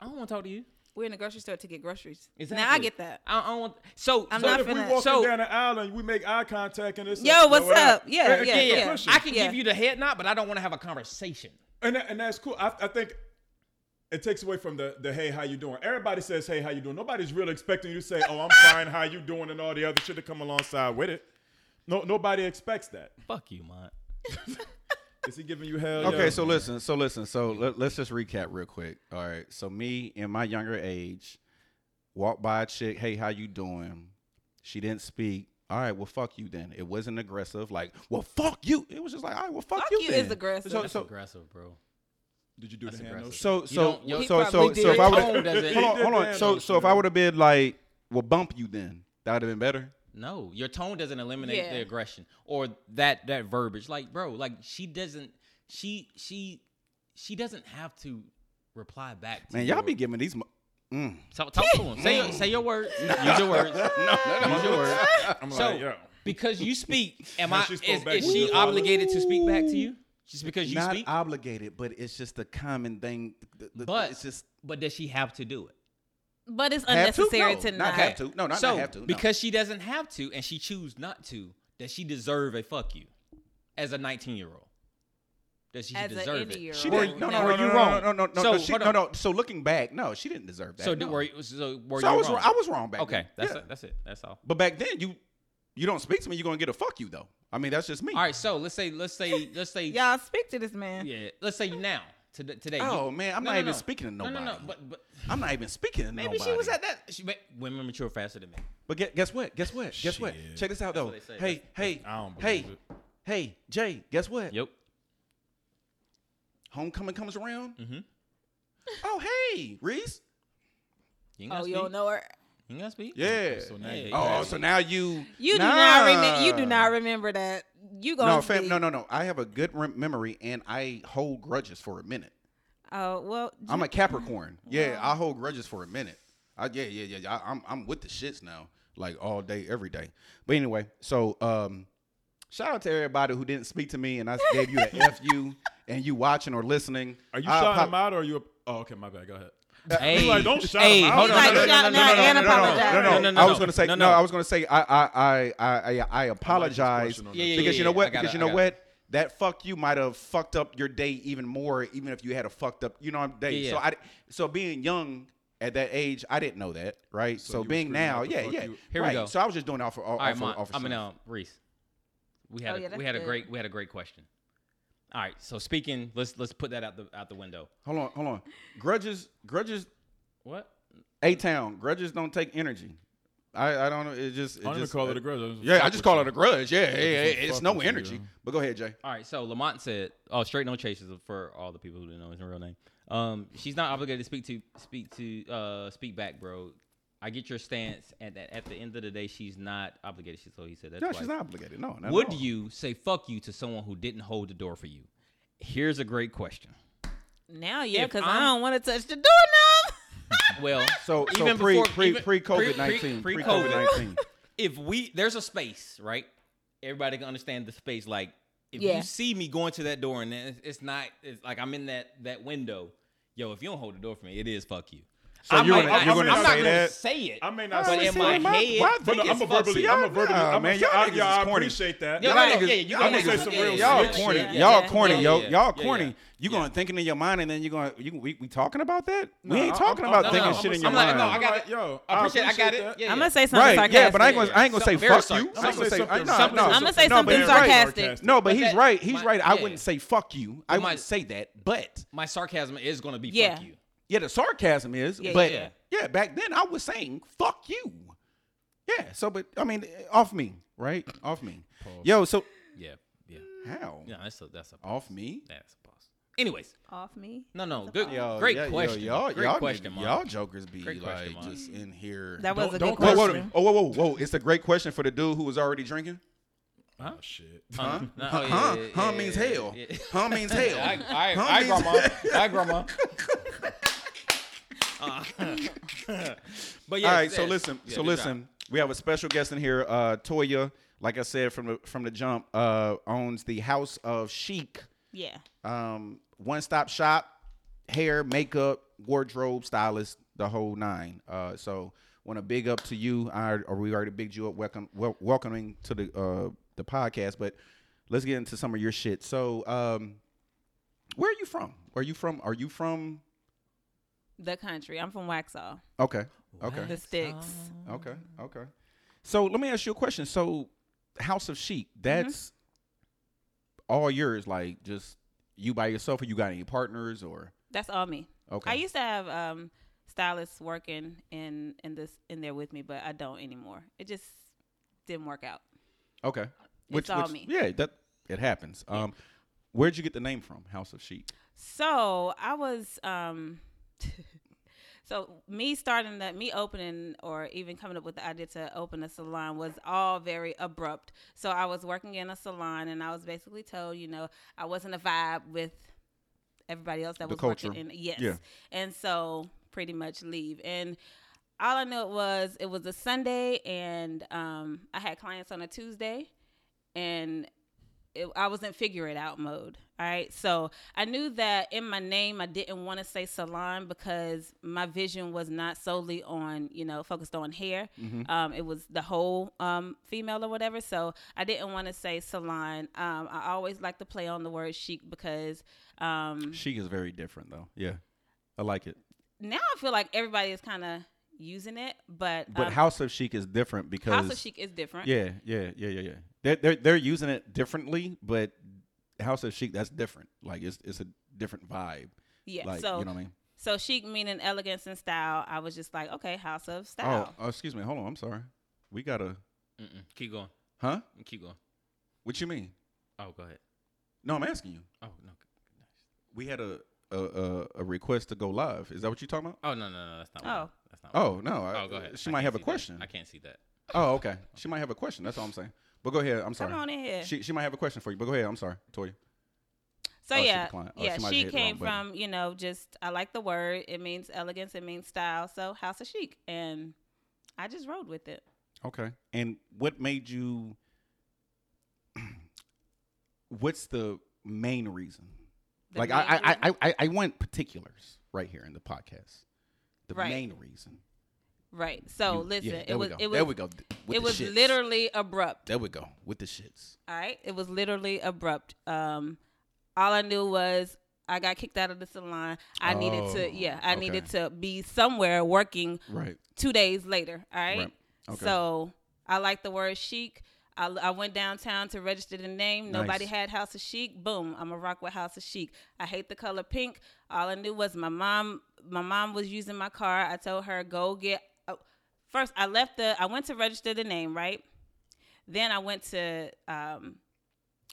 I don't want to talk to you.
We're in the grocery store to get groceries.
Exactly.
Now I get that.
I don't, I don't want. So
I'm
so
not
If we
finna-
walking
So-
down the aisle and we make eye contact and it's
Yo,
like,
what's
what
up? Yeah,
It-
yeah,
it's a
yeah.
pushing.
I can
Yeah.
give you the head nod, but I don't want to have a conversation.
and that, and that's cool. I, I think it takes away from the the hey how you doing. Everybody says hey how you doing. Nobody's really expecting you to say oh I'm fine how you doing and all the other shit that come alongside with it. No nobody expects that.
Fuck you, man.
Is he giving you hell?
Okay,
Yo.
so listen, so listen, so let, us just recap real quick. All right, so me in my younger age, walked by a chick, hey, how you doing? She didn't speak. All right, well, fuck you then. It wasn't aggressive, like, well, fuck you. It was just like, all right, well, fuck,
Fuck
you.
you
then.
is aggressive.
So,
That's
so,
aggressive, bro.
did you do the
That's
hand
aggressive.
motion?
so,
You
so,
don't- you-
so,
He
so, so, if I
probably did.
Tone
would,
doesn't-
hold on,
He
hold
did
on. So,
that.
so if I would have been like, well, bump you then, that would have been better.
No, your tone doesn't eliminate
Yeah.
the aggression or that that verbiage. Like, bro, like she doesn't. She she she doesn't have to reply back. To
Man, y'all
your-
be giving these. Mo- mm.
So, talk to him. Say your, say your words. Use your words. Use your words.
I'm
So
like yo.
because you speak, am I?
she
Is,
spoke back
is
to
she
you.
obligated to speak back to you? Just because you
not
speak,
obligated, but it's just a common thing. th- th-
But-
it's just
but does she have to do it?
But it's
Have to?
unnecessary
No,
to
not
not.
have to. No, not- not
so
have to, no.
because she doesn't have to, and she choose not to. Does she deserve a fuck you? As a nineteen year old, does she
As a
deserve it?
80-year-old.
she
Were-
didn't. No,
no,
no, no,
were
no,
you
no,
wrong?
No, no, no,
So,
no. She,
hold
no,
on.
no. So looking back, no, she didn't deserve that.
So,
no.
do, were you, so were
So
you
I was
wrong?
I was wrong back.
okay,
then.
that's
Yeah.
it. That's it. That's all.
But back then, you you don't speak to me, you're gonna get a fuck you though. I mean, that's just me.
All right. So let's say let's say let's say
Y'all speak to this man.
yeah. Let's say now today. today you-
Oh man, I'm
No,
not
no,
even
no.
speaking to
No,
nobody.
No, no, But but
I'm not even speaking to
maybe
nobody.
she was at that. She, may- women mature faster than men.
But guess, guess what? Guess what? Guess what?
Shit.
Check this out though.
That's what they say.
Hey, hey,
I don't
hey,
believe
hey, Jay. Guess what?
Yep.
Homecoming comes around.
Mhm.
Oh hey, Reese.
You ain't
Oh,
gotta
you
speak.
don't know her.
You ain't gotta speak.
Yeah.
So now you-
Yeah,
Oh, so now you
You do
Nah.
not remember. You do not remember that. You gonna
No, fam,
be-
no, no, no. I have a good rem- memory and I hold grudges for a minute.
Oh well.
I'm a Capricorn. Yeah, I hold grudges for a minute. I, yeah, yeah, yeah. yeah. I, I'm I'm with the shits now, like all day, every day. But anyway, so um, shout out to everybody who didn't speak to me and I gave you an F you and you watching or listening.
Are you
I
shouting
apo-
him out or are you? A, oh, okay, my bad. Go ahead.
Hey,
like, don't shout
hey,
him out.
hold
He's like,
on, no, no, no, no,
shout him out
no, no,
and
no, no, no,
apologize.
no, no, no,
I was gonna say
no,
no.
no.
I was gonna say I I I I I, I apologize
question on
Yeah, yeah,
because you know
yeah, I
what?
got
Because
it,
you
I
know
got
what? That fuck you might have fucked up your day even more, even if you had a fucked up you know day.
Yeah,
So
yeah.
I so being young at that age, I didn't know that, right?
So
So,
you were
being
screaming out
now,
the
yeah,
fuck
yeah.
you-
Here we
right.
go.
So I was just doing it off. Of, off,
All right,
of-
Mont,
off of
I mean,
self.
uh, Reese. We had
Oh,
a,
yeah, that's
we had a
good.
great we had a great question. All right, so speaking, let's let's put that out the out the window.
Hold on, hold on. Grudges, grudges.
What?
A town grudges don't take energy. I I don't know. It just it
I don't even
just,
call it a grudge.
Yeah, I just call it a grudge. Yeah, yeah, yeah,
just
it's
fuck
no
with you,
energy.
yeah.
But go ahead, Jay.
All right, so Lamont said, "Oh, straight no chases for all the people who didn't know his real name. Um, she's not obligated to speak to speak to uh speak back, bro. I get your stance, and at, at the end of the day, she's not obligated. She so he said that.
No,
twice.
she's not obligated. No, not at
Would
all.
you say fuck you to someone who didn't hold the door for you? Here's a great question.
Now, yeah,
If
because I
I'm-
don't want to touch the doorknob.
Well,
So, so
even
pre,
before
pre,
even-
pre COVID nineteen,
pre-
pre
pre-
COVID nineteen.
if we there's a space, right? Everybody can understand the space. Like if
Yeah.
you see me going to that door and it's, it's not it's like I'm in that that window. Yo, if you don't hold the door for me, it is fuck you.
So
I
you're
might
gonna-
not-
you're
I'm
gonna
not
say
gonna
that?
Say it.
I may not
But
say
in my
it.
head,
Why
But no,
it's
I'm a
fuck
verbally,
you.
I'm a verbally,
Nah,
I'm a,
man,
y'all
y'all
I, yeah,
niggas is
I
corny.
appreciate that.
Yeah,
Y'all
no,
niggas-
yeah, you
y'all
gotta
niggas
say
is-
some real
y'all
shit.
corny.
Yeah, yeah,
y'all
yeah.
corny.
Yeah,
yo,
yeah.
y'all
Yeah,
corny.
yeah.
You gonna thinking in your mind, and then you gonna you we, we talking about that? we
Nah,
ain't
I'm-
talking
I'm-
about
I'm-
thinking
I'm-
shit in your
I'm like,
mind.
no, I got
Like,
it.
yo, I
I appreciate. it. I got
appreciate
it.
that.
Yeah,
I'm
yeah.
gonna say something
right? Yeah,
sarcastic.
but I ain't gonna I ain't gonna say
Some- very
fuck you.
sarc-
I'm gonna say
something-
I- no,
something-
no.
I'm gonna say
no,
something
but he's right.
sarcastic.
sarcastic.
No, but
But
he's
that-
right. He's
my-
right. I
yeah.
wouldn't say fuck you. I
But my-
wouldn't say that. But
My sarcasm is gonna be
Yeah.
fuck you.
yeah, the sarcasm is.
Yeah,
But
yeah,
yeah, back then I was saying fuck you. Yeah. So, but I mean, off me, right? Off me. Yo. So
Yeah, yeah.
how?
Yeah, that's a that's a
Off me?
that's a boss. Anyways,
Off me.
no, no,
That's a
good,
pause.
Yo,
great
yeah, yo,
question,
y'all,
great
y'all,
question,
nigga-
Mark.
y'all jokers be
Great question,
like
Mark.
just in here.
That was
Don't-
a
don't
good
curse
Whoa, whoa,
question.
whoa, whoa, whoa, whoa! It's a great question for the dude who was already drinking.
Oh, shit.
Huh? No, oh, yeah,
huh?
yeah,
huh
yeah,
means
yeah,
hell.
yeah.
Huh means hell.
I, I,
Huh
I,
means-
grandma, I, grandma. Uh, but yeah.
All right, so listen, so listen. We have a special guest in here, uh, Toya. Like I said from the from the jump, uh, owns the House of Chic,
Yeah.
um, one stop shop, hair, makeup, wardrobe, stylist, the whole nine. Uh, so want to big up to you. I or we already bigged you up. Welcome, wel- welcoming to the uh, the podcast. But let's get into some of your shit. So, um, where are you from? Are you from? Are you from?
The country. I'm from Waxhaw.
Okay, okay.
The sticks.
Okay. Okay. So let me ask you a question. So House of Chic,
Mm-hmm.
that's all yours, like just you by yourself, or you got any partners, or
That's all me.
okay.
I used to have um, stylists working in in this in there with me, but I don't anymore. It just didn't work out.
okay.
all me.
Yeah, that it happens. Um, where'd you get the name from, House of Chic?
So I was, um, so me starting that, me opening or even coming up with the idea to open a salon was all very abrupt. So I was working in a salon and I was basically told, you know, I wasn't a vibe with everybody else that
The
was working
culture.
in. Yes.
Yeah.
And so pretty much leave. And all I knew it was it was a Sunday and um, I had clients on a Tuesday and it, I was in figure it out mode. All right. So I knew that in my name, I didn't want to say salon because my vision was not solely on, you know, focused on hair.
Mm-hmm.
Um, it was the whole um, female or whatever. So I didn't want to say salon. Um, I always like to play on the word chic because um,
Chic is very different, though. Yeah, I like it.
now I feel like everybody is kind of using it, but,
But
um,
House of Chic is different because
House of Chic is different.
Yeah, yeah, yeah, yeah, yeah. They're, they're they're using it differently, but House of Chic that's different. Like it's it's a different vibe.
Yeah,
like
so
you know what I mean.
so chic meaning elegance and style. I was just like, okay, house of style.
Oh, uh, excuse me. Hold on. I'm sorry. We got to
Mm-mm. Keep going.
huh?
Keep going.
What you mean?
Oh, go ahead.
No, I'm asking you.
Oh no.
We had a a, a, a request to go live. Is that what you talking about?
Oh no no no. That's not. what-
Oh.
That's not. what-
Oh no. I,
Oh, go ahead.
She
I
might
can't
have a
see that.
question.
I can't see that.
Oh, okay. She might have a question. That's all I'm saying. But go ahead. I'm sorry.
Come on in here.
She she might have a question for you. But go ahead. I'm sorry, Toya.
so
oh, she
yeah,
declined. Oh,
yeah,
she might have
she
hit the wrong
came
button.
from you know just I like the word. It means elegance. It means style. So house of chic, and I just rode with it.
Okay. And what made you? what's the main reason?
The
like I
main
I,
reason-
I I I want particulars right here in the podcast. the
Right.
main reason.
Right. So
You-
listen,
yeah,
it
there we
was
go.
it was
there we go. th- with
it
the
was
shits.
literally abrupt.
There we go with the shits.
All right. It was literally abrupt. Um, all I knew was I got kicked out of the salon. I needed
Oh,
to, yeah, I
okay.
needed to be somewhere working
Right.
two days later. All right.
Right. Okay.
So I like the word chic. I, I went downtown to register the name. Nobody
Nice.
had House of Chic. Boom. I'm a rock with House of Chic. I hate the color pink. All I knew was my mom. My mom was using my car. I told her go get. oh, First, I left the. I went to register the name. Right. Then I went to um,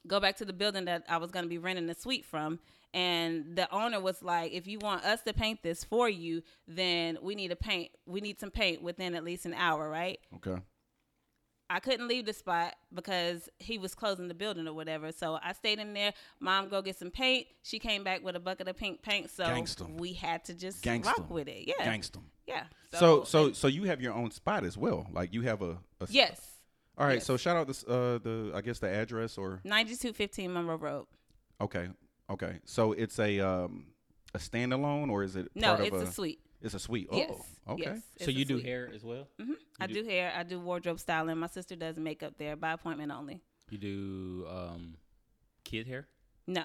go back to the building that I was going to be renting the suite from. And the owner was like, if you want us to paint this for you, then we need to paint. We need some paint within at least an hour, right?
Okay.
I couldn't leave the spot because he was closing the building or whatever. So I stayed in there. Mom, go get some paint. She came back with a bucket of pink paint. So
Gangsta.
we had to just
Gangsta.
rock with it. Yeah.
Gangsta.
Yeah.
So so so you have your own spot as well. Like you have a, a s-
yes.
All right.
yes.
So shout out this uh the I guess the address or
9215 Monroe Road.
okay okay. So it's a um a standalone or is it
No,
part
it's
of
a, suite.
It's a suite. Oh,
yes.
okay.
Yes, it's
so
a
you do
suite.
hair as well?
hmm I
do-
do hair. I do wardrobe styling. My sister does makeup there by appointment only.
You do um, kid hair?
No.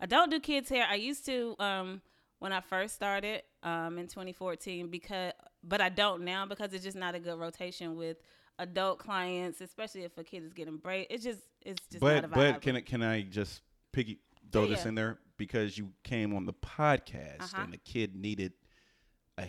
I don't do kids hair. I used to um when I first started um in 2014 because but I don't now because it's just not a good rotation with adult clients, especially if a kid is getting braid. It's just it's just not a
but
vibe.
but can I can I just piggy throw
Yeah,
this
yeah.
in there because you came on the podcast
Uh-huh.
and the kid needed a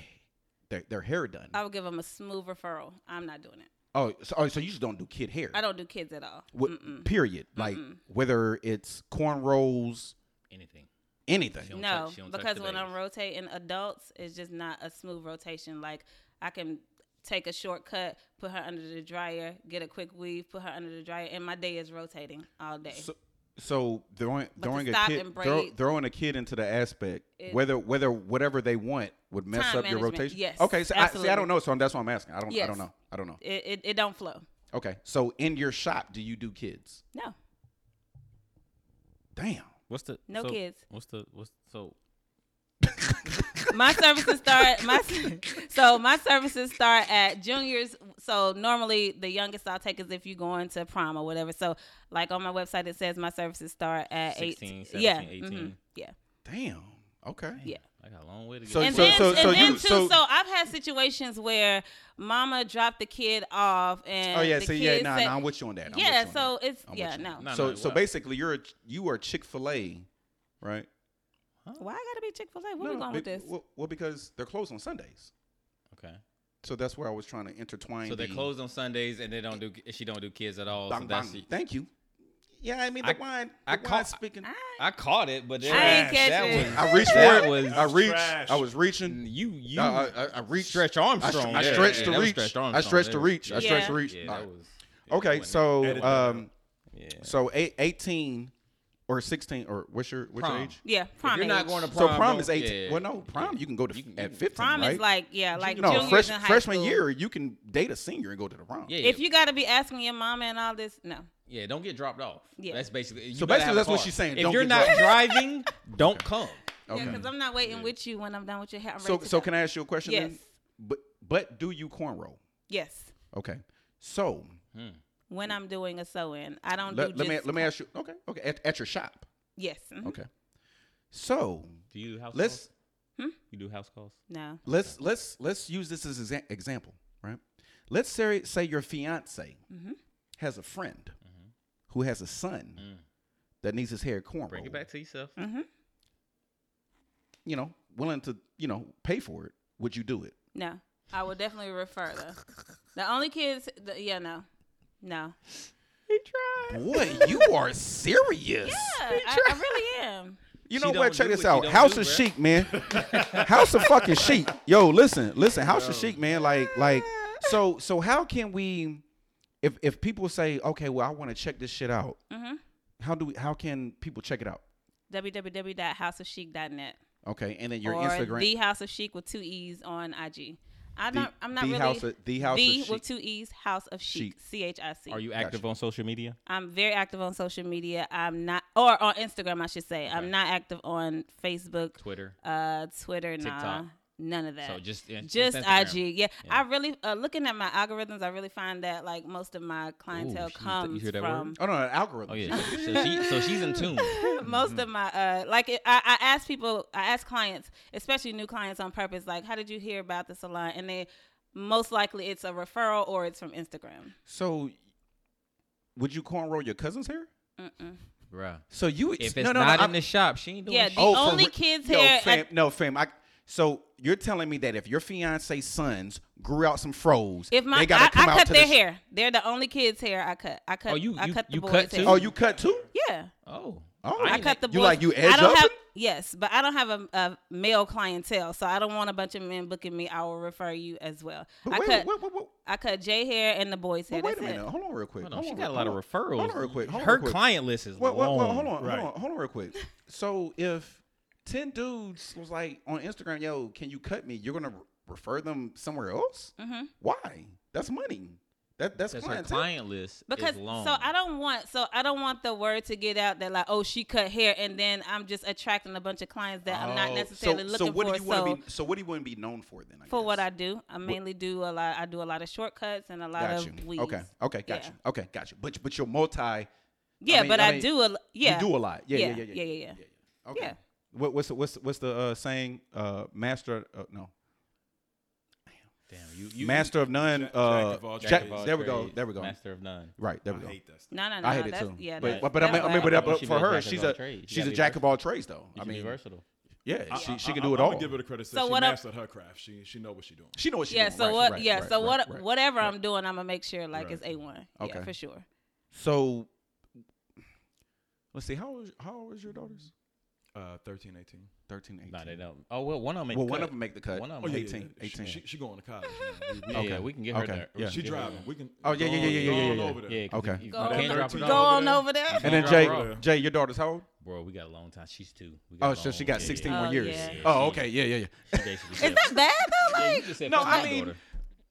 their, their hair done.
I would give them a smooth referral. I'm not doing it.
oh, so, oh, so you just don't do kid hair.
I don't do kids at all.
Wh-
Mm-mm.
period. Like whether it's cornrows,
Anything.
anything.
Don't
No,
touch- she don't touch
because
the
when I'm
babies.
rotating adults, it's just not a smooth rotation. Like I can take a shortcut, put her under the dryer, get a quick weave, put her under the dryer, and my day is rotating all day.
So, so throwing
But to
throwing a
stop
kid
and
throw,
braid-
throwing a kid into the aspect
It-
whether whether whatever they want would mess
Time
up your
management,
rotation.
yes,
Okay. So I, see, I
absolutely.
don't know. So that's why I'm asking. I don't. I
Yes.
don't know. I don't know.
it, it, it don't flow.
Okay. So in your shop, do you do kids?
No,
Damn.
What's the
No
so
kids.
What's the what's so
my services start my so my services start at juniors. So normally the youngest I'll take is if you going to prom or whatever. So like on my website it says my services start at
16,
18.
17,
yeah,
18.
mhm, yeah.
Damn. Okay.
Yeah.
I got a long way to go.
So-
and
so-
then, and
so
then
you-
too,
so-
so, I've had situations where mama dropped the kid off, and
Oh yeah.
the
So
kid
yeah. Nah.
said,
Nah. I'm with you on that. I'm with you
yeah.
on
So
that.
it's
I'm with
yeah,
you.
no.
No,
so
no,
so
well-
basically, you're a, you are Chick Fil A, right?
Why I gotta be Chick Fil A? Where we going
be-
with this?
Well, well, because they're closed on Sundays.
okay.
So that's where I was trying to intertwine.
So they're
the-
closed on Sundays and they don't do she don't do kids at all. so
Bang,
that's
bang. Thank you. Yeah, I mean the
I-
wine.
I
the wine
caught-
speaking. I,
I caught it, but then,
I ain't
that
catch it.
was
reached
That
for it.
was
I reached.
trash.
I was reaching.
Mm, you you
I, I, I reached.
Stretch
I,
Armstrong.
str- I
Yeah,
stretched
yeah,
to
that was
reach.
Stretch
I
Armstrong.
stretched to
That-
reach. I
Yeah.
stretched to reach.
Yeah, that was
okay,
wasn't-
so
Edit that out.
um,
yeah.
so eight, eighteen or sixteen or what's your what's
Prom.
your age?
yeah,
if
prom.
you're not
age.
going to
So
prom,
prom
don't-
is eighteen.
yeah.
Well, no, prom you can go to
You can-
at
you-
fifteen.
Prom
right?
is like yeah, like
no
juniors
fresh,
in high
freshman
school.
year you can date a senior and go to the prom.
Yeah,
If you gotta be asking your mama and all this, no.
Yeah, don't get dropped off.
Yeah.
That's basically. you
So
better
basically
have a
that's what
car.
she's saying,
If
don't
you're
get
not
dropped
driving, don't come.
Yeah,
Okay.
because I'm not waiting with you when I'm done with your hair. I'm
so
ready to
so
go.
can I ask you a question? Then?
Yes.
But but do you cornrow?
Yes.
Okay. So
When I'm doing a sew in, I don't
let,
do
let me
just
let me ask you. Okay, okay. At, at your shop.
Yes. mhm,
Okay. So
Do you do house
let's
You do house calls?
No.
let's let's let's use this as exa- example, right? Let's say say your fiance has a friend
Mm-hmm.
who has a son that needs his hair cornrow.
Bring Mm. it back to yourself.
You know, willing to you know pay for it. Would you do it?
No. I will definitely refer though. The only kids the, yeah, no. No.
Boy, you are serious.
Yeah, I, I really am.
You
She
know
don't
what? Check
do what
this
she
out.
don't
House
do,
of
bruh.
Chic, man. House of fucking Chic. Yo, listen, listen. House of Chic, man. Like, like. So, so how can we? If if people say, okay, well, I want to check this shit out.
Mm-hmm.
How do we? How can people check it out?
www.houseofchic.net
Okay, and then your
or
Instagram.
the House of Chic with two E's on IG. I
The-
don't. I'm not
the
really
House of- the House of
the
Chic.
with two E's. House of Chic.
Chic.
C H I C.
Are you active on social media?
I'm very active on social media. I'm not, or on Instagram, I should say. I'm not active on Facebook,
Twitter.
uh, Twitter, nah.
TikTok.
None of that.
So just in-
just IG.
Instagram.
Yeah.
Yeah.
I really uh, looking at my algorithms. I really find that like most of my clientele
Ooh, she- you
comes
hear that word?
from.
Oh no, an algorithm.
Oh yeah. so she so she's in tune. Mm-hmm.
most of my uh like it, I, I ask people i ask clients especially new clients on purpose like how did you hear about the salon and they most likely it's a referral or it's from instagram
So, would you cornrow your cousin's hair?
Mm-mm.
Bruh.
So you
If it's
no, no, no,
not
I'm- Oh,
in the shop, she ain't doing
Yeah,
shit.
the
for
only
re-
kids
Yo,
hair
Fam,
at-
no, fam. I, so you're telling me that if your fiance's sons grew out some froze,
if my
they
I,
gotta come
I
out
cut
to
their
the sh-
hair they're the only kids hair i cut i cut
Oh, you-
i
you-
cut the
you
boys
cut
hair.
too?
Oh, you cut too?
yeah
Oh.
Oh,
I,
ain't
cut
that-
the boys.
You like you edge
I don't
up
have
it?
yes, but I don't have a, a male clientele, so I don't want a bunch of men booking me. I will refer you as well.
But
I
wait,
cut
wait, wait, wait,
I cut J hair and the boys hair.
but wait a
That's it.
minute. Hold on, real quick.
Hold on, she
real-
got a lot of
hold on.
referrals.
Hold on real quick. Hold on
Her
real quick.
client list is
Wait, wait, wait,
long.
hold on,
Right.
hold on, hold on, real quick. So if ten dudes was like on Instagram, yo, can you cut me? You're gonna re- refer them somewhere else?
Mhm.
Why? That's money. That that's,
That's her
clientele.
client list
because
is long.
so I don't want so I don't want the word to get out that like oh she cut hair and then I'm just attracting a bunch of clients that I'm not
Oh,
necessarily
so,
looking
so what
for.
Do you wanna
so
be, so what do you want to be known for then? I
for what
guess?
I do, I mainly do a lot. I do a lot of shortcuts and a lot
got
of
you.
weaves.
Okay, okay, got
Yeah.
you. Okay, got you. But but you're multi.
Yeah,
mean-
but
I
I,
mean,
do a l- yeah.
You do a lot. Yeah, yeah, yeah,
Yeah,
yeah,
yeah, yeah, yeah.
Okay.
Yeah.
What, what's the, what's the- what's the uh, saying? Uh, master uh, no,
Damn, you, you
master of none.
Jack-
uh,
jack of all
jack-
trades.
there we go.
trades,
There we go.
Master of none.
Right. There we
I
go.
hate that stuff.
No, no, no.
I hate it
that's,
too.
Yeah,
but
that-
but, but I
that's
mean, I
why-
mean, but,
Well,
but
she
for
be a
her,
jack of
she's
all
a
trades. You
she's
gotta
a
be
jack of all trades though.
You
I
can be
mean,
versatile.
yeah,
I-
she
I-
she can
I-
Uh,
do it
I'm
all.
gonna give her the credit.
So
So she
what I-
mastered her craft. She she know what she doing.
She knows what she
yeah.
doing.
So
Right,
what?
right,
yeah.
right,
so
right,
what?
right.
Whatever
right.
I'm doing, I'm gonna make sure like
Right.
it's a one.
Okay.
Yeah, for sure.
So let's see. How old is- how old is your daughters?
Uh, 13, 18.
13, 18.
Nah, they don't. Oh well, one of them. Ain't
well, one
cut.
of them make the cut.
One of
Oh
'em
yeah,
ain't-
18,
18,
18.
She, she going to college. man. We- we-
Yeah,
Okay.
yeah, we can get her
Okay.
there.
Yeah.
She
Get her
driving.
there.
We can.
Oh, yeah, yeah, yeah, yeah,
go
yeah,
on
yeah,
over there.
Yeah, 'cause
Okay.
if you
Go
Now, that
can't
on,
drop
13
it
go
off-
over
on
there-
over there.
Okay.
And then
Drop
Jay,
her
off.
Jay, your daughter's how old?
Bro, we got a long time. She's two. We got
Oh,
a
so she
long-
got
yeah,
16
yeah,
more
Oh,
years.
yeah.
Oh, okay, yeah, yeah, yeah.
She basically
Is
said-
that bad though?
Yeah,
Like.
you just said
No,
fuck
I
my
mean-
daughter.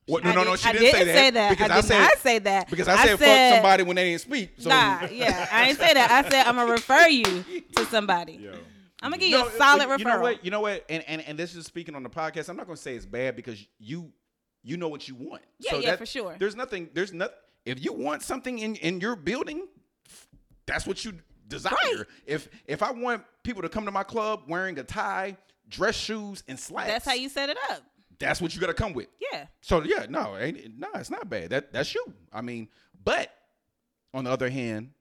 What, no, no,
I
no.
did-
She
I
didn't say that.
that.
Because
I, did
said
not say that.
because I said, fuck somebody when they didn't speak. So
Nah, yeah, I ain't say that. I said I'm gonna refer you to somebody.
Yo,
I'm gonna give you
No,
a
it-
solid
well,
referral.
You know what? You know what? And, and and this is speaking on the podcast. I'm not going to say it's bad because you you know what you want.
Yeah,
so
yeah,
that-
for sure.
There's nothing. There's nothing. If you want something in in your building, that's what you desire.
Right.
If if I want people to come to my club wearing a tie, dress shoes, and slacks,
That's how you set it up.
That's what you got to come with.
Yeah.
So yeah, no, ain't, no, it's not bad. That that's you. I mean, but on the other hand,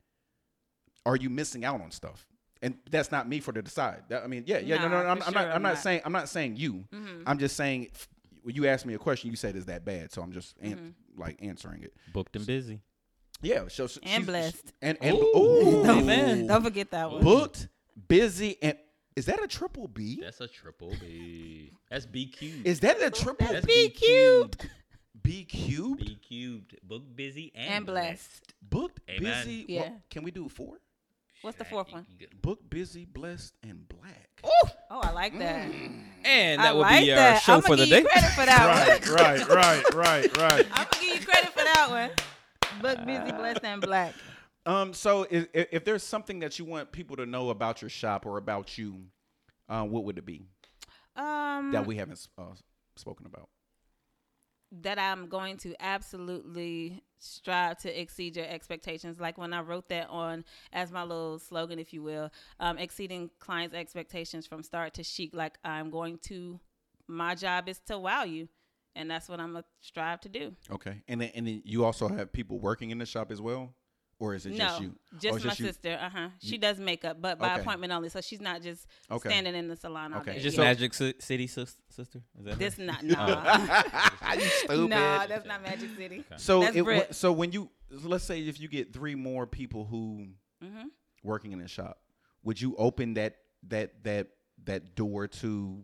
are you missing out on stuff? And that's not me for to decide. That, I mean, yeah, yeah, no, no,
Nah,
no I'm,
for
I'm not.
sure
I'm
I'm
not
not. Mm-hmm.
saying. I'm not saying you. I'm just saying. f- When you asked me a question, you said is that bad? So I'm just an-
Mm-hmm.
like answering it.
Booked and busy.
Yeah. So s- she's-
blessed.
And and
Ooh.
ooh,
Amen.
Don't forget that one.
booked, busy, and is that a triple B?
That's a triple B. That's B cubed.
Is that a triple
That's
B?
B cubed.
B cubed?
B cubed. Book busy and,
And blessed.
Booked,
Amen.
busy.
Yeah.
what- can we do four?
What's the fourth one?
Book busy, blessed, and black.
Oh, I like that.
And
I
that would
like
be our
that.
show
I'm
for
gonna
the
give
day.
you credit for that one.
right, right, right, right, right.
I'm gonna give you credit for that one. Book busy, blessed, and black.
Um, so if, if there's something that you want people to know about your shop or about you, uh, what would it be
Um,
that we haven't uh, spoken about?
that I'm going to absolutely strive to exceed your expectations. Like when I wrote that on as my little slogan, if you will, um, exceeding clients' expectations from start to chic. Like I'm going to, my job is to wow you, and that's what I'm gonna strive to do.
Okay, and then, and then you also have people working in the shop as well, or is it
no,
just you?
just
Oh, it's
my
you.
sister. Uh huh. She does makeup, but by
Okay.
appointment only. So she's not just
Okay.
standing in the salon all
Okay.
day.
It's just
Yeah.
Magic Ci- City sis- sister. Is that her?
This not nah.
you stupid.
nah, that's not Magic City.
so
that's
it, wa-
Brit.
so when you let's say if you get three more people who
hmm
working in the shop, would you open that that that that door to?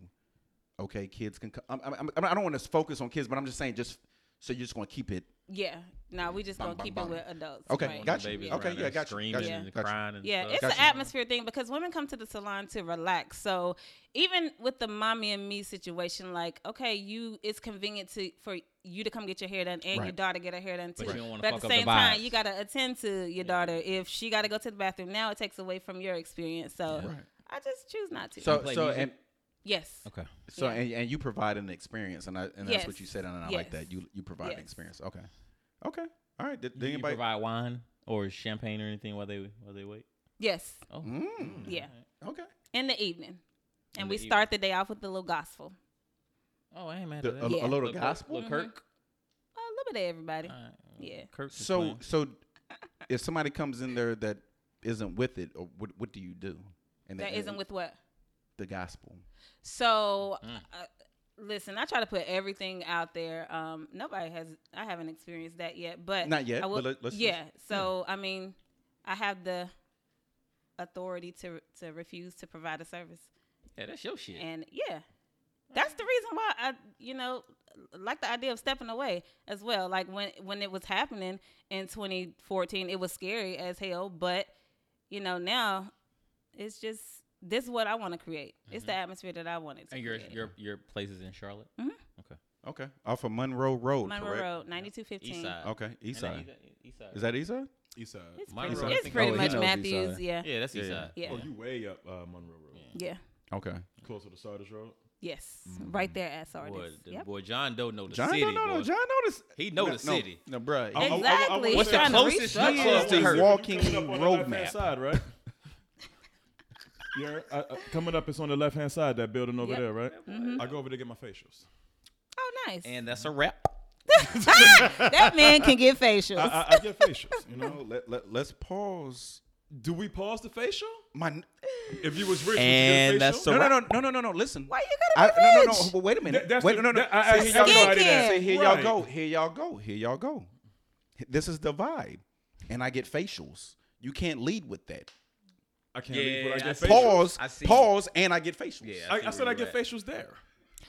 Okay, kids can come. I'm, I'm, I'm, I am i i do not want to focus on kids, but I'm just saying, just so you're just going to keep it.
Yeah. Nah, we just
Bum,
gonna
bum,
keep
bum.
it with adults.
Okay,
right?
gotcha.
The babies
Okay,
around
yeah,
there
gotcha,
Screaming
gotcha,
and
gotcha.
crying. And
Yeah,
stuff.
it's
Gotcha.
an atmosphere thing because women come to the salon to relax. So even with the mommy and me situation, like okay, you it's convenient to for you to come get your hair done and your
Right.
daughter get her hair done too.
you don't wanna
at
fuck
the
up the
same time,
vibes.
you gotta attend to your daughter. If she gotta go to the bathroom now, it takes away from your experience. So I just choose not to.
So
play
so
music?
and
Yes.
Okay.
So
Yeah.
and, and you provide an experience, and I and that's what
Yes.
you said, and I like
Yes.
that. You you provide an
Yes.
experience. Okay, okay, all right. Did, did
Do you
anybody?
provide wine or champagne or anything while they while they wait?
Yes.
Oh,
Mm,
Yeah.
Okay.
In the evening.
In
And
the
we start the day off with a little gospel.
oh, I ain't mad
The-
at that.
a, a
Yeah.
little
Lil' Kirk-
gospel.
Lil' Kirk.
A little bit of
Uh,
everybody.
All right.
Mm-hmm. Yeah.
Kirk. is
So
playing.
so, if somebody comes in there that isn't with it, or what what do you do? And
that
they-
isn't with what?
the gospel.
So,
Mm.
uh, listen, I try to put everything out there. Um, nobody has, I haven't experienced that yet, but
Not yet,
I
but let- let's just-
yeah. So, I mean, I have the authority to to refuse to provide a service,
yeah, that's your shit.
and yeah, that's the reason why I, you know, like the idea of stepping away as well. Like when when it was happening in 2014, it was scary as hell, but you know now it's just this is what I want to create. It's the atmosphere that I wanted to.
and your
create.
your your place is in Charlotte.
Okay. Off of Monroe Road.
Monroe
correct?
Road, 9215.
East side.
Okay. East
And then
side.
you got East side.
Is that east side?
East Side.
It's
Monroe,
pretty,
I
it's
think-
pretty
Oh, he
much
knows
Matthews.
Eastside.
Yeah.
Yeah, that's
Yeah,
East
yeah.
side.
Yeah.
Oh, you way up uh, Monroe Road,
Yeah.
Okay.
closer to Sardis Road.
Yes. Right there at
Boy,
Sardis.
the
Yep.
boy John Doe know the
John,
city.
no, no, no.
boy.
John noticed.
He know the city.
No, bruh.
I- I- I- I
Exactly.
was
What's
trying
the
to
closest
reach
nightclub
Sardis.
to
You
her?
coming
walking
up on the left-hand
roadmap.
Side, right? You're, uh, uh, coming up, it's on the left hand side, that building over
Yep.
there, right? I go over to get my facials.
Oh, nice. Ah!
And that's a wrap.
that man can get facials.
I, I, I get facials, you know?
No, let, let, let's pause.
Do we pause the facial?
My.
If you was rich,
And
would you get a
that's
facial?
No, no,
a
no, no, no, no, no. Listen.
Why you
I,
gotta be
no, no,
rich?
no. But wait a minute.
Th- that's
wait,
the-
no, no, no.
that- I- I
See,
hear
y'all go.
nobody that.
See, here
Right.
y'all go. Here y'all go. Here y'all go. This is the vibe, and I get facials. You can't lead with that.
I can't leave, but I
Yeah,
get
I see.
facials.
Pause.
I see.
Pause, and I get facials.
Yeah,
I,
see
I said
where
I
you
get
at.
facials there.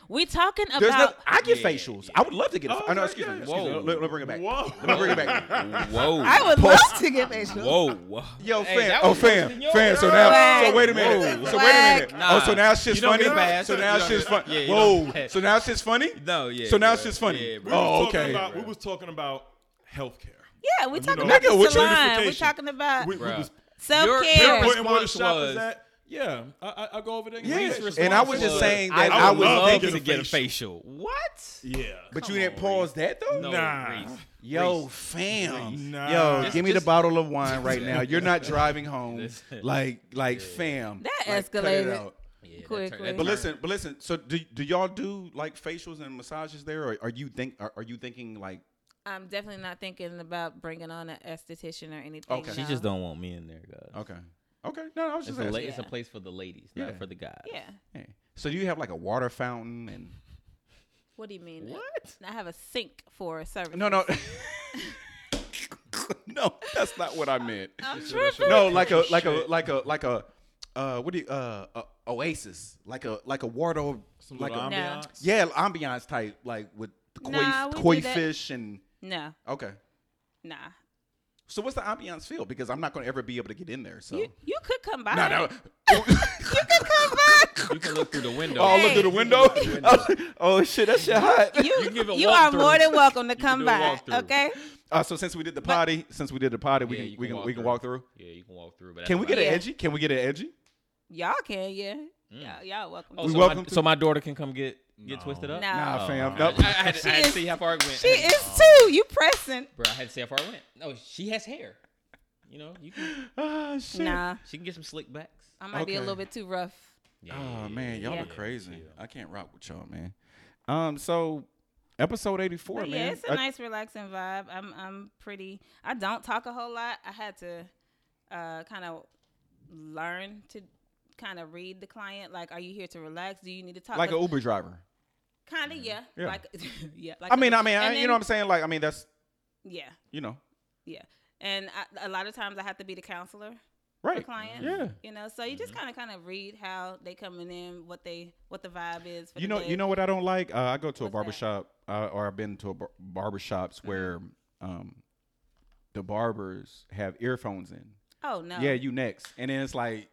we talking
There's
about.
nothing. I get
Yeah,
facials.
yeah.
I would love to get. A,
Oh,
oh, no,
okay,
excuse
yeah,
me.
yeah.
Excuse me.
Whoa.
Let, let me bring it back.
Whoa.
Let me bring it back.
Whoa.
I would
Pause.
love to get facials.
Whoa. Whoa.
Yo,
Hey,
fam.
that
Oh,
was worse
fam.
than yours,
Fam. So
girl.
now, so
Whack.
wait a minute.
Whoa.
So wait a minute.
Whack.
Oh, so now it's just
You don't
funny.
get past.
So now
You
it's
don't
just
get-
funny.
yeah, you don't
Whoa.
get-
So now it's just funny.
No, yeah.
So now
bro.
it's just funny.
Yeah, bro.
Oh,
Talking
okay.
About, we
Bruh.
was talking about healthcare.
Yeah, we
You
talking
know,
about
Nigga, what
the
you-
line. We
Gentrification.
talking about
We, we
Bruh.
was
self
Your-
care.
pinpointing
your-
where the
response
shop
was-
is at. Yeah, I, I, I go over there. And
Yeah,
get
and
facials.
I was just
Response
saying
was,
that
I
I
would
was
love
thinking
to get a facial.
facial. What?
Yeah,
But
Come
you didn't
on,
pause that though.
No,
Nah.
Reese.
Yo,
Reese.
fam.
Nah.
Yo,
Just-
give me the
just-
bottle of wine right now.
Just-
You're not driving home.
Listen.
Like, like, fam.
That
Like, cut it
escalated.
out.
Yeah, that
Quick,
turn-
quick.
that
But
turn-
listen, but listen. So do do y'all do like facials and massages there, or are you think are, are you thinking like
I'm definitely not thinking about bringing on an esthetician or anything.
Okay.
She
no.
just don't want me in there, God.
okay, okay? No, I
It's
was just
a,
asking.
la- it's a
Yeah.
place for the ladies,
Yeah.
not for the guys.
Yeah.
Yeah. So do you have like a water fountain and
What do you mean?
What?
I have a sink for service.
no, no, no. That's not what I meant.
I'm tripping.
No, like a like a like a like a uh what do you uh a, oasis like a like a water
Some
like
little
a
No.
ambiance.
yeah ambiance type like with the koi,
Nah, we
koi
do that.
fish and
No,
okay.
nah.
So what's the ambiance feel? Because I'm not going to ever be able to get in there. So
You you could come by.
no, no.
You can look through the window.
Oh, I look
Hey.
through the window. oh shit, that shit hot.
You
can give a
you are
walkthrough.
more than welcome to
can
come
do a
by.
walkthrough.
Okay.
Uh, so since we did the potty, since we did the potty, we
Yeah,
can
you can
we can
walk
we can
through.
walk through.
Yeah, you can walk through. But
Can
that's
we get
about
an
it.
Yeah.
edgy? Can we get an edgy?
Y'all can, yeah. Y'all, y'all welcome.
Oh,
We
so,
welcome
my,
to-
so my daughter can come get get
No.
twisted up.
Nah.
Nah,
Oh,
fam.
I-
No.
I, I had, to- I had to
She
see how far it went.
she
I had to-
is too. You pressing?
Bro, I had to see how far it went. No, she has hair. You know, you can,
Ah shit.
Nah,
she can get some slick backs.
I might be a
Okay.
little bit too rough.
Yeah,
Oh man, y'all
yeah,
are
yeah,
crazy. I can't rock with y'all, man. Um, so episode eighty four,
But
man.
yeah, it's a
I-
nice relaxing vibe. I'm I'm pretty. I don't talk a whole lot. I had to uh, kind of learn to kind of read the client. Like, are you here to relax? Do you need to talk?
like an Uber driver.
kind of, yeah.
Yeah.
Like, yeah. Like
I mean,
a-
I mean, I,
and
you
then-
know what I'm saying? Like, I mean, that's
Yeah,
you know,
yeah. And I, a lot of times I have to be the counselor.
right?
client.
Yeah. Mm-hmm.
You know, so you just kind of kind of read how they coming in, what they what the vibe is. For
You
the
know,
day.
you know what I don't like? Uh, I go to a
What's that? Uh-huh.
barbershop, uh, or I've been to a bar- barbershops where um, the barbers have earphones in.
Oh no.
Yeah, you next, and then it's like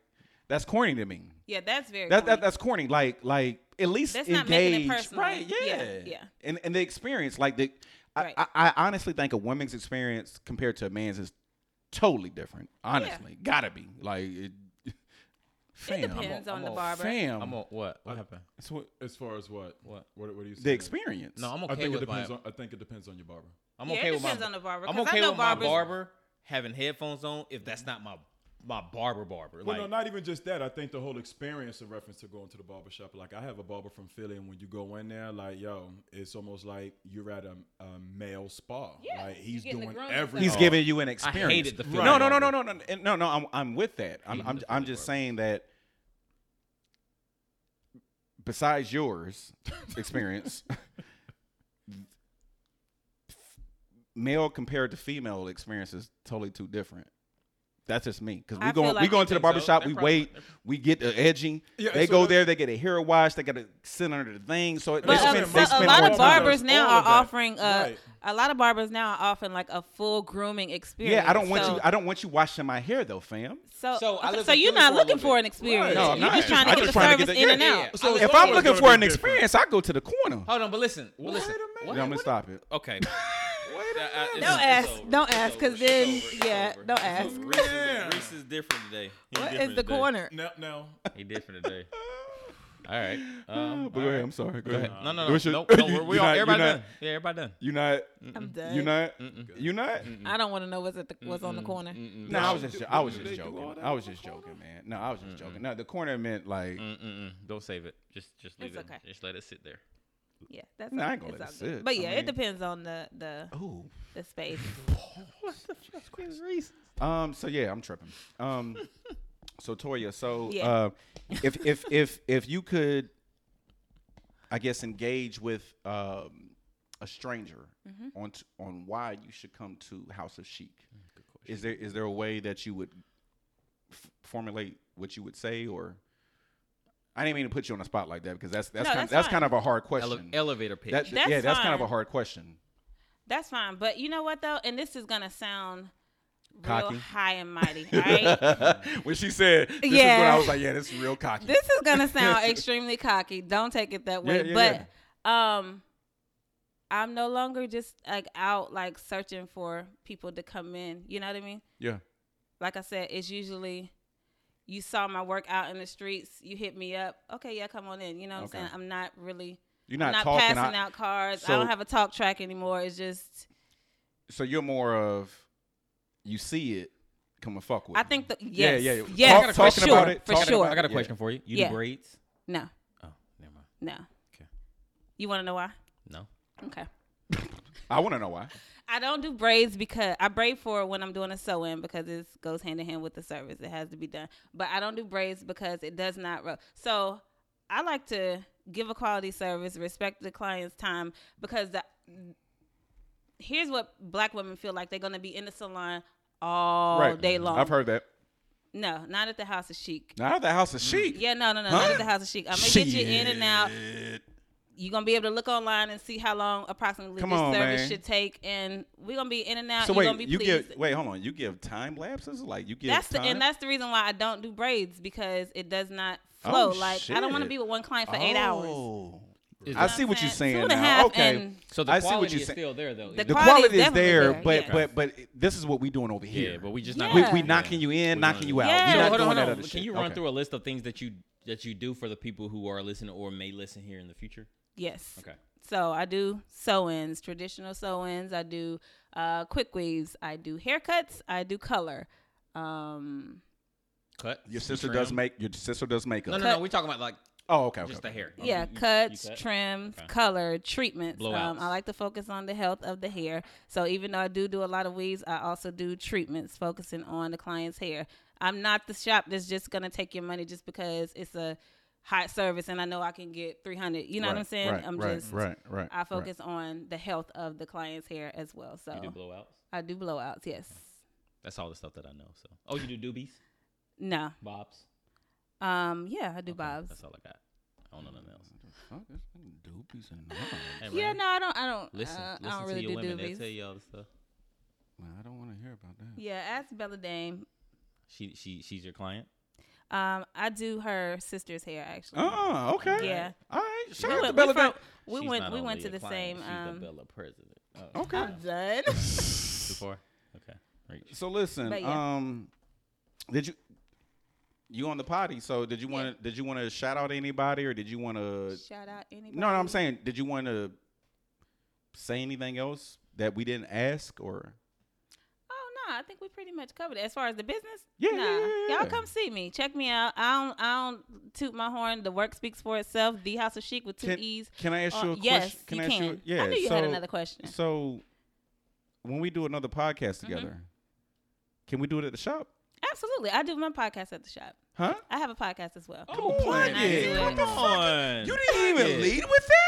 that's corny to me.
Yeah, that's very.
That, that
corny.
that's corny. Like like at least
That's not
engage,
making it personal.
right? Yeah.
Yeah, yeah.
And and the experience, like the, I,
Right.
I, I honestly think a woman's experience compared to a man's is totally different. Honestly, gotta be like. It, Fam,
it depends
I'm
on the
all-
barber.
fam.
I'm on what? What
I-
happened?
As far- As far as what?
What?
What, what do you say?
the experience.
No, I'm
I
okay
think it
with
depends
my.
on. I think it depends on your barber.
I'm
yeah,
okay
it
with my.
depends on the barber.
I'm
'cause I
okay
know
with my
barbers-
barber having headphones on if that's not my my barber barber.
Well,
like,
no, not even just that. I think the whole experience in reference to going to the barber shop. Like, I have a barber from Philly, and when you go in there, like, yo, it's almost like you're at a, a male spa.
Yeah,
like,
you're
he's
getting the
doing
grooming
everything.
He's
Oh.
giving you an
I
experience.
hated the
Right.
Philly
no, no, no,
barber.
no, no, no, and- no, no. I'm I'm with that. I'm
Hated
I'm,
the
I'm
Philly
just
barber.
saying that. Besides yours, experience, male compared to female experience is totally too different. That's just me because we
I
go
feel
we
like-
go into the
Think so?
barber shop,
They
we
probably-
wait, we get the edging.
Yeah,
they
so
go
that-
there, they get a hair wash, they got to sit under the thing. So it, they
But
uh,
spend,
a,
they
so- a
spend
lot
more
of
time.
barbers
All
now
of
are
that.
offering uh,
Right.
a lot of barbers now are offering like a full grooming experience.
Yeah, I don't want
so,
you. I don't want you washing my hair though, fam.
So,
So, I
okay,
lived
so
in
you're
Philly
not
for a
looking
little
for
bit.
an experience.
No, I'm
you're
not.
just trying to
I'm
get
just
the
trying to get
service
the-
in
yeah,
and
yeah,
out.
yeah. So
if
it's
I'm
always
looking
gonna
for
be
an
different.
experience, I go to the corner.
hold on, but listen, well, listen.
Wait a
What?
minute.
Yeah, I'm gonna stop it.
Okay.
uh,
Wait a
Don't
minute.
ask. Don't ask, 'cause then- yeah, don't ask.
Man.
Reese is different today. He's
What
different
is the
today.
corner?
Now, now,
He different today. all right. Um,
But go ahead. I'm sorry. Go, ahead.
No, no, no.
What's your-
Nope, no, we're, we
you're
all,
not- you're
everybody
not-
done. Yeah, everybody done.
You not?
I'm done.
You not?
Mm-mm.
You not?
I don't want to know what's at the, what's on the corner.
Mm-mm.
No, I was
Did-
just. I was
did
just
they do all
joking.
that
I was
on
just
the corner?
joking, man. No, I was just joking. No, the corner meant like.
Mm-mm. Don't save it. Just, just leave
It's
it.
okay.
Just let it sit there.
Yeah, that's
Nah, I
all-
ain't gonna
it's
let it
all good.
sit.
But
I
yeah,
mean-
it depends on the the
Oh.
the space.
Um. So yeah, I'm tripping. Um. so Toya. So
Yeah.
uh, if if if if you could, I guess engage with um a stranger
Mm-hmm.
on t- on why you should come to House of Chic.
Mm,
Is there is there a way that you would f- formulate what you would say or? I didn't mean to put you on the spot like that because that's that's
No,
kind
that's
that's
fine.
kind of a hard
Ele-
question.
elevator pitch.
That-
That's
yeah, that's kind of a
fine.
hard question.
That's fine. But you know what though, and this is gonna sound
Cocky.
real high and mighty, all right?
when she said, this is when
Yeah.
I was like, yeah, this is real cocky.
this is gonna sound extremely cocky. Don't take it that way.
Yeah, yeah,
but um I'm no longer just like out like searching for people to come in. You know what I mean?
yeah.
Like I said, it's usually you saw my work out in the streets, you hit me up, okay, yeah, come on in. You know what
Okay.
I'm saying? I'm not really
You're not,
I'm not
talking.
passing
I-
out cards.
so-
I don't have a talk track anymore. It's just
So you're more of you see it, come and fuck with.
I
it.
think the
Yeah,
yes,
yeah, yeah.
yes,
Talk-
for
talking
sure,
about it,
for
talking
sure.
about
I got a
Yeah.
question for you. You
Yeah.
do braids?
No,
Oh, never mind.
no.
Okay.
You want to know why?
No.
Okay.
I want to know why.
I don't do braids because I braid for when I'm doing a sew in because it goes hand in hand with the service. It has to be done. But I don't do braids because it does not ro- So I like to give a quality service, respect the client's time because the, here's what black women feel like they're going to be in the salon all
right.
day long.
I've heard that.
No, not at the house of chic.
Now the house is chic.
Yeah, no, no, no,
Huh?
not at the house of chic. I'm gonna get you in and out.
Shit.
You're gonna be able to look online and see how long approximately
Come
this
on,
service
man.
should take, and we're gonna be in and out.
So
you're gonna
wait,
be
you
pleased.
give wait, hold on. You give time lapses? Like you give
that's the,
time?
and that's the reason why I don't do braids because it does not flow. like I don't want to
Oh, shit.
be with one client for eight hours.
Oh.
Is
I
that-
see what you're
Two
saying
and a
now.
half
Okay.
and-
So the
I see what
quality
you're
is
saying.
still there, though.
The
The
quality is
quality is
definitely
there,
there,
but
yes.
but but this is what we doing over here.
yeah, but we just not.
Yeah.
we,
doing
we
that.
knocking you in,
We
knocking
doing
you out.
Yeah.
We
So
not
hold on,
doing
hold
that
on.
other
Can
shit.
you run
Okay.
through a list of things that you that you do for the people who are listening or may listen here in the future?
Yes.
Okay.
So I do sew-ins, traditional sew-ins. I do uh, quick weaves. I do haircuts. I do color. Um,
Cut.
Your sister does
trim?
make your sister does makeup.
No, no, no. We're talking about like
Oh, okay. okay,
just the
okay.
hair.
yeah,
You- you- you
cuts,
cut?
trims,
Okay.
color, treatments. Um,
Blowouts.
I like to focus on the health of the hair. So even though I do do a lot of weaves, I also do treatments, focusing on the client's hair. I'm not the shop that's just gonna take your money just because it's a hot service and I know I can get 300. You know what I'm
Right,
saying?
right,
I'm
right,
just
right, right.
I focus on the health of the client's hair as well. So
You do blowouts.
I do blowouts. Yes.
That's all the stuff that I know. So. Oh, you do doobies,
No.
bobs.
Um. Yeah, I do
Okay,
bobs.
That's all I got. I don't know nothing else.
Fuck, that's fucking dope. He's in love.
Hey,
Yeah.
Ryan,
No, I don't. I don't.
Listen,
uh,
listen
I don't really
to your
do
women. They tell
doobies.
you all the stuff.
Man, I don't want to hear about that.
Yeah. Ask Bella Dame.
She she she's your client.
Um, I do her sister's hair actually.
Oh, okay.
Yeah.
All right. Shout out
We
to
went- we
Bella.
fro-
Dame.
We
She's
went.
not
We went
only
to
a
the
client,
same.
She's the
Um,
Bella president. Oh,
Okay.
I'm done.
Too far. Okay. Reach.
So listen,
But yeah.
um, did you? You on the potty, so did you want to did you want to shout out anybody or did you want to
Shout out anybody.
No, no, I'm saying did you want to say anything else that we didn't ask or
Oh no, I think we pretty much covered it. As far as the business,
Yeah,
nah.
yeah, yeah, yeah.
Y'all come see me. Check me out. I don't I don't toot my horn. The work speaks for itself. The House of Chic with two
Can-
E's.
Can I ask
Uh,
you a
yes,
question? Can
you
I ask
can.
you? Yeah.
I knew you
so,
had another question.
So, when we do another podcast
Mm-hmm.
together, can we do it at the shop?
Absolutely. I do my podcast at the shop.
Huh?
I have a podcast as well.
Come on,
I do it.
come on.
You didn't even lead with that.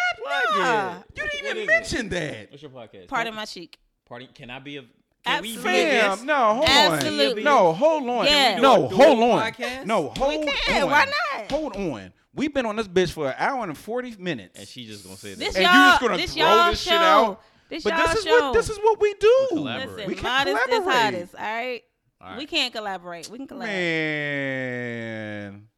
Nah.
You didn't
What
even
is it?
mention that.
What's your podcast?
Part of my chic.
Party. Can I be a? Can we be a
Absolutely.
guest?
Fam, no, hold
Absolutely.
on. No, hold on.
Yeah. Can we do
No,
a
hold
dual
on.
podcast?
No, hold
can,
on.
why not?
Hold on. We've been on this bitch for an hour and forty minutes,
And she just gonna say
This
that.
And
y'all,
you just gonna
this
throw
y'all
this
show.
shit out?
This
but
y'all
this is
show.
what this is what we do.
We collaborate.
Listen,
We can
modest is
collaborate.
hottest. All right?
All right.
we can't collaborate. We can collaborate.
Man.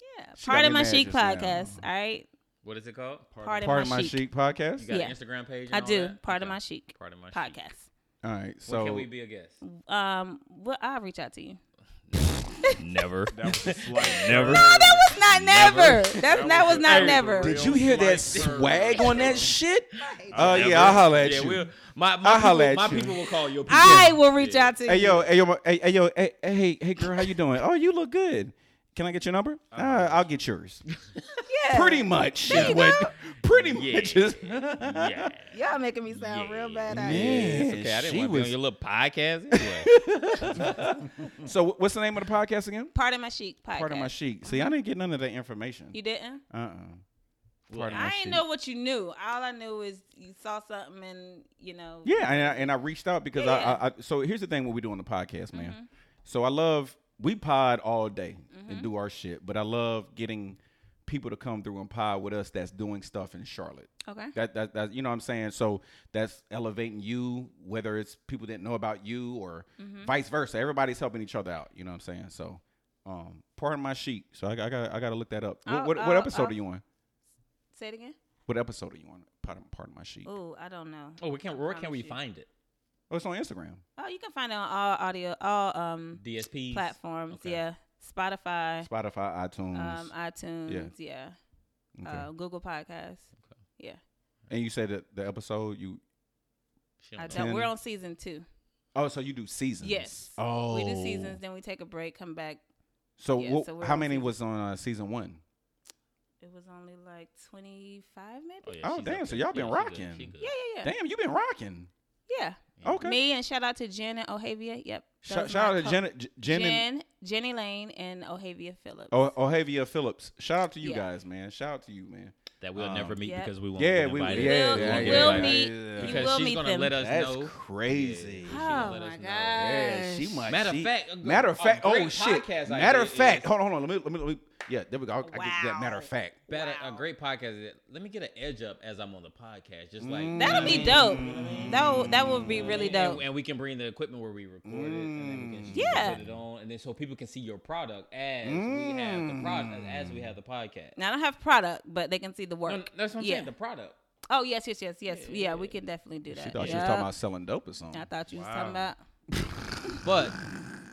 Yeah,
She got
part of
me
my
mad
chic
just now.
podcast. All right,
What is it called?
part,
Part
of my chic.
podcast.
You got
Yeah.
an Instagram page? and
I
all
do
that?
part of
Okay.
my chic
Part of my Chic.
podcast.
All right, so
When can we be a guest?
Um, well, I'll reach out to you.
Never.
That was a slight.
Never.
No, that was not never. That's, that was not
Hey,
never.
for
Did
Real
you hear that
slight curve.
swag on that shit? Oh
Never.
yeah, I'll holler at
Yeah,
you.
we'll- my my,
I'll
people,
holla at
my
you.
people will call your people.
I will reach
Yeah.
out to
Hey
you.
yo, hey yo, my- hey, hey yo, hey, hey, hey, girl, how you doing? Oh, you look good. Can I get your number?
Uh-huh.
Uh, I'll get yours.
Yeah.
Pretty much. is
you
what-
go.
pretty
Yeah.
much. Is,
Yeah.
Y'all making me sound
Yeah.
real bad.
Yeah.
Yeah.
It's okay. I didn't
she
want to be
was-
on your little podcast anyway.
so wh- what's the name of the podcast again?
Part of my chic podcast.
Part of my sheet. See, I didn't get none of that information.
You didn't.
Uh uh Part of my
I
sheet.
didn't know what you knew. All I knew is you saw something and you know.
Yeah, and I, and I reached out because I-
Yeah. Mm-hmm.
I, I, So here's the thing: what we do on the podcast, man. So I love we pod all day and do our shit, but I love getting people to come through and pod with us that's doing stuff in Charlotte.
Okay.
That that, that you know what I'm saying. So that's elevating you, whether it's people that know about you or
Mm-hmm.
vice versa. Everybody's helping each other out. You know what I'm saying. So. Um, part of my sheet, so I, got- I got I got to look that up. What,
I'll-
what, what
I'll-
episode are
I'll-
you on?
Say it again.
What episode are you on? Part of, part of my sheet.
Oh, I don't know.
Oh, we can't. Where can
promise
we
you.
find it?
Oh, it's on Instagram.
Oh, you can find it on all audio, all um
DSPs.
platforms.
Okay.
Yeah, Spotify,
Spotify, iTunes.
um, iTunes. Yeah,
Okay.
uh, Google Podcasts. Yeah,
And you said that the episode you
She
I
don't know.
don't, we're
Ten.
on season two.
oh so you do seasons
Yes.
oh
We do seasons, then we take a break, come back.
so,
yeah,
what-
so we're
how
on
many
season-
was on uh, season one?
It was only like twenty five, maybe.
yeah,
Oh,
she's
damn,
up
so
there.
y'all been
Yeah, she good.
rocking.
She good.
Yeah, yeah, yeah,
Damn, you've been rocking.
yeah.
Okay,
Me and shout out to Jen and Ohavia. Yep.
Sh-
those
shout out
my
to
co-
Jen, J- Jen, and
Jen, Jenny Lane, and Ohavia Phillips.
oh, Ohavia Phillips. Shout out to you
Yeah.
guys, man. Shout out to you, man.
That we'll
Um,
never meet
Yeah.
because we won't.
yeah,
get
we yeah,
invited.
yeah,
Will-
yeah,
you
yeah,
will
yeah,
meet-
yeah.
you
Because
will
she's
meet
gonna
them.
let us
That's
know. Yeah,
crazy.
she's gonna
Oh
let us
my
know.
Yeah,
gosh.
she might.
Matter of
she-
fact, a-
matter of
a
fact, oh
great
shit.
podcast idea
Matter of
is-
fact, hold on, hold on. Let me, let me, let me. Yeah, there we go. I, I get that. Matter of fact.
Better a
Wow.
great podcast. is that- Let me get an edge up as I'm on the podcast. Just like
Mm.
That'll be dope. That would, that would be really dope.
And, and we can bring the equipment where we record it, and then
Mm.
we can just
Yeah.
put it on, and then so people can see your product as we have the product as we have the
Mm.
podcast.
Now I don't have product, but they can see the work.
No, that's what I'm
yeah.
saying. The product.
Oh yes, yes, yes, yes. Yeah, we can definitely do that.
She thought she was
Yup.
talking about selling dope or something.
I thought you was talking about.
But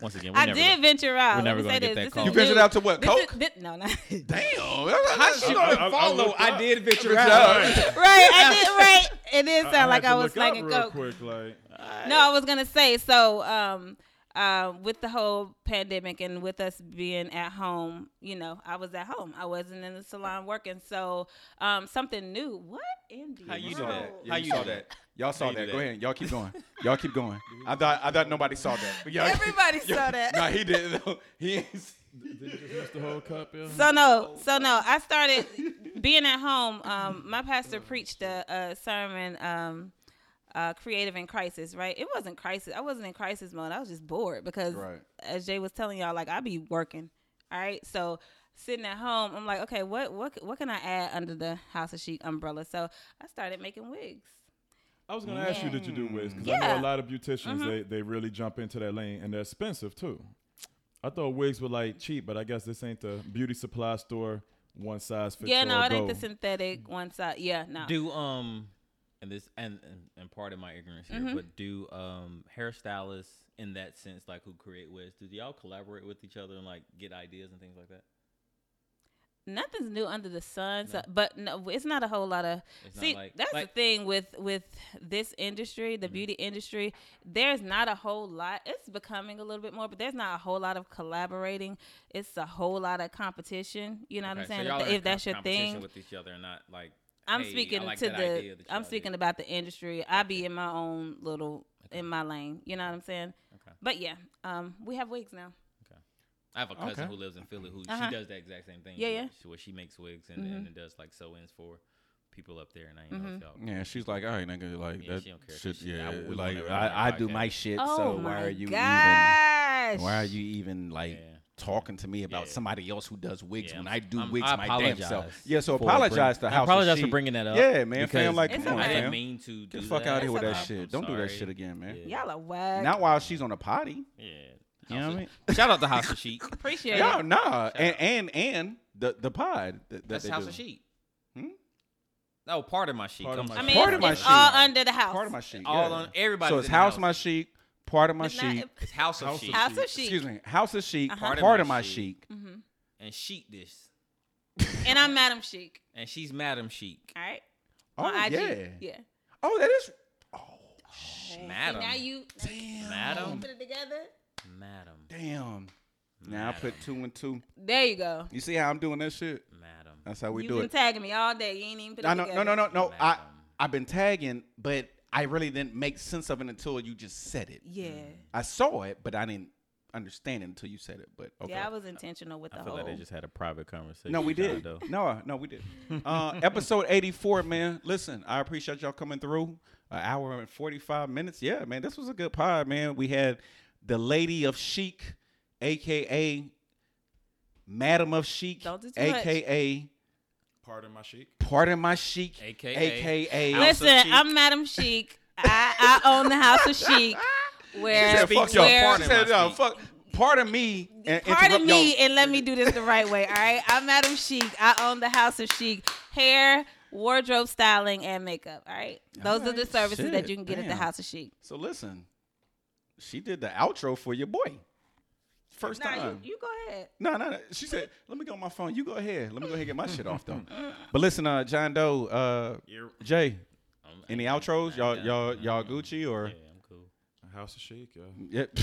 once again, we
I
never
did venture out.
we're
Let
never
me
gonna
say
get that
this. This is
call.
You ventured
new.
out to what?
This is-
Coke?
thi- no, not
Damn. How
She don't
I- I
follow.
looked
I,
up.
did venture
looked
out.
up.
right. I did right. It did sound
had
like
to
I was
look up
slanging
real
coke.
Quick, like
No, I was gonna say so. Um, uh, with the whole pandemic and with us being at home, you know, I was at home. I wasn't in the salon working. So, um, something new. What in the
How you do
world?
that?
Yeah,
How
you
you
saw
do
that? Y'all saw
you
that.
do
Go
that?
ahead. Y'all keep going. Y'all keep going. I thought I thought nobody saw that. But y'all-
Everybody saw that.
no, he didn't. though. He ain't. see-
did you just miss the whole cup? Yeah?
So no, so no. I started being at home. Um, my pastor preached a, a sermon, um, uh, "Creative in Crisis." Right? It wasn't crisis. I wasn't in crisis mode. I was just bored because,
Right.
as Jay was telling y'all, like I be working. All right, so sitting at home, I'm like, okay, what what what can I add under the House of Chic umbrella? So I started making wigs.
I was gonna ask you, did you do wigs? Because I know
Yeah. Mm-hmm.
a lot of beauticians they, they really jump into that lane, and they're expensive too. I thought wigs were like cheap, but I guess this ain't the beauty supply store one size fits
yeah,
all.
no, it ain't
go.
the synthetic one side. Yeah, no.
Do um
and this and and, and part of my ignorance here,
Mhm.
but do um hairstylists in that sense, like who create wigs, do y'all collaborate with each other and like get ideas and things like that?
Nothing's new under the sun, so,
No.
but no, it's not a whole lot of
It's
See,
not like
that's
like Mm-hmm.
the thing with with this industry, the beauty industry. There's not a whole lot. It's becoming a little bit more, but there's not a whole lot of collaborating. It's a whole lot of competition. You know what I'm
okay, so
saying?
y'all
if
are in
if that's
co-
your
competition
thing,
with each other and not like
I'm
hey, I
speaking
like
to
that
the.
idea that
I'm
y'all
speaking
did.
about the industry. I be
Okay.
in my own little
Okay.
in my lane. You know what I'm saying?
Okay.
But yeah, um, we have wigs now.
I have a cousin
Okay.
who lives in Philly who
Uh-huh.
she does that exact same thing.
Yeah,
she,
yeah. Mm-hmm.
She, where she makes wigs and, and does like sew ins for people up there, and I ain't know if y'all.
Yeah, she's like, all right, nigga, like
Yeah,
that
she don't care.
shit.
She-
yeah,
I- we want
like
everybody on
I, I
the
do
podcast.
my shit. so why are you
Oh gosh!
even? Why are you even like
Yeah.
talking to me about
Yeah.
somebody else who does wigs
Yeah,
when
I'm-
I do
I'm-
wigs
I
my damn
apologize
self? Yeah, so
for bring-
apologize to
I
how.
apologize for bringing that up
Yeah, man, fam,
because
like
It's
come on,
I
okay.
didn't
fam,
mean to do
get the fuck
that.
out of here
It's
with that
okay.
shit.
I'm
Don't do that
sorry.
shit again, man.
Yeah.
Y'all are whack.
Not while she's on a potty.
Yeah.
You know what I mean?
Shout out to House of Sheep.
Appreciate it.
Yeah, nah,
Shout
and
out.
and and the the pod. That, that
That's
they
House
do.
of Sheep.
Hmm?
No, part of my sheep.
Part of
I'm
my
I
sorry.
mean,
Part
it's,
of my
it's
shit.
all under the house.
Part of my sheep.
all
yeah.
on everybody.
So it's house of my sheep, part of my
It's not-
sheep.
It's House of
House of
Sheep
House of
Sheep.
sheep.
Excuse me, house of sheep,
Uh-huh.
part, of my sheep.
hmm
and Sheep Dish,
And I'm Madam Chic.
and she's Madam Chic.
All right.
Oh
on IG.
yeah.
Yeah.
Oh, that is. oh,
Madam.
See, now you now you
Damn.
Madam.
put it together.
Madam.
Damn. Now I put two and two.
There you go.
You see how I'm doing that shit?
Madam.
That's how we
you
do
been
it.
tagging me all day. You ain't even put it
I know, no, no,
together.
no, no. I
Madam.
I've been tagging, but I really didn't make sense of it until you just said it.
Yeah.
I saw it, but I didn't understand it until you said it. But okay.
Yeah, I was intentional with the
I feel
whole.
like they just had a private conversation.
No, we
kinda,
did.
though.
No, no, we did. Uh, episode 84, man. Listen, I appreciate y'all coming through. An hour and 45 minutes. Yeah, man, this was a good pod, man. We had the Lady of Chic, aka Madam of Chic,
Don't do too much.
aka
Pardon my chic.
Pardon My Chic,
AKA.
aka
House of
Listen,
Chic.
I'm Madam Chic. I, I own the House of Chic. Where,
She said, fuck y'all.
where
She said, no, fuck. Pardon me. And
Pardon
interrupt
me
y'all.
and let me do this the right way, all right? I'm Madam Chic. I own the House of Chic. Hair, wardrobe styling, and makeup, all right? Those are the
Alright,
services that
shit,
you can get at the
damn.
House of Chic.
So listen, she did the outro for your boy. First
Nah,
time.
you, you go ahead.
No, no, no. She said, "Let me go on my phone. You go ahead. Let me go ahead and get my shit off though." But listen, uh, John Doe, uh,
Ear-
Jay,
I'm-
any
I'm-
outros?
I'm
Y'all,
done.
y'all,
I'm
y'all
done.
Gucci or?
Yeah, I'm cool.
House of Chic, yo.
Yeah.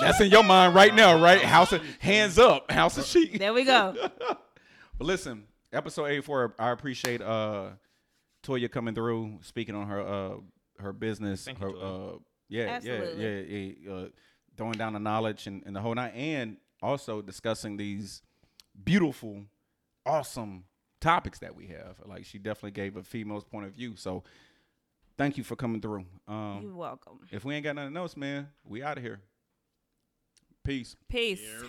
That's in your mind right now, right? House of hands up, house of sheep.
There we go.
But listen, episode eighty four. I appreciate uh, Toya coming through, speaking on her uh, her business.
Thank you,
her
Toya.
uh, yeah, yeah,
Absolutely.
yeah, yeah. Uh, throwing down the knowledge and, and the whole night, and also discussing these beautiful, awesome topics that we have. Like she definitely gave a female's point of view. So thank you for coming through.
You're
Um,
welcome.
if we ain't got nothing else, man, we out of here. Peace.
Peace.
Ear-